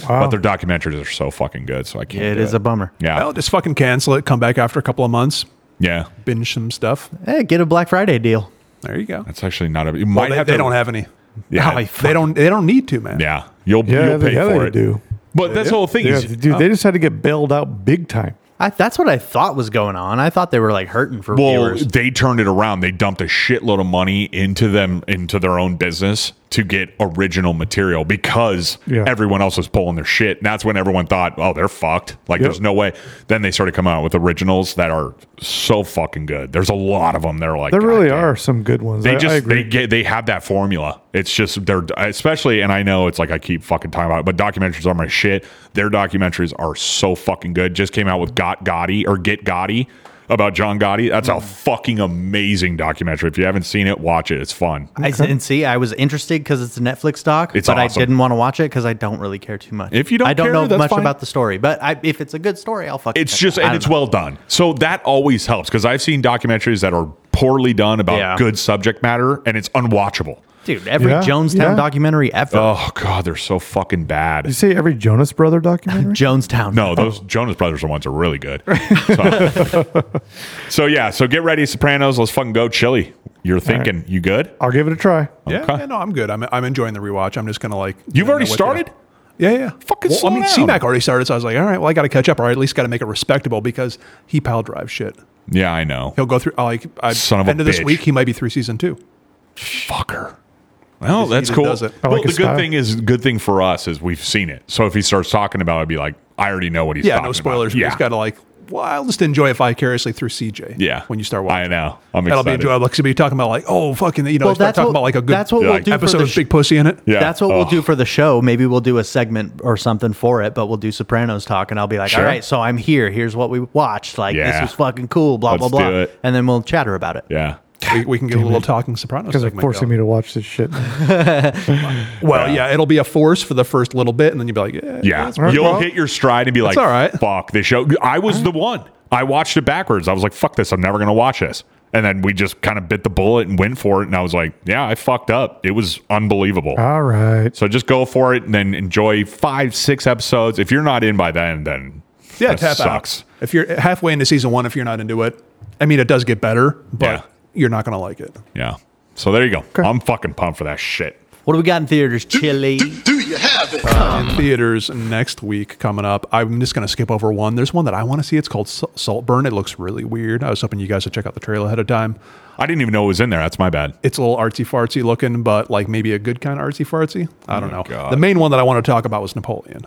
But their documentaries are so fucking good, so I can't.
It
do
is a bummer.
Yeah,
Well, just fucking cancel it. Come back after a couple of months.
yeah.
Binge some stuff.
Hey, get a Black Friday deal.
There you go.
That's actually not a. You
Well,
might
they,
have
they
to-
don't have any.
Yeah,
They don't. They don't need to, man.
yeah. You'll
Yeah,
you'll
they-
pay
yeah,
for
they
it.
do.
But that's the whole thing.
Yeah,
is-
dude, they just had to get bailed out big time.
I, that's what I thought was going on. I thought they were like hurting for
Well,
viewers.
they turned it around. They dumped a shitload of money into them into their own business to get original material because
Yeah.
everyone else was pulling their shit. And that's when everyone thought, oh, they're fucked. Like,
Yep.
there's no way. Then they started coming out with originals that are so fucking good. There's a lot of them. They're like,
There
"God
really
damn."
are some good ones.
They
I,
just
I
they
agree.
get they have that formula. It's just they're especially and I know it's like I keep fucking talking about it, but documentaries are my shit. Their documentaries are so fucking good. Just came out with Got Gotti or Get Gotti about John Gotti. That's a fucking amazing documentary. If you haven't seen it, watch it. It's fun.
I didn't see. I was interested because it's a Netflix doc,
It's
but
awesome.
I didn't want to watch it because I don't really care too much.
If you don't
I don't
care,
know
that's
much
fine.
about the story, but I, if it's a good story, I'll fucking.
It's
check
just
it out. I
and
don't
it's
know.
well done. So that always helps because I've seen documentaries that are poorly done about
Yeah.
good subject matter and it's unwatchable.
dude. Every
Yeah,
Jonestown
yeah.
documentary ever.
Oh god, they're so fucking bad.
you see every Jonas Brother documentary?
Jonestown.
No,
Oh.
those Jonas Brothers ones are really good. So, so, yeah, so get ready, Sopranos. Let's fucking go, Chili. You're thinking, you good?
I'll give it a try.
Yeah,
Okay.
yeah, no, I'm good. I'm, I'm enjoying the rewatch. I'm just gonna like.
You've
I
already
know what
started?
to- Yeah, yeah.
Fucking
Well,
slow
I mean,
down.
C-Mac already started, so I was like, all right, well, I got to catch up, or I at least got to make it respectable because he pile drives shit.
Yeah, I know.
He'll go through. I like I,
Son of a
end of this
bitch.
week, he might be through season two.
Fucker. Well,
He
that's
just
cool.
does it. I
Well,
like
the
his
good
style.
thing is, good thing for us is we've seen it. So if he starts talking about it, I'd be like, I already know what he's
Yeah,
talking
no spoilers.
about.
But he's got to like. Well, I'll just enjoy it vicariously through CJ.
Yeah.
when you start
I
watching,
know. I'm
that'll
excited.
be enjoyable. Because you'll be talking about like, oh, fucking, you know,
Well,
start
that's
talking
what-
about like a good
that's what
we'll do
for
episode
the
with
sh-
big pussy in it.
Yeah.
That's what
Oh.
we'll do for the show. Maybe we'll do a segment or something for it, but we'll do Sopranos talk, and I'll be like,
Sure.
"All right, so I'm here. Here's what we watched. Like
Yeah.
this was fucking cool. Blah blah
Let's
blah."
do it.
And then we'll chatter about it.
Yeah.
We, we can get a little talking Sopranos
Because they're
segment
forcing
going.
me to watch this shit.
Well, yeah, it'll be a force for the first little bit, and then you'll be like, yeah,
Yeah.
right.
You'll
Well,
hit your stride and be like,
all right.
fuck this show. I was the one. I watched it backwards. I was like, fuck this. I'm never going to watch this. And then we just kind of bit the bullet and went for it. And I was like, yeah, I fucked up. It was unbelievable.
Uh,
All right.
So just go for it and then enjoy five, six episodes. If you're not in by then, then
yeah,
that
tap
sucks.
out. If you're halfway into season one, if you're not into it, I mean, it does get better, but
Yeah.
you're not gonna like it.
Yeah. So there you go. I'm fucking pumped for that shit.
What do we got in theaters? Chili.
In theaters next week coming up, I'm just gonna skip over one. There's one that I want to see. It's called Sa- Saltburn. It looks really weird. I was hoping you guys would check out the trailer ahead of time.
I didn't even know it was in there. That's my bad.
It's a little artsy fartsy looking, but like maybe a good kind of artsy fartsy. I don't know.
Oh God.
The main one that I want to talk about was Napoleon.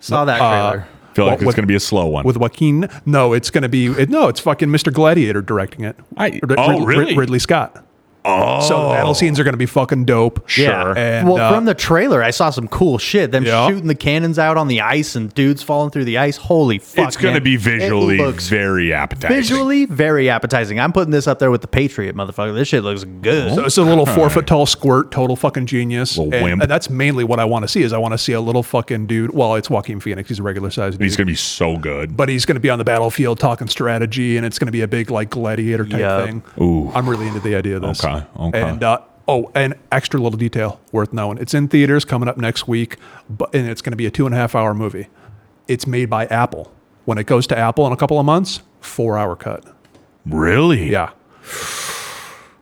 Saw that
Uh,
trailer.
feel like
what-
it's
what-
going to be a slow one.
with Joaquin. No, it's going to be it, no, it's fucking Mr. Gladiator directing it.
I-
Rid-
oh,
Rid-
really?
Ridley Scott. Oh, so the battle scenes are going to be fucking dope.
Sure.
And,
well,
uh,
from the trailer, I saw some cool shit. Them
Yeah.
shooting the cannons out on the ice and dudes falling through the ice. Holy fuck!
it's going to
man.
be
It
visually
looks
very appetizing.
visually very appetizing. I'm putting this up there with the Patriot, motherfucker. This shit looks good.
Oh,
So it's a little four foot tall squirt, total fucking genius.
Little
and,
wimp.
and that's mainly what I want to see is I want to see a little fucking dude. Well, it's Joaquin Phoenix. He's a regular sized dude.
He's going to be so good.
but he's going to be on the battlefield talking strategy, and it's going to be a big like gladiator type
Yeah.
thing.
Ooh.
I'm really into the idea of this.
Okay, okay.
And uh, oh, an extra little detail worth knowing: it's in theaters coming up next week, but and it's going to be a two and a half hour movie. It's made by Apple. When it goes to Apple in a couple of months, four hour cut.
really?
Yeah.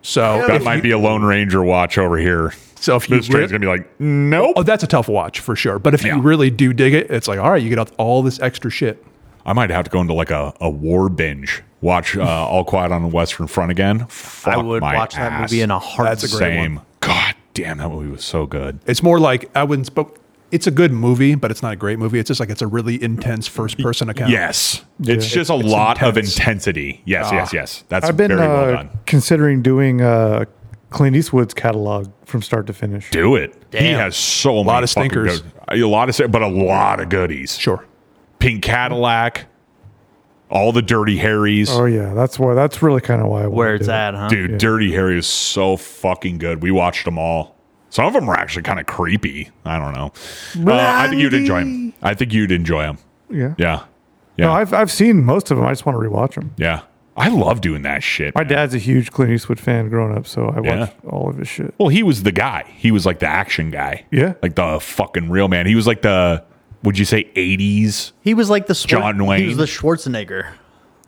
So
That
if
might
you-
be a Lone Ranger watch over here.
So if you
this train's
re-
going to be like, nope.
Oh, that's a tough watch for sure. But if
Yeah.
you really do dig it, it's like, all right, you get all this extra shit.
I might have to go into like a, a war binge. Watch uh, All Quiet on the Western Front again. Fuck
I would
my
watch that
ass.
movie in a heart.
That's a great
Same. God damn, that movie was so good.
It's more like I wouldn't. But it's a good movie, but it's not a great movie. It's just like it's a really intense first person account.
Yes. It's just a
It's
lot of
intense.
intensity. Yes, yes, yes. Ah. That's
I've been
very well
uh,
done.
considering doing uh, Clint Eastwood's catalog from start to finish.
Do it. He
Damn.
has so a
lot of stinkers.
a lot of, sti- but a lot of goodies.
sure.
Pink Cadillac, all the Dirty Harrys.
Oh yeah, that's why. That's really kind of why. I wanna
Where it's
do it.
at, huh?
Dude, Dirty Harry is so fucking good. We watched them all. Some of them were actually kind of creepy. I don't know. Uh, I think you'd enjoy them. I think you'd enjoy them.
Yeah.
Yeah. Yeah.
No, I've I've seen most of them. I just want to rewatch them.
yeah. I love doing that shit.
My
man.
dad's a huge Clint Eastwood fan growing up, so I
Yeah.
watched all of his shit.
Well, he was the guy. He was like the action guy.
Yeah.
Like the fucking real man. He was like the, would you say 80s?
He was like the Schwar-
John
He
Wayne.
was the Schwarzenegger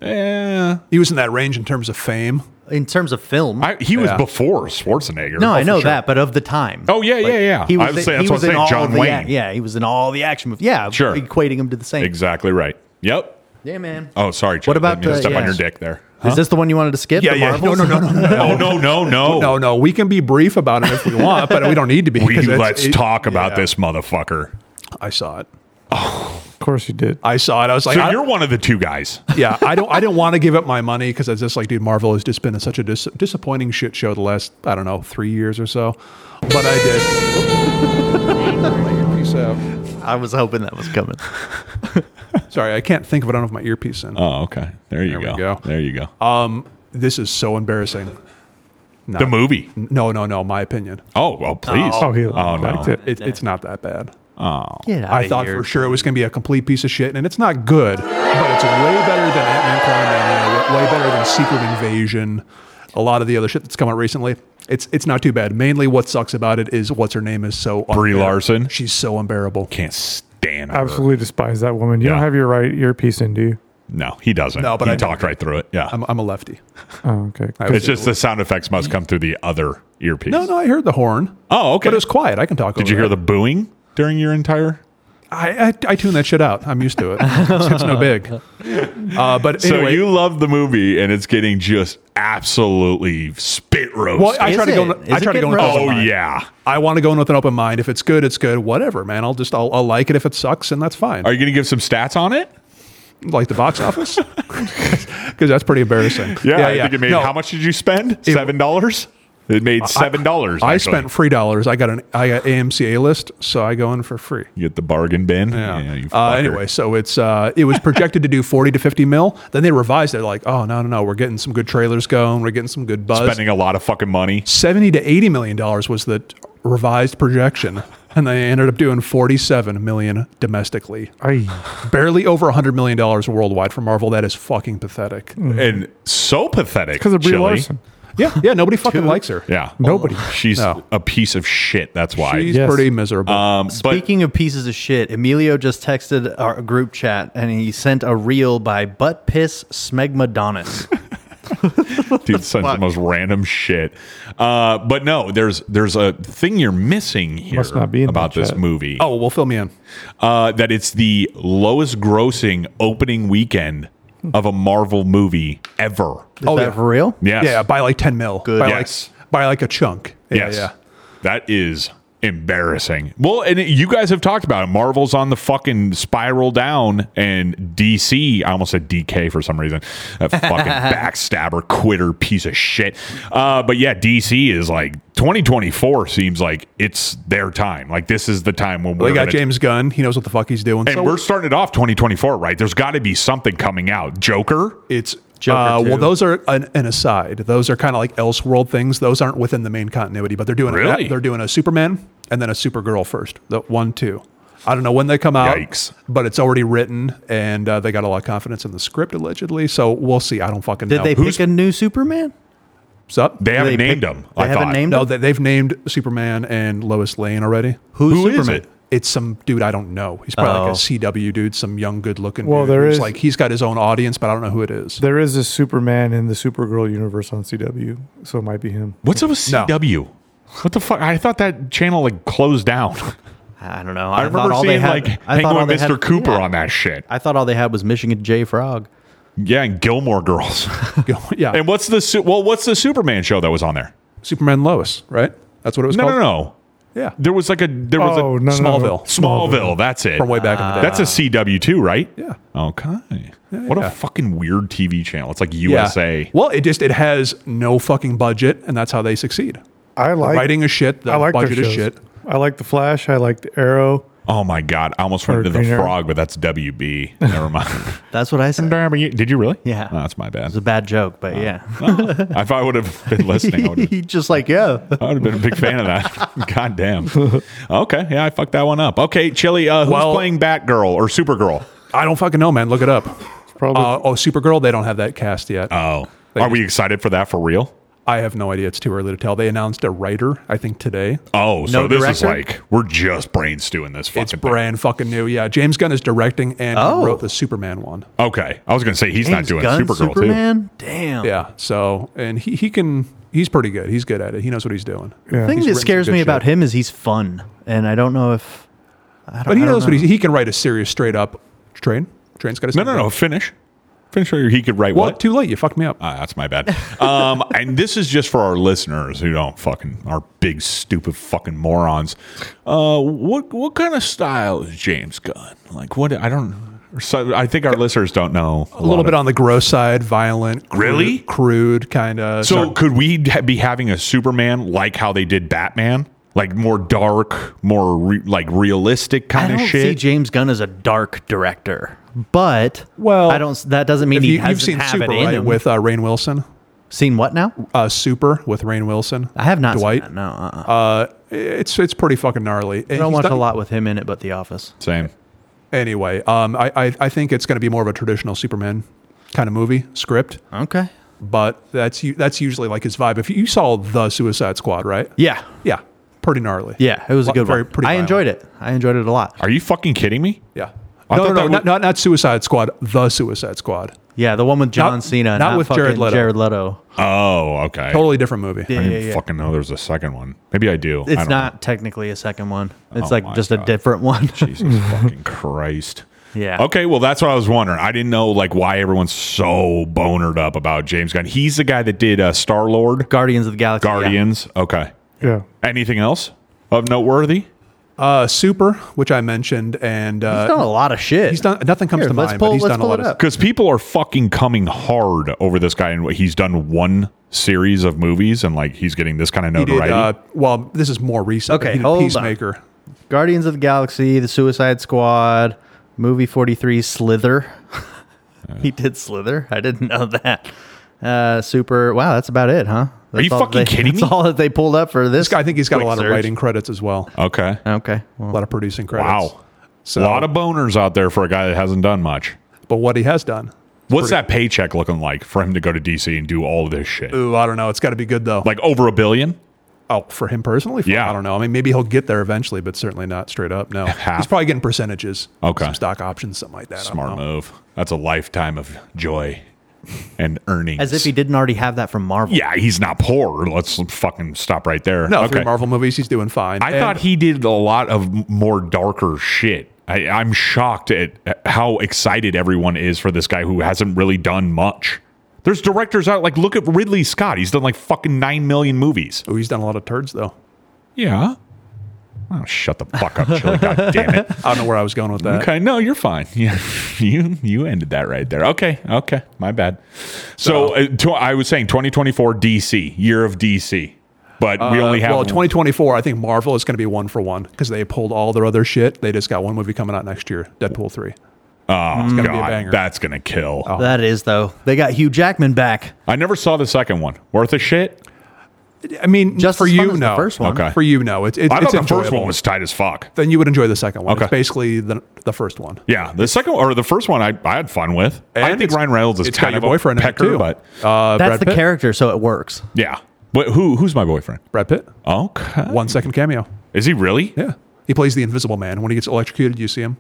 Eh.
Yeah.
He was in that range in terms of fame.
in terms of film.
I, he was
Yeah.
before Schwarzenegger.
no,
Oh,
I
for
know
sure.
that, but of the time.
Oh, yeah, yeah, yeah.
He was,
I would
the-
say
he
that's what
was
I'm
in
saying.
all
John
the,
Wayne.
Yeah, he was in all the action movies. Yeah,
Sure.
equating him to the same.
Exactly right. Yep.
Yeah, man.
Oh, sorry. Chad.
What
Didn't
about
mean to
the-
step on
yeah.
your dick there?
Is this the one you wanted to skip?
Yeah,
the
yeah. No,
Marvels?
no, no, no, no.
Oh no, no, no,
No, no, we can be brief about it if we want, but we don't need to be.
We
'cause it's-
let's
it-
talk about
yeah.
this motherfucker.
I saw it.
Of course you did.
Oh,
I saw it. I was like,
So
I-
you're one of the two guys.
yeah, I don't, I didn't want to give up my money because I was just like, dude, Marvel has just been in such a dis- disappointing shit show the last, I don't know, three years or so. But I did. my earpiece out.
I was hoping that was coming.
Sorry, I can't think of it. I don't have my earpiece in.
Oh, okay. There you
There we
go.
go. Uh,
There you go.
this is so embarrassing. No.
the movie.
No, no, no. My opinion.
Oh well, please.
Oh, he
no. Oh,
liked it.
It, it's not that bad.
Get out
I thought for sure it was going to be a complete piece of shit, and it's not good, but it's way better than Ant-Man Quantumania, way better than Secret Invasion, a lot of the other shit that's come out recently. It's it's not too bad. Mainly what sucks about it is what's her name is so
Brie
unbearable.
Larson?
She's so unbearable.
Can't stand her.
Absolutely despise that woman. You
Yeah.
don't have your right earpiece in, do you?
No, he doesn't.
No, but
he
I-
talked right through it. Yeah.
I'm, I'm a lefty.
Oh, okay.
was-
it's just the sound effects must come through the other earpiece.
No, no, I heard the horn.
Oh, okay.
But it was quiet. I can talk.
Did you hear the booing during your entire?
I, I I tune that shit out. I'm used to it. it's, it's no big. Uh, but
So
anyway,
you love the movie, and it's getting just absolutely spit roasted.
Well, I
Is
try to go.
it? Is
I
it
try to go.
getting
into
rough?
oh
open mind.
yeah.
I want to go in with an open mind. If it's good, it's good. Whatever, man. I'll just I'll, I'll like it if it sucks, and that's fine.
Are you going to give some stats on it?
like the box office, because that's pretty embarrassing.
I think it made.
No,
How much did you spend? Seven dollars. It made seven dollars.
I
actually.
spent free dollars. I got an I got AMCA list, so I go in for free.
You get the bargain bin. Yeah. you
uh,
fucker.
anyway, so it's uh, it was projected to do forty to fifty mil. Then they revised it. Like, oh no no no, we're getting some good trailers going. We're getting some good buzz.
spending a lot of fucking money.
70 to 80 million dollars was the revised projection and they ended up doing 47 million domestically
I,
barely over 100 million dollars worldwide for marvel that is fucking pathetic
and so pathetic.
because of Brie
Shelley.
Larson.
yeah yeah nobody fucking likes her
Yeah, Oh,
Nobody.
She's
No.
a piece of shit. That's why.
she's
Yes.
pretty miserable
um, but
Speaking of pieces of shit, Emilio just texted our group chat and he sent a reel by Butt Piss Smegmadonis.
dude, sends the most random shit. Uh, but no, there's there's a thing you're missing here
Must not be in
about
the
this
chat.
movie.
oh well fill me in
uh, that it's the lowest grossing opening weekend of a Marvel movie ever.
Is
Oh,
that
yeah.
for real?
Yes.
yeah by like 10 mil good by,
Yes.
like, by like a chunk yeah
yes.
yeah
That is embarrassing. Well, and it- you guys have talked about it. Marvel's on the fucking spiral down, and DC, I almost said DK for some reason, that fucking backstabber, quitter, piece of shit. Uh, but yeah, DC is like 2024 seems like it's their time. Like, this is the time when we're
they got
gonna-
james gunn he knows what the fuck he's doing
And
so
we're starting it off 2024, right? There's got to be something coming out. Joker?
it's
Joker
uh, well
two.
those are an, an aside those are kind of like elseworld things those aren't within the main continuity but they're doing
Really?
a, they're doing a superman and then a supergirl first the one two i don't know when they come out
Yikes.
but it's already written and uh, they got a lot of confidence in the script allegedly so we'll see i don't fucking
Did
know
they
Who's-
pick a new Superman?
what's up
They haven't
They
named
pick-
him.
They
I
haven't
thought.
named
no
him.
they, they've named superman and lois lane already
Who's
Who is
Superman?
it?
it's some dude I don't know. He's probably
Oh.
like a CW dude, some young, good-looking.
Well,
dude
there
who's
is-
like he's got his own audience, but I don't know who it is.
There is a Superman in the Supergirl universe on CW, so it might be him.
What's up with CW? What the fuck? I thought that channel like closed down.
I don't know.
I,
thought
remember
all they
seeing
had-
like
I thought all
Penguin
they
Mr.
had-
Cooper
yeah.
on that shit.
I thought all they had was Michigan J Frog.
Yeah, and Gilmore Girls.
yeah,
and what's the su- well? What's the Superman show that was on there?
Superman Lois, right? That's what it was
No,
called.
no, no.
Yeah.
There was like a there was
Oh,
a
no, no, no.
Smallville.
Smallville. That's it.
From way back in the day.
That's a CW too, right?
Yeah.
Okay. what
yeah.
a fucking weird TV channel. It's like
Yeah.
USA.
Well, it just it has no fucking budget, and that's how they succeed.
I like
Writing a shit, the
I like their
budget is
shows.
shit.
I like the Flash. I like the Arrow.
Oh my god! I almost went
Or
into the
Green Arrow.
frog, but that's WB. Never mind.
That's what I said. It
Did you really?
Yeah.
Oh, that's my bad.
was a bad joke, but yeah.
Oh, if I would have been listening, I would have
He just like, yeah.
I would have been a big fan of that. God damn. Okay, yeah, I fucked that one up. Okay, Chili, uh, who's
Well-
playing Batgirl or Supergirl?
I don't fucking know, man. Look it up.
Probably.
Uh, oh, Supergirl, they don't have that cast yet.
Oh, are we excited for that for real?
I have no idea. It's too early to tell. They announced a writer, I think today.
Oh, so
No
this is
director?
like we're just brain stewing this fucking
It's
thing.
brand fucking new. Yeah, James Gunn is directing and he
Oh.
wrote the Superman one.
Okay, I was gonna say he's not
James
doing
Gunn,
Supergirl
Superman? Damn.
Yeah. So, and he he can he's pretty good. He's good at it. He knows what he's doing.
The
He's
thing that
written some
scares
good
me
shit.
about him is he's fun, and I don't know if. I don't,
But he
I don't
knows
know.
what he's, he can write a serious straight up train. Train's got his
too. No, no, no, finish. Pretty sure he could write
Well,
what?
too late. You fucked me up.
Ah, that's my bad. Um, and this is just for our listeners who don't fucking are big stupid fucking morons. Uh, what what kind of style is James Gunn? Like what? I don't. or So I think our listeners don't know
a little bit on the gross side, violent, crude,
Really?
crude kind of.
So could we ha- be having a Superman like how they did Batman? Like more dark, more re- like realistic
I
kind
don't
of
see
shit.
James Gunn as a dark director, but
Well,
I don't. That doesn't mean
if
he
you,
hasn't
have seen
have
Super
it in
right,
him.
with uh, Rain Wilson,
seen what now?
uh, Super with Rain Wilson.
I have not
Dwight.
seen that. No, uh-uh.
Uh, it's it's pretty fucking gnarly.
I don't watch a lot with him in it, but The Office.
Same.
Anyway, um, I, I I think it's going to be more of a traditional Superman kind of movie script,
Okay.
but that's u- that's usually like his vibe. If you, you saw the Suicide Squad, right?
Yeah,
Yeah, pretty gnarly.
yeah, it was a
Well,
good
very-
one.
pretty
I
violent.
enjoyed it. I enjoyed it a lot.
Are you fucking kidding me?
Yeah.
I
no,
thought
no, no,
that
not,
was-
not not Suicide Squad, the Suicide Squad.
Yeah, the one with John
Not-
Cena,
not
not,
with
fucking
Jared Leto.
Jared Leto.
Oh, okay.
Totally different movie.
I
Yeah,
didn't
yeah, yeah.
fucking know there's a second one. Maybe I do. I
It's
don't
not technically a second one. It's
Oh my
like just a
God.
different one.
know. Jesus fucking Christ.
yeah.
Okay, well, that's what I was wondering. I didn't know like why everyone's so bonered up about James Gunn. He's the guy that did uh, Star Lord,
Guardians of the Galaxy. yeah.
Guardians. Okay.
Yeah.
Anything else of noteworthy?
Uh, Super, which I mentioned, and uh,
He's done a lot of shit.
he's done- nothing comes
Here,
to
let's
mind, but
Pull,
he's
let's
done a
pull
lot of-
it up.
because people are fucking coming hard over this guy, and he's done one series of movies, and like he's getting this kind of
he did.
notoriety.
Uh, well, this is more recent. but
Okay,
he did
hold on.
Peacemaker.
Guardians of the Galaxy, The Suicide Squad, Movie 43, Slither. he did Slither. I didn't know that. Uh, super. Wow, that's about it, huh? That's
you
all
fucking
they-
kidding
that's
me?
all that they pulled up for this.
This guy, I think he's got a
quick
lot
search.
of writing credits as well,
okay,
Okay.
a
Well,
lot of producing credits.
wow,
uh, So-
a lot of boners out there for a guy that hasn't done much.
But what he has done,
What's that paycheck looking like for him to go to DC and do all this shit?
ooh, I don't know. It's got to be good though.
Like over a billion?
oh, for him personally, Fuck,
Yeah.
I don't know. I mean, maybe he'll get there eventually, but certainly not straight up. No,
Half.
he's probably getting percentages.
Okay.
some stock options, something like that. I don't
Smart
know.
move. That's a lifetime of joy and earnings.
as if he didn't already have that from Marvel.
Yeah, he's not poor. Let's fucking stop right there.
No, three Marvel movies, he's doing fine.
I
And-
thought he did a lot of m- more darker shit. I, I'm shocked at at how excited everyone is for this guy who hasn't really done much. There's directors out like look at Ridley Scott. He's done like fucking nine million movies.
Ooh, he's done a lot of turds though.
Yeah. Oh, shut the fuck up, Chili. God damn it.
I don't know where I was going with that.
Okay, no, you're fine. Yeah, you you ended that right there. Okay, okay, my bad. So, uh, tw- I was saying 2024 DC year of DC, but we only
Uh,
have
well, 2024. I think Marvel is going to be one for one because they pulled all their other shit. They just got one movie coming out next year, Deadpool three.
Oh
be a
god,
banger. Oh.
that's gonna kill.
That is, though. They got Hugh Jackman back.
I never saw the second one. Worth a shit.
I mean, just
Just
for
as fun
you,
as the
no.
first one.
Okay.
For you, no. It's it,
I
it's
thought the
enjoyable.
first one was tight as fuck.
Then you would enjoy the second one.
Okay.
It's basically the the first one.
Yeah, the second or the first one, I, I had fun with. I
And
think
it's-
Ryan Reynolds is
it's got
kind
your
of a
boyfriend in it,
pecker,
too.
but
Uh,
That's
Brad
the
Pitt?
character, so it works.
yeah. But who who's my boyfriend?
Brad Pitt.
Okay,
One second cameo.
is he really?
Yeah. He plays the Invisible Man. When he gets electrocuted, you see him.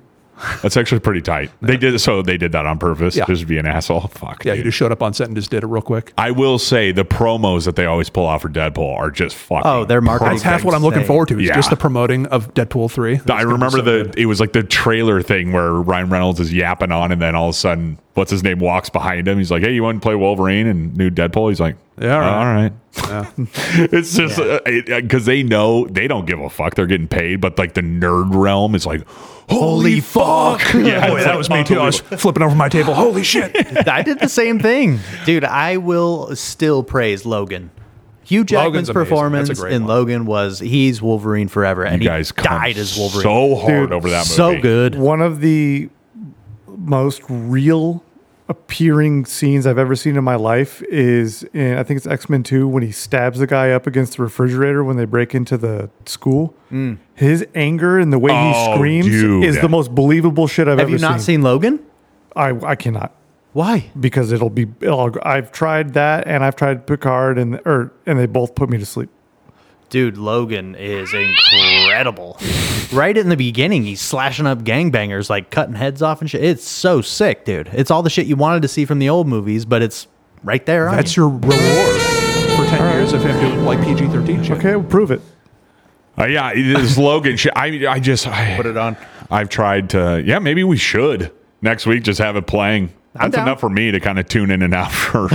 That's actually pretty tight. They did so they did that on purpose.
Yeah.
Just to be an asshole. Fuck.
Yeah,
dude.
he just showed up on set and just did it real quick.
I will say the promos that they always pull off for Deadpool are just fucking.
Oh, their marketing.
That's half what I'm looking
insane.
forward to. Is
Yeah.
just the promoting of Deadpool three.
I remember the it was like the trailer thing where Ryan Reynolds is yapping on, and then all of a sudden, what's his name walks behind him. He's like, "Hey, you want to play Wolverine and new Deadpool?" He's like,
Yeah, all right.
all right." it's just uh, because they know they don't give a fuck. They're getting paid, but like the nerd realm is like, "Holy fuck!" Yeah,
Boy,
it's
that
like
was me too. I was
unbelievable.
flipping over my table. Holy shit!
I did the same thing, dude. I will still praise Logan. Hugh Jackman's
Logan's amazing.
performance
That's a great
in
one.
Logan was he's Wolverine forever, and
You guys
he
come
died as Wolverine.
so hard
Dude,
over that movie.
So good.
One of the most real appearing scenes I've ever seen in my life is in I think it's X Men Two when he stabs the guy up against the refrigerator when they break into the school. His anger and the way
Mm. Oh,
he screams
dude.
is the most believable shit I've
Have
ever
you not seen Logan?
I I cannot
Why?
because it'll be. It'll, I've tried that and I've tried Picard and or and they both put me to sleep.
Dude, Logan is incredible. right in the beginning, he's slashing up gangbangers, like cutting heads off and shit. It's so sick, dude. It's all the shit you wanted to see from the old movies, but it's right there. On
That's
you.
your reward for ten years of him doing like PG thirteen shit.
Okay, we'll prove it.
Uh, yeah, this Logan shit. I I just I,
Put it on.
I've tried to. Yeah, maybe we should next week just have it playing.
I'm
That's
down.
enough for me to kind of tune in and out for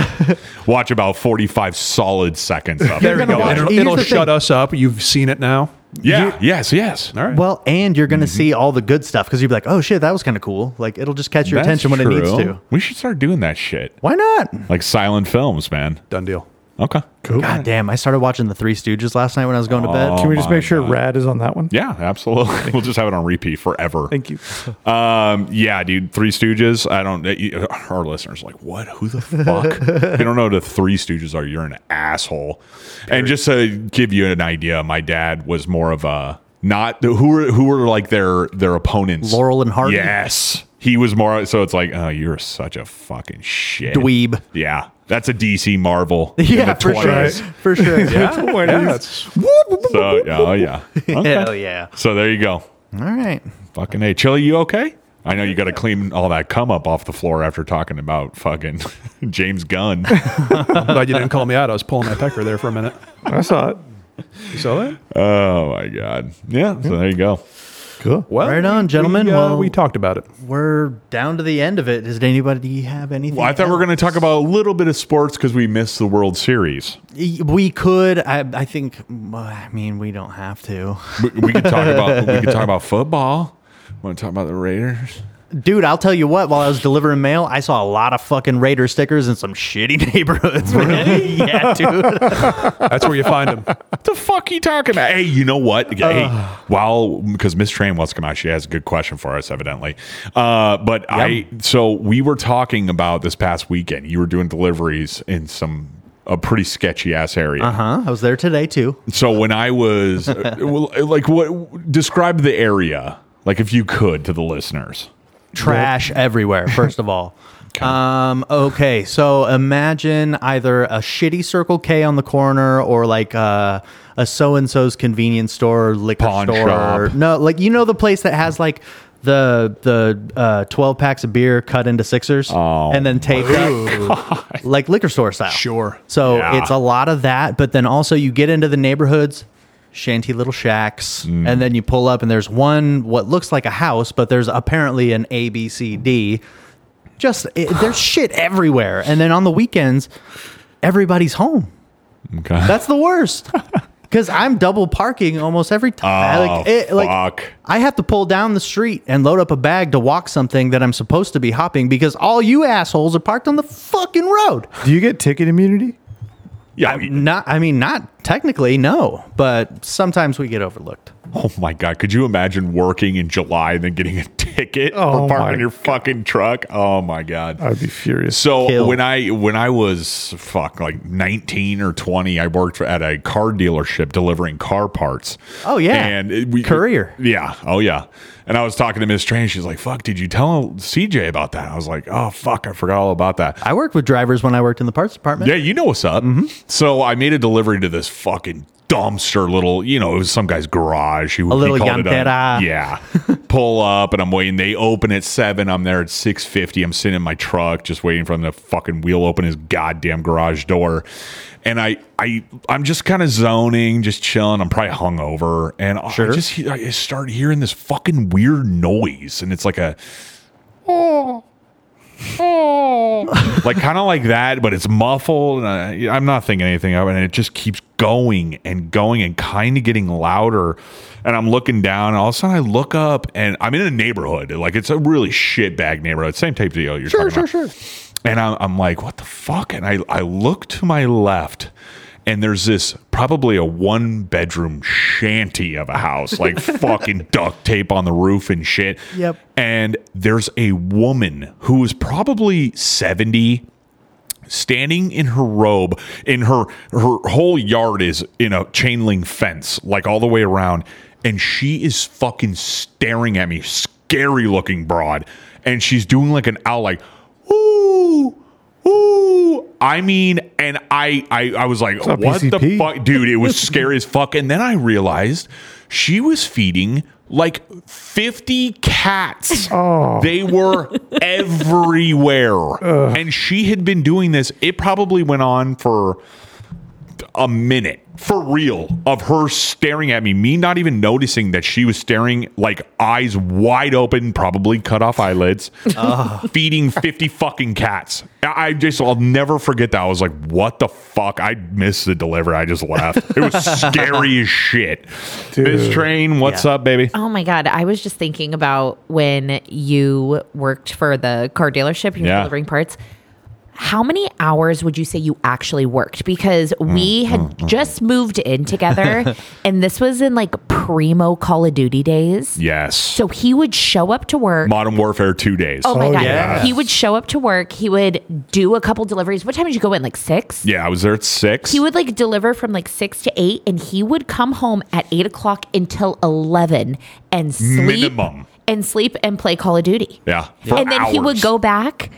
watch about 45 solid seconds of
There
it.
you go.
watch it.
It'll,
Here's
it'll
the
shut
thing.
us up. You've seen it now.
Yeah. yes. Yes.
All right.
Well, and you're going
Mm-hmm.
to see all the good stuff because you'll be like, oh shit, that was kind of cool. Like it'll just catch your
That's
attention when it needs
true.
to.
We should start doing that shit.
Why not?
Like silent films, man.
Done deal.
Okay. Cool. Oh,
God damn, I started watching The Three Stooges last night when I was going to bed.
Can we just
my
make sure Rad is on that one?
Yeah, absolutely. we'll just have it on repeat forever.
Thank you.
Um, yeah, dude, Three Stooges. I don't. you- Our listeners are like, what? Who the fuck? if you don't know what the Three Stooges are, you're an asshole. And just to give you an idea, my dad was more of a not who were who were like their their opponents.
Laurel and Hardy?
Yes, he was more. So it's like, oh, you're such a fucking shit
Dweeb.
Yeah, that's a DC Marvel. in
Yeah,
the
for sure.
20s.
For sure. Yeah.
So yeah, oh yeah. Okay.
Hell yeah.
So there you go.
All right.
Fucking A. Chili, you okay? I know you got to clean all that cum up off the floor after talking about fucking James Gunn.
I'm glad you didn't call me out. I was pulling my pecker there for a minute.
I saw it.
You saw that?
oh my God. Yeah. So there you go.
Well,
Right on,
we-
gentlemen.
We, uh,
Well-
we talked about it.
We're down to the end of it. Does anybody have anything?
Well, I thought we were going to talk about a little bit of sports because we missed the World Series.
to. We could. I, I think. well, I mean, we don't have to.
We, we could talk about we could talk about football. Want to talk about the Raiders?
Dude, I'll tell you what. While I was delivering mail, I saw a lot of fucking Raider stickers in some shitty neighborhoods. man. yeah, dude.
That's where you find him.
What the fuck you talking about? Hey, you know what? Hey, while because Miss Train wants to come out, she has a good question for us, evidently. Uh, but I so we were talking about this past weekend. You were doing deliveries in some a pretty sketchy ass area.
Huh? I was there today too.
So when I was uh, well, like, what describe the area like if you could to the listeners?
trash everywhere first of all um okay so imagine either a shitty circle k on the corner or like uh, a so-and-so's convenience store liquor
Pawn
store
shop.
no like you know the place that has like the the uh, 12 packs of beer cut into sixers
Oh
and then taped up like liquor store style
Sure.
so
Yeah.
it's a lot of that but then also you get into the neighborhoods shanty little shacks
Mm.
and then you pull up and there's one what looks like a house but there's apparently an a b c d just it, there's shit everywhere and then on the weekends everybody's home
Okay.
that's the worst because i'm double parking almost every time
Oh,
like, it, like
fuck.
i have to pull down the street and load up a bag to walk something that i'm supposed to be hopping because all you assholes are parked on the fucking road
Do you get ticket immunity?
yeah.
not i mean not technically no but sometimes we get overlooked
oh my god, could you imagine working in July and then getting a ticket
Oh
for parking
my
your fucking truck? Oh my god.
I'd be furious.
So
Kill.
when I when I was fuck like nineteen or twenty, I worked for, at a car dealership delivering car parts.
Oh, yeah.
and it- we
Courier.
yeah, oh yeah. And I was talking to Miss Train. She's like, "Fuck, did you tell CJ about that?" I was like, "Oh fuck, I forgot all about that."
i worked with drivers when i worked in the parts department Mm-hmm.
Yeah, you know what's up. So I made a delivery to this fucking dumpster little, you know, it was some guy's garage. He, a
little yantera.
yeah. Pull up and I'm waiting. They open at seven. I'm there at six fifty. I'm sitting in my truck just waiting for him to fucking wheel open his goddamn garage door. And I, I, I'm just kind of zoning, just chilling. I'm probably hungover, and I just he- I start hearing this fucking weird noise, and it's like a like kind of like that, but it's muffled. And I, I'm not thinking anything of it. And it just keeps going and going and kind of getting louder. And I'm looking down. And all of a sudden, I look up and I'm in a neighborhood. Like it's a really shit bag neighborhood. Same type of deal you're talking about. Sure, sure, sure. And I'm, I'm like, what the fuck? And I, I look to my left. And there's this probably a one bedroom shanty of a house, like fucking duct tape on the roof and shit.
Yep.
And there's a woman who is probably 70 standing in her robe in her her whole yard is in a chain link fence like all the way around and she is fucking staring at me scary looking broad and she's doing like an owl like ooh ooh i mean and i i, I was like
up,
what the
PCP?
fuck dude it was scary as fuck and then i realized she was feeding like 50 cats they were everywhere. And she had been doing this. It probably went on for a minute for real of her staring at me, me not even noticing that she was staring like eyes wide open, probably cut off eyelids, feeding 50 fucking cats. I I just, I'll never forget that. I was like, what the fuck? I missed the delivery. I just laughed. It was scary as shit. Biz Train, what's
Yeah.
up, baby?
Oh my God. I was just thinking about when you worked for the car dealership, you were
Yeah.
delivering parts. How many hours would you say you actually worked? Because we had just moved in together and this was in like primo Call of Duty days.
Yes.
So he would show up to work.
Modern Warfare 2 days.
Oh my God.
yes.
He would show up to work. He would do a couple deliveries. What time did you go in? Like six?
Yeah, I was there at six.
He would like deliver from like six to eight, and he would come home at eight o'clock until eleven and sleep
Minimum.
and sleep and play Call of Duty.
yeah. for
and then he would
hours.
go back,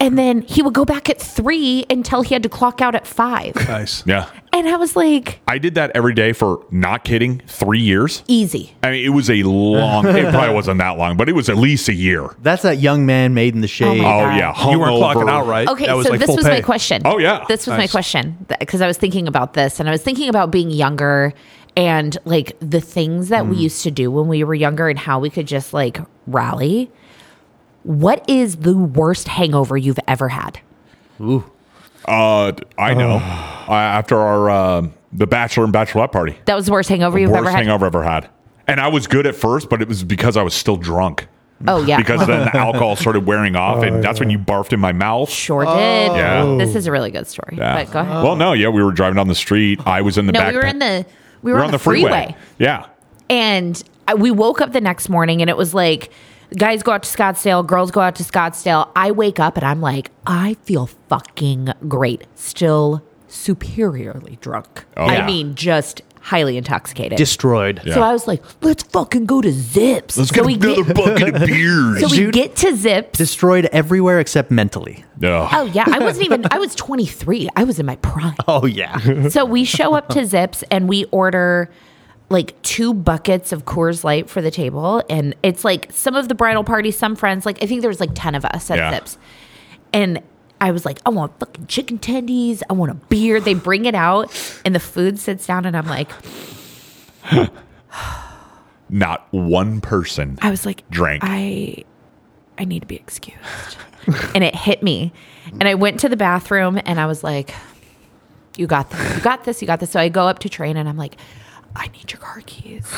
and then he would go back at three until he had to clock out at five.
Nice.
Yeah.
and I was like,
I did that every day for not kidding, three years.
easy.
I mean, it was a long. It probably wasn't that long, but it was at least a year. Oh
That's that young man made in the shade.
my- Yeah.
yeah,
You weren't
hungover.
clocking out, right?
Okay,
That
so
like
this
full
was my
pay.
question.
Oh, yeah.
this was my
Nice.
question because I was thinking about this, and I was thinking about being younger and like the things that we used to do when we were younger and how we could just like rally. What is the worst hangover you've ever had?
Uh, I know. I, after our um the bachelor and bachelorette party,
That was the worst hangover you've
worst
ever had.
hangover I've ever had, and I was good at first, but it was because I was still drunk.
Oh yeah,
Because then the alcohol started wearing off, and that's when you barfed in my mouth.
sure did.
Yeah.
This is a really good story.
Yeah.
But go ahead.
Well, no, yeah, we were driving down the street. I was in the
no,
back.
we were in the we were,
we were
on, the freeway.
Yeah.
And I, we woke up the next morning and it was like, guys go out to Scottsdale, girls go out to Scottsdale. I wake up and I'm like, I feel fucking great. Still superiorly drunk.
Oh, yeah.
I mean, just highly intoxicated.
Destroyed.
So I was like, let's fucking go to Zips.
Let's
so
get another bucket of beers.
So we
Dude.
get to Zips.
Destroyed everywhere except mentally.
Ugh.
Oh yeah, I wasn't even. I was 23. I was in my prime.
Oh yeah.
So we show up to Zips and we order like two buckets of Coors Light for the table. And it's like some of the bridal party, some friends, like I think there was like 10 of us at
Yeah.
Zips. And I was like, I want fucking chicken tendies. I want a beer. They bring it out and the food sits down and I'm like,
Not one person.
I was like,
Drank.
I, I need to be excused. and it hit me. And I went to the bathroom and I was like, you got this, you got this, you got this. So I go up to train and I'm like, I need your car keys.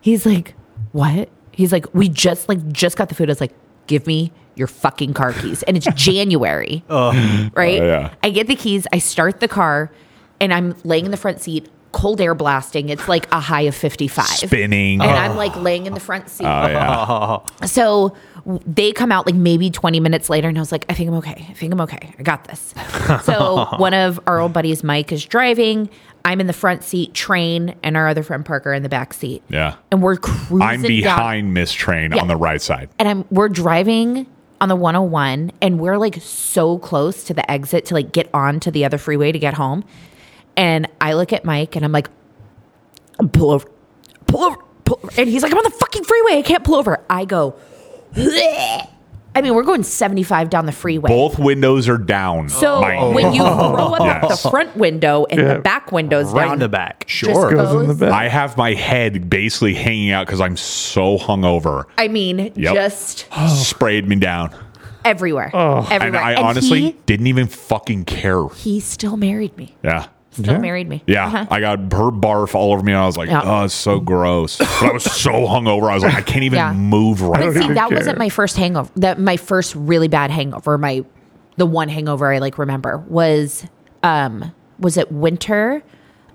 He's like, what? He's like, we just like just got the food. I was like, give me your fucking car keys. And it's January, right?
Oh, yeah.
I get the keys. I start the car, and I'm laying in the front seat, cold air blasting. It's like a high of 55
Spinning.
and I'm like laying in the front seat.
Oh, yeah.
So w- they come out like maybe 20 minutes later, and I was like, I think I'm okay. I think I'm okay. I got this. So one of our old buddies, Mike, is driving. I'm in the front seat, train, and our other friend Parker in the back seat.
Yeah.
And we're cruising.
I'm
down-
behind Miss Train
Yeah.
on the right side.
and I'm we're driving on the 101 and we're like so close to the exit to like get on to the other freeway to get home. And I look at Mike and I'm like, pull over, pull over, pull over. And he's like, I'm on the fucking freeway. I can't pull over. I go, "Bleh." I mean, we're going 75 down the freeway.
Both windows are down.
so
Mike.
when you throw up
Yes.
the front window and
Yeah.
the back windows
Right
down,
in the back.
just
Sure.
Goes in the
goes-
back.
I have my head basically hanging out because I'm so hungover.
I mean,
Yep.
just
Sprayed me down.
everywhere,
Oh.
everywhere.
And I
Oh. And
honestly
he,
didn't even fucking care.
he still married me.
Yeah.
Still
Yeah.
married me.
Yeah.
Uh-huh.
I got her barf all over me and I was like,
Yeah.
oh, it's so gross. But I was so hungover. I was like, I can't even
Yeah.
move right
But
now.
see,
even
that
care.
wasn't my first hangover. That my first really bad hangover. My the one hangover I like remember was um was it winter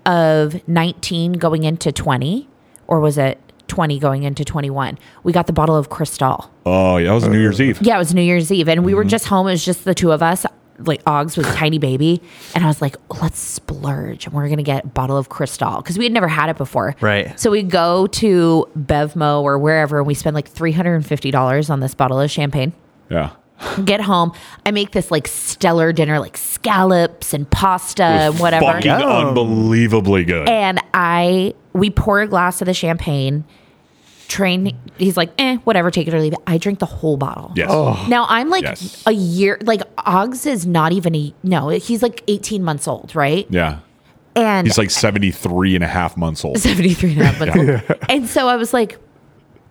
of nineteen going into twenty, or was it twenty going into twenty one? We got the bottle of Cristal.
Oh, yeah. That was New Year's Eve.
Yeah, it was New Year's Eve, and we were just home. It was just the two of us. Like Oggs was a tiny baby, and I was like, "Let's splurge, and we're gonna get a bottle of Cristal because we had never had it before."
Right.
So we go to Bevmo or wherever, and we spend like three hundred and fifty dollars on this bottle of champagne.
Yeah.
Get home, I make this like stellar dinner, like scallops and pasta and Uh, whatever Eh.
Fucking unbelievably good.
and I we pour a glass of the champagne. Train, he's like, eh, whatever, take it or leave it. I drink the whole bottle.
Yes. Oh.
Now I'm like
Yes.
a year, like Oggs is not even a no. He's like 18 months old, right?
yeah.
And
He's like 73 and a half months old.
73 and a half months old. And so I was like,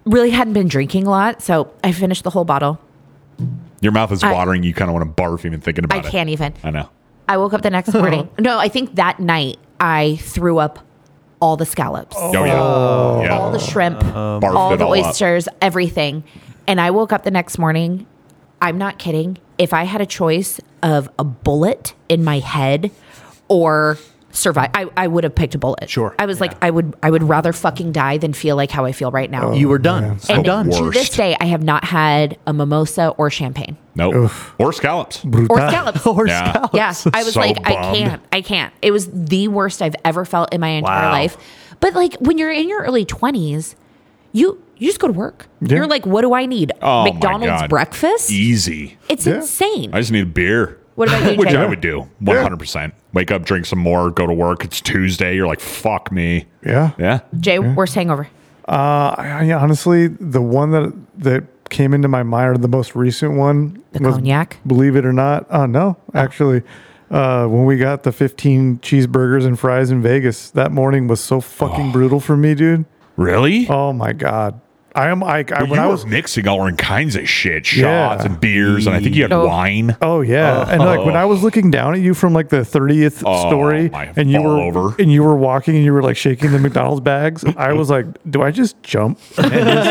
really hadn't been drinking a lot. So I finished the whole bottle.
Your mouth is
I-
watering. you kind of want to barf even thinking
I
about it.
can't even.
I know.
I woke up the next morning. No, I think that night I threw up all the scallops,
Oh, yeah. yeah.
all the shrimp,
Barfed
all
it
the
all up.
oysters, everything. And I woke up the next morning. I'm not kidding. If I had a choice of a bullet in my head or survive, I, I would have picked a bullet.
Sure.
I was like, I would I would rather fucking die than feel like how I feel right now.
Oh, You were done. I'm
and
done.
to this
Worst.
day, I have not had a mimosa or champagne
Nope. Or scallops.
or scallops.
Or
Yeah.
scallops.
Yes, I was
So
like, I
bummed.
can't, I can't. It was the worst I've ever felt in my entire
Wow.
life. But like when you're in your early twenties, you you just go to work. You're like, what do I need?
Oh, my
McDonald's
God.
breakfast?
Easy.
It's
Yeah.
insane.
I just need a beer.
what about you?
Which
Jay?
I would do 100%. Wake up, drink some more, go to work. It's Tuesday. You're like, fuck me.
Yeah.
Yeah.
Jay, worst hangover.
Uh, I, I honestly, the one that that came into my mind, or the most recent one,
The cognac? Oh.
Believe it or not, uh, no, actually, uh, when we got the 15 cheeseburgers and fries in Vegas, that morning was so fucking brutal for me, dude.
Really?
Oh my god, I am. I, I
But
when
you
I
were
was.
mixing all kinds of shit,
Yeah.
shots and beers, and I think you had
Oh.
wine.
Oh yeah, and like when I was looking down at you from like the thirtieth
Oh,
story,
my
and you
fall
were
over.
and you were walking, and you were like shaking the McDonald's bags. I was like, do I just jump?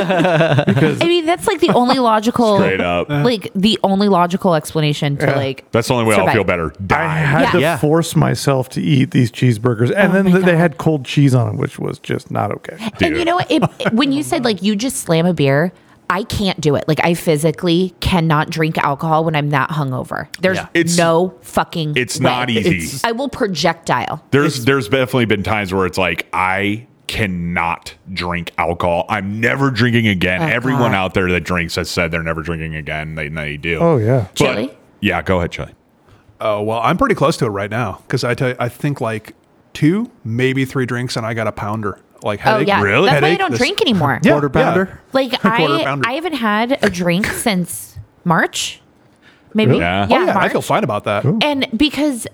I mean, that's like the only logical
Straight up.
like the only logical explanation to like
That's the only way I'll
Survive.
feel better.
I
Die.
had to
Yeah.
force myself to eat these cheeseburgers, and
Oh
then
my
they
God.
had cold cheese on them, which was just not okay.
And you know what? It, it- when you said like you just slam a beer, I can't do it. Like I physically cannot drink alcohol when I'm that hungover. There's
Yeah.
It's-
no fucking.
It's
way.
not easy.
It's-
I will projectile.
there's there's definitely been times where it's like I cannot drink alcohol. I'm never drinking again. Everyone
Oh, God.
out there that drinks has said they're never drinking again. They, they do.
Oh yeah,
But-
Chili?
yeah, go ahead, Chili.
Oh well, I'm pretty close to it right now because I tell you, I think like two, maybe three drinks, and I got a pounder. Like
Oh
headache,
yeah,
Really?
that's why I
Headache,
don't
this-
drink anymore.
quarter pounder.
Like
Quarter
I,
pounder.
I haven't had a drink since March, maybe.
Yeah.
Oh, yeah, I
March.
feel fine about that.
And because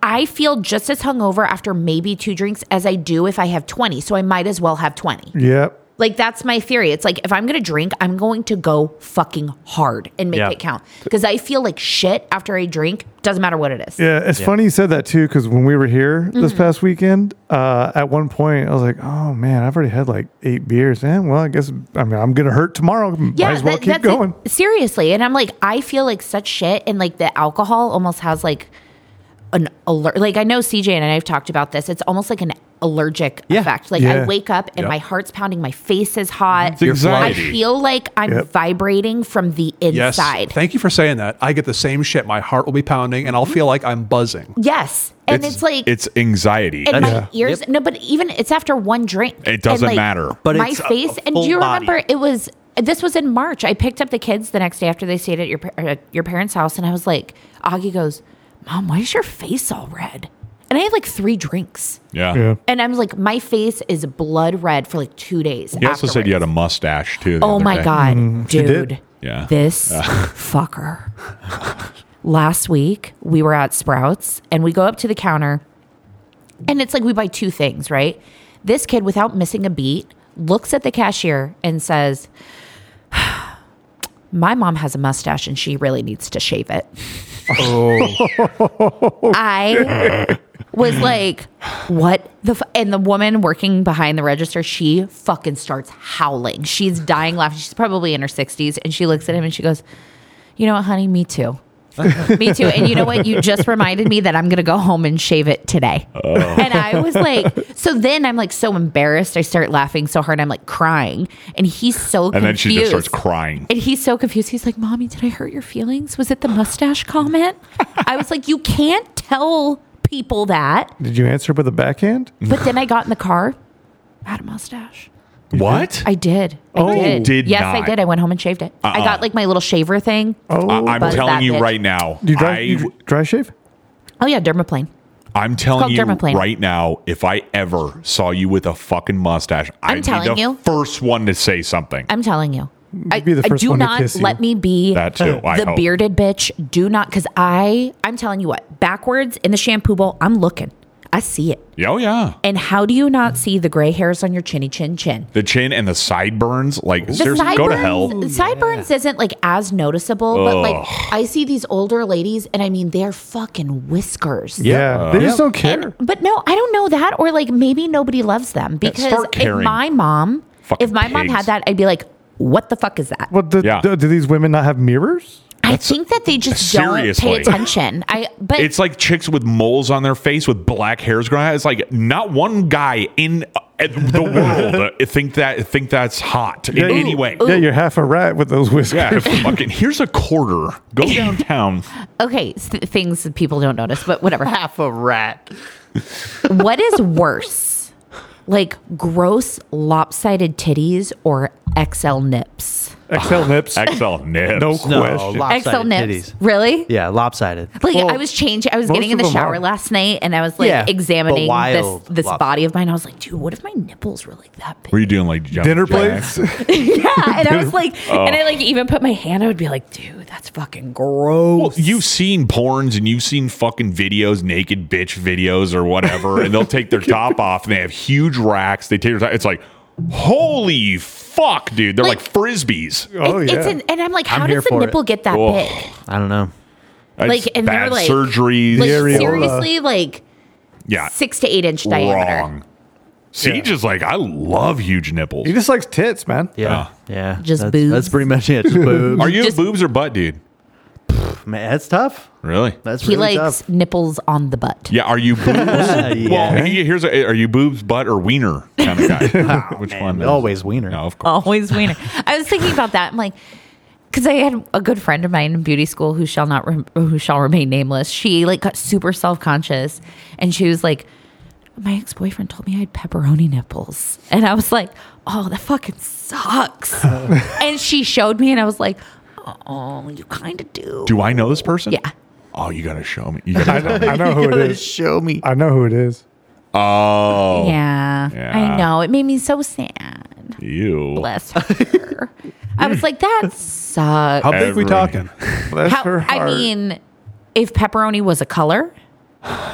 I feel just as hungover after maybe two drinks as I do if I have twenty, so I might as well have twenty.
yep.
Like that's my theory. It's like if I'm gonna drink, I'm going to go fucking hard and make
Yeah.
it count. Because I feel like shit after I drink. Doesn't matter what it is.
Yeah, it's funny you said that too, because when we were here
Mm-hmm.
this past weekend, uh, at one point I was like, "Oh man, I've already had like eight beers, and well, I guess I mean I'm gonna hurt tomorrow.
Yeah,
Might as well
that-
keep
that's it.
going."
Seriously, and I'm like, I feel like such shit, and like the alcohol almost has like an alert. Like I know CJ and I've talked about this. It's almost like an allergic
Yeah.
effect. Like I
Yeah.
wake up and
Yep.
my heart's pounding, my face is hot.
It's
I
anxiety.
feel like I'm
Yep.
vibrating from the
Yes.
inside.
Thank you for saying that. I get the same shit. My heart will be pounding, and I'll
Mm-hmm.
feel like I'm buzzing.
yes, and it's, like
it's anxiety.
and my
That's-
ears. No, but even it's after one drink.
It doesn't
And, like,
matter.
But
my
it's a-
face.
a
and do
full
you
body.
remember? It was this was in March. I picked up the kids the next day after they stayed at your par- at your parents' house, and I was like, Augie goes, "Mom, why is your face all red?" And I had like three drinks,
yeah.
Yeah.
and I'm like, my face is blood red for like two days.
You also said you had a
afterwards.
mustache too. the
Oh
other
my
day. Mm-hmm.
god, dude!
Yeah. Uh.
this fucker. Last week we were at Sprouts, and we go up to the counter, and it's like we buy two things, right? This kid, without missing a beat, looks at the cashier and says, "My mom has a mustache, and she really needs to shave it."
Oh.
I
Mm.
was like, what the? F-? And the woman working behind the register, she fucking starts howling. She's dying laughing. She's probably in her 60s. And she looks at him and she goes, You know what, honey? Me too. me too. And you know what? You just reminded me that I'm going to go home and shave it today.
Oh.
And I was like, So then I'm like so embarrassed. I start laughing so hard. I'm like crying. And he's so confused.
And then she just starts crying.
And he's so confused. He's like, Mommy, did I hurt your feelings? Was it the mustache comment? I was like, You can't tell people that.
Did you answer with a backhand?
But then I got in the car, had a mustache.
What?
I did. I
Oh. Uh-uh.
did.
Did
yes,
not.
I did. I went home and shaved it. I got like my little shaver thing.
Oh,
I, am
Buzz
telling
that
you
bitch.
right now.
do you dry,
I,
you dry shave?
Oh, yeah, dermaplane.
I'm
called
telling you
dermaplane.
right now, if I ever saw you with a fucking mustache, I'd
I'm telling
be the
you.
first one to say something.
I'm telling you. I,
be the
I
first
do
one to
not
kiss you.
let me be
That too, I
the
hope.
bearded bitch. Do not, because I, I'm telling you what, backwards in the shampoo bowl, I'm looking. I see it.
Yeah, Oh yeah.
And how do you not see the gray hairs on your chinny chin chin?
The chin and the sideburns, like
The
seriously, go to hell.
Sideburns isn't like as noticeable, but like I see these older ladies, and I mean they're fucking whiskers.
Yeah,
Uh-huh.
they just don't care.
And, but no, I don't know that, or like maybe nobody loves them because
start
if
caring.
my mom,
Fucking
if my mom
pigs.
had that, I'd be like, "What the fuck is that?"
What the,
Yeah.
do, do these women not have mirrors?
I think that they just
Seriously.
don't pay attention. I but
It's like chicks with moles on their face with black hairs growing out. It's like not one guy in uh, the world uh, think that think that's hot in any way.
Yeah, you're half a rat with those whiskers.
Yeah, fucking. Here's a quarter. Go downtown.
okay, s- things that people don't notice, but whatever.
Half a rat.
what is worse, like gross lopsided titties or XL nips?
XL nips.
XL nips.
No
No,
question.
lopsided
XL nips,
titties.
really?
Yeah, lopsided.
Like
Well,
I was changing, I was
most
getting in
of
the
them
shower
are.
last night, and I was like
Yeah, but
examining this
wild
this
lobster.
body of mine. I was like, dude, what if my nipples were like that
What are
big?
you doing? Like jumping
Dinner
jacks?
plates.
yeah, and I was like, and I like even put my hand. I would be like, dude, that's fucking gross.
Well, you've seen porns and you've seen fucking videos, naked bitch videos or whatever, and they'll take their top off and they have huge racks. They take their top. It's like, holy fuck, dude. They're like,
Like-
frisbees.
Oh,
It- it's
yeah.
an, and I'm like, how
I'm here
does the
for it.
nipple get that
Oh,
big?
I don't know.
That's
Like, and they're
bad
like-
surgeries.
Like
areola.
seriously, like
yeah,
six to eight inch diameter.
wrong. Siege is like, I love huge nipples.
He just likes tits, man.
Yeah, yeah.
Just
that's,
boobs.
That's pretty much it. Just boobs.
Are you
just-
boobs or butt, dude?
Man, that's tough.
Really?
That's
He
really
likes
tough.
nipples on the butt.
Yeah, are you boobs? well,
yeah.
he- here's a, are you boobs, butt, or wiener kind of guy? Which one? is-
always wiener.
No, of course.
Always wiener. I was thinking about that. I'm like, because I had a good friend of mine in beauty school who shall not rem- who shall remain nameless. She like got super self conscious, and she was like, "My ex boyfriend told me I had pepperoni nipples," and I was like, "Oh, that fucking sucks." and she showed me, and I was like, "Oh, you kind of do."
Do I know this person?
Yeah.
Oh, you gotta show me. You gotta
I know, I know who it is.
Show me.
I know who it is.
Oh,
yeah,
Yeah.
I know. It made me so sad.
you.
Bless her. I was like, "That sucks."
How big we
Every-
talking?
Bless
How-
her heart.
I mean, if pepperoni was a color,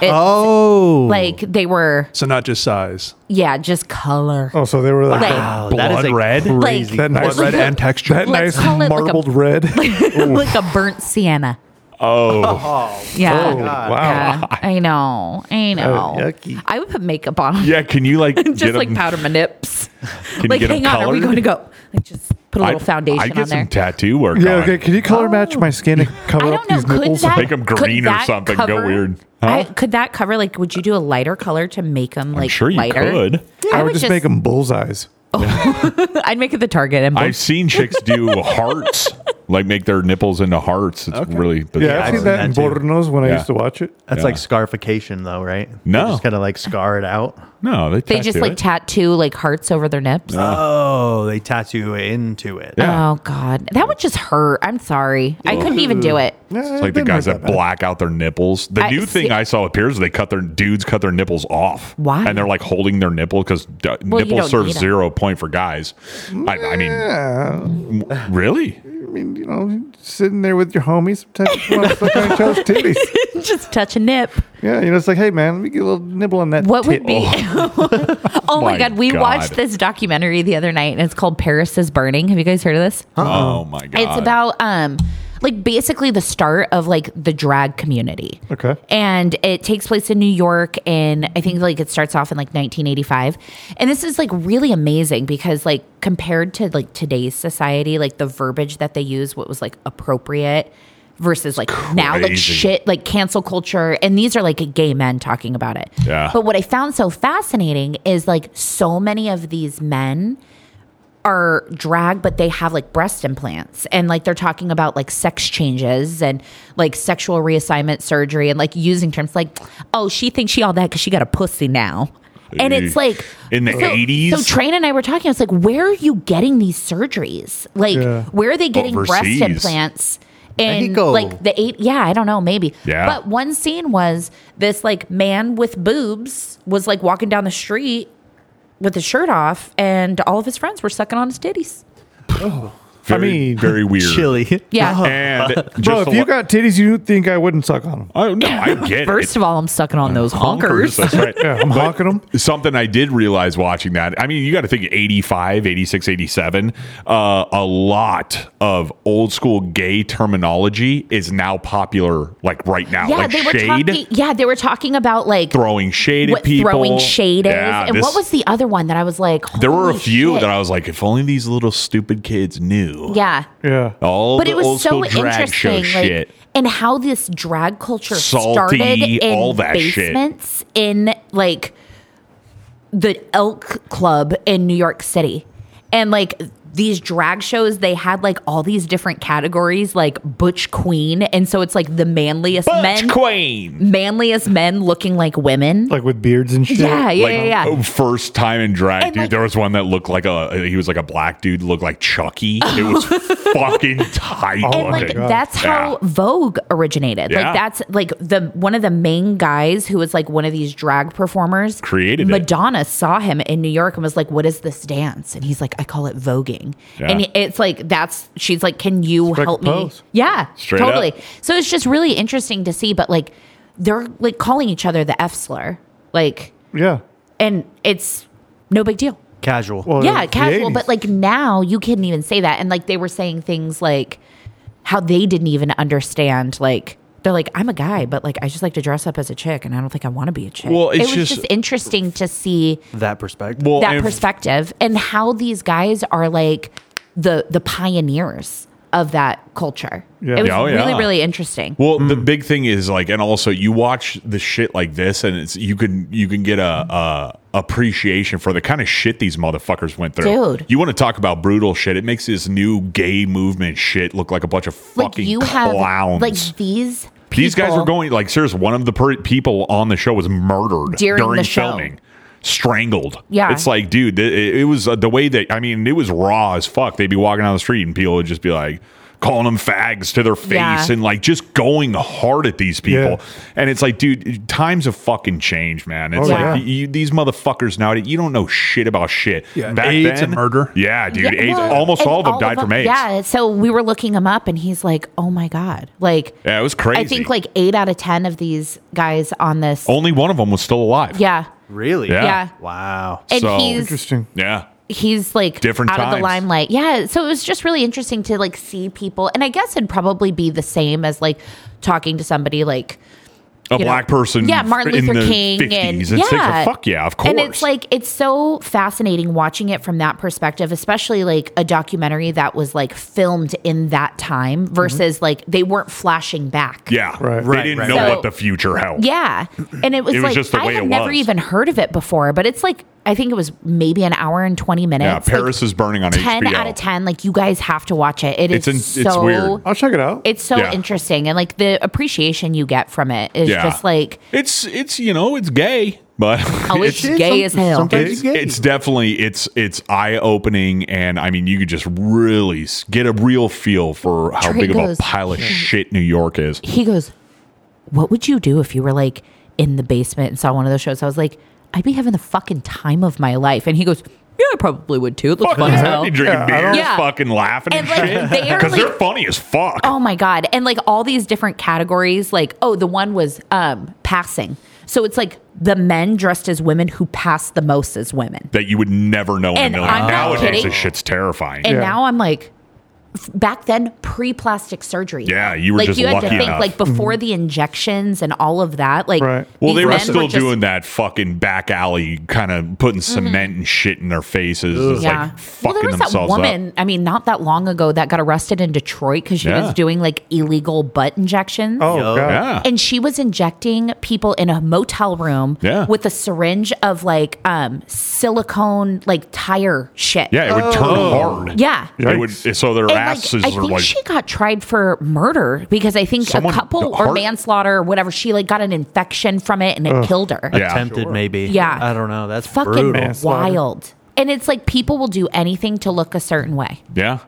it,
Oh,
like they were,
So not just size.
yeah, just color.
oh, so they were like,
Like,
wow, that is
Blood
a
red?
crazy-
that nice
Blood red
like-
and texture.
that
let's
nice
call it like a-
marbled red.
like a burnt sienna.
Oh,
Yeah.
wow.
Yeah. I know. I know.
yucky.
I would put makeup on.
yeah. Can you like
just
get
like
them-
powder my nips.
you
like,
get 'em
hang on. Are we
colored?
going to go? Like, just put a
I-
little foundation
I get
on
some
there.
tattoo work.
yeah,
on.
okay. Can you color match my skin and
Oh. I
cover up
don't know.
these
Could
nipples?
that
Make 'em
could
green or
that
something, go
cover-
weird.
I, could that cover? Like, would you do a lighter color to make them like
I'm sure you
lighter?
could.
I
I would
would just
just-
make them bullseyes.
I'd make it the target and
I've seen chicks do hearts, like make their nipples into hearts. It's really bizarre.
Yeah, I've seen that in
I've seen that too.
Bornos when I
Yeah.
used to watch it.
That's
Yeah.
like scarification, though, right?
No.
They just kind of like scar it out.
No, they,
They just
tattoo
like
it.
tattoo like hearts over their nips.
Oh, they tattoo into it.
Yeah.
Oh god, that would just hurt. I'm sorry, I couldn't even do it.
It's like the guys that black out their nipples. The
I-
new thing
see-
I saw appears they cut their dudes cut their nipples off.
Why?
And they're like holding their nipple because d-
Well, you
nipple
don't
serves
need 'em.
zero point for guys. I, I mean, w- really?
I mean, you know, sitting there with your homies, sometimes you want to suck on each other's titties.
just touch a nip.
Yeah, you know, it's like, hey, man, let me get a little nibble on that.
What
tit.
would be? Oh, my,
My
god, we
God.
watched this documentary the other night, and it's called Paris is Burning. Have you guys heard of this?
Uh-uh.
Oh my god!
It's about um, like basically the start of like the drag community.
Okay.
and it takes place in New York and I think like it starts off in like 1985. And this is like really amazing because like compared to like today's society, like the verbiage that they use what was like appropriate versus like now like
Crazy.
shit like cancel culture and these are like gay men talking about it.
Yeah.
But what I found so fascinating is like so many of these men are drag, but they have like breast implants and like they're talking about like sex changes and like sexual reassignment surgery and like using terms like, oh, she thinks she all that because she got a pussy now. And it's like
In the
so-
80s?
So Train and I were talking. I was like, where are you getting these surgeries? Like,
Yeah.
where are they getting
Overseas.
breast implants? And
Mexico.
like the eight, yeah, I don't know, maybe.
Yeah.
But one scene was this like man with boobs was like walking down the street with his shirt off, and all of his friends were sucking on his titties.
Very,
mean,
very weird.
Chili.
Yeah.
And just
Bro,
a
if you
lo-
got titties, you think I wouldn't suck on them.
Oh, no, I get
First
it.
of all, I'm sucking on those honkers.
That's right.
Yeah, I'm honking them.
Something I did realize watching that. I mean, you got to think 85, 86, 87. Uh, a lot of old school gay terminology is now popular, like right now.
Yeah,
like
they were
shade,
talking. Yeah, they were talking about like
throwing shade
what
at people.
throwing shade is,
Yeah,
and
this-
what was the other one that I was like?
There were a
holy
few
shit.
that I was like, if only these little stupid kids knew.
Yeah,
Yeah.
All
but
the
it was
old
so
school drag show
interesting, like,
shit.
and how this drag culture
Salty,
started in
all that shit.
basements in like the Elk Club in New York City, and like these drag shows they had like all these different categories like butch queen and so it's like the manliest men
Queen.
manliest men looking like women
Like with beards and shit.
yeah yeah
like
yeah, yeah.
oh, first time in drag,
And,
dude.
like-
there was one that looked like a he was like a black dude, looked like Chucky. It was fucking tight.
and like
looking.
that's how
Yeah.
Vogue originated.
Yeah.
Like that's like the one of the main guys who was like one of these drag performers
Created it.
Madonna saw him in New York and was like, "What is this dance?" And he's like, "I call it voguing."
Yeah.
And it's like that's she's like, "Can you
like
help
a
me?"
pose.
Yeah,
Straight up.
totally. So it's just really interesting to see, but like they're like calling each other the F slur, like,
Yeah.
and it's no big deal
Casual.
Well,
yeah,
it's the
casual.
80s.
But like now, you couldn't even say that. And like they were saying things like how they didn't even understand. Like they're like, I'm a guy, but like I just like to dress up as a chick, and I don't think I want to be a chick.
Well,
it
it's
was
just-
just, interesting to see
that perspective.
Well,
that
and-
perspective and how these guys are like the the pioneers of that culture.
Yeah.
It was
Yeah, oh,
really
yeah.
really interesting.
Well, the big thing is like, and also you watch the shit like this, and it's you can you can get a, a appreciation for the kind of shit these motherfuckers went through.
Dude.
you want to talk about brutal shit? It makes this new gay movement shit look like a bunch of
like
fucking
you have
clowns.
like these.
These guys were
people-
going like seriously. One of the per- people on the show was murdered
During
during,
the show.
filming, strangled.
Yeah.
it's like, dude, th- it, it was uh, the way that I mean, it was raw as fuck. They'd be walking down the street and people would just be like calling them fags to their face
Yeah.
and like just going hard at these people.
Yeah.
And it's like, dude, times have fucking changed, man. It's
Oh,
like
yeah.
y- you, these motherfuckers nowadays, you don't know shit about shit.
Yeah, AIDS and murder.
Yeah, dude,
Yeah,
AIDS,
well,
almost
and
all of them died from AIDS.
Yeah, so we were looking him up, and he's like, "Oh my god!" Like,
Yeah, it was crazy. Oh
I think like eight out of ten of these guys on this.
only one of them was still alive.
yeah,
really?
Yeah.
yeah,
Wow.
and
So-
he's
Interesting.
yeah.
he's like
Different
out of
times.
the limelight. Yeah, so it was just really interesting to like see people, and I guess it'd probably be the same as like talking to somebody like
a
you know?
black person
yeah martin
in
luther
the
king
50s
and,
and
yeah
60s. fuck yeah of course
and it's like it's so fascinating watching it from that perspective especially like a documentary that was like filmed in that time versus like they weren't flashing back
yeah
Right.
they
Right,
didn't
right,
know
right.
what the future held
yeah and it was,
It was
like
just the
i
way
had
it
never
was.
even heard of it before but it's like i think it was maybe an hour and 20 minutes
yeah
Like,
paris is burning on
10
HBO.
out of 10 like you guys have to watch it it
It's
is
in- it's
so
weird.
I'll check it out.
it's so
Yeah.
interesting and like the appreciation you get from it is
Yeah.
just like
it's it's you know it's gay but
oh it's, gay as hell
Sometimes
it's,
it's gay.
it's definitely it's it's eye opening, and I mean you could just really s- get a real feel for how
Trey
big of a
goes-
pile of shit New York is.
he goes, What would you do if you were like in the basement and saw one of those shows? I was like, I'd be having the fucking time of my life. And he goes, Yeah, I probably would too. It looks
Fucking
fun as
yeah.
hell.
be drinking beers,
Yeah.
fucking laughing and,
And, like,
shit
they are,
because they're
like-
funny as fuck.
Oh my God. And like all these different categories, like, oh, the one was um passing. So it's like the men dressed as women who pass the most as women.
that you would never know in a
And
1000000
I'm not
Nowadays,
kidding.
this shit's terrifying.
And
Yeah.
now I'm like, f- back then, pre plastic surgery.
Yeah, you were
like
just
you had
lucky
to think
enough.
like before the injections and all of that. Like,
Right.
Well,
these
they were
men
still
just- Mm-hmm.
doing that fucking back alley kind of putting cement and shit in their faces, just like fucking
well, there was that
themselves up.
woman. I mean, not that long ago, that got arrested in Detroit because she
Yeah.
was doing like illegal butt injections.
Oh,
Yo.
God.
Yeah,
And she was injecting people in a motel room
Yeah.
with a syringe of like um, silicone like tire shit.
yeah, it would turn hard.
Yeah.
It would, so their
And like,
asses
I
are
think
like
she got tried for murder because I think
Someone-
a couple or
heart-
manslaughter or whatever, she like got an infection from it and it killed her.
Yeah.
Tempted, maybe.
Yeah.
I don't know. That's
Fucking
brutal.
Manslaughter.
wild. And it's like people will do anything to look a certain way.
yeah.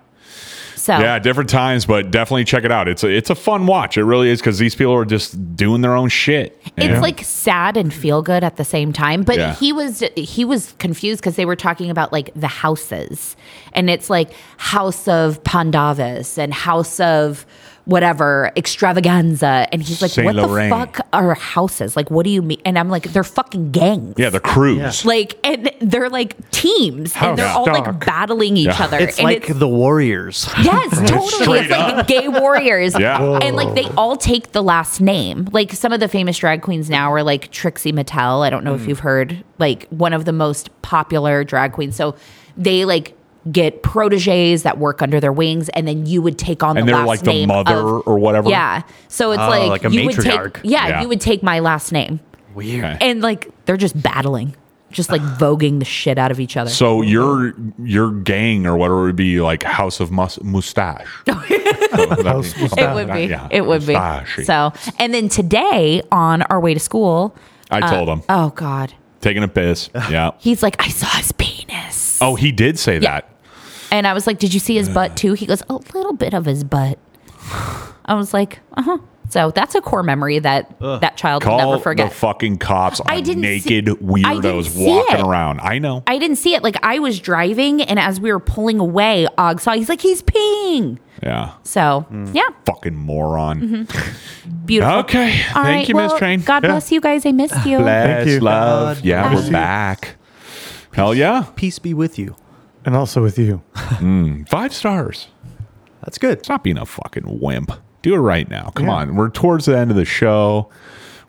So
Yeah, different times, but definitely check it out. It's a, it's a fun watch. It really is because these people are just doing their own shit.
it's
Yeah.
like sad and feel good at the same time but
Yeah.
he was he was confused because they were talking about like the houses and it's like house of pandavas and house of whatever extravaganza and he's like
Saint
what
Laurent.
the fuck are houses like what do you mean and i'm like they're fucking gangs
yeah, the cruise.
like and they're like teams and they're
House
all like
dog.
battling each other
It's
and
like the Warriors.
Yes, totally. It's like the gay warriors.
Yeah. Whoa.
And like they all take the last name. Like some of the famous drag queens now are like Trixie Mattel. I don't
Mm.
know if you've heard, like one of the most popular drag queens. So they like get proteges that work under their wings and then you would take on
And
the
they're
last
like the
name
mother
of-
or whatever. Ah,
yeah so it's
Oh,
like,
like a
you would
matriarch.
take yeah,
Yeah.
you would take my last name
Weird.
Okay.
and like they're just battling just like voguing the shit out of each other
So your your gang or whatever would be like House of Mus- Mustache. So that'd
House
be-
Mustache.
it would be
Yeah,
it would be
mustache.
so and then today on our way to school
I told him
Oh God.
taking a piss. Yeah.
He's like, I saw his penis.
Oh, he did say
uh, Yeah.
that.
And I was like, Did you see his butt too? He goes, A little bit of his butt. I was like, uh huh. So that's a core memory that that child will
Call
never
the
forget.
fucking cops on
I didn't
naked
see- I didn't
weirdos
see
walking
it.
around. I know.
I didn't see it. Like I was driving and as we were pulling away, Og saw he's like, He's peeing.
yeah.
So
Hmm.
yeah.
Fucking moron.
Mm-hmm. Beautiful.
Okay. Thank
All right,
you, Miss
well,
Train.
God
Yeah.
bless you guys. I missed you.
Bless,
you.
love.
God
yeah,
bless
we're
you.
back. Hell yeah.
Peace be with you.
And also with you.
Five stars.
That's good.
Stop being a fucking wimp. Do it right now. Come on. We're towards the end of the show.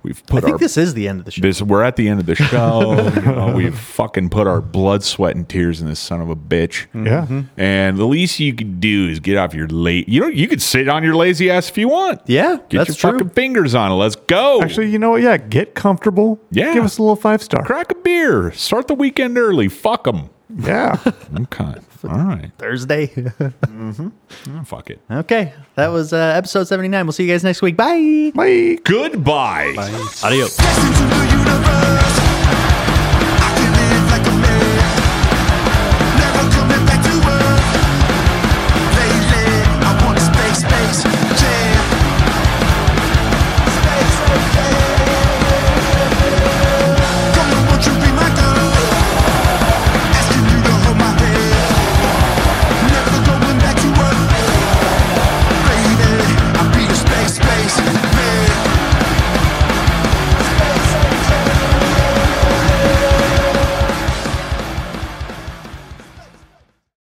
We've
I
put
think
our
this is the end of the show.
this we're at the end of the show. You know, we've fucking put our blood, sweat, and tears in this son of a bitch.
Mm.
Yeah.
And the least you could do is get off your late. You know, you could sit on your lazy ass if you want.
Yeah,
get
that's
your
true.
fucking fingers on it. Let's go.
Actually, you know what? Yeah, get comfortable.
Yeah.
Give us a little five star.
crack a beer. Start the weekend early. Fuck them.
Yeah.
Okay. All right.
Thursday.
Oh, fuck it.
okay. That was uh, episode 79. We'll see you guys next week. Bye.
Bye.
Goodbye.
Adios.
Blessing to the universe.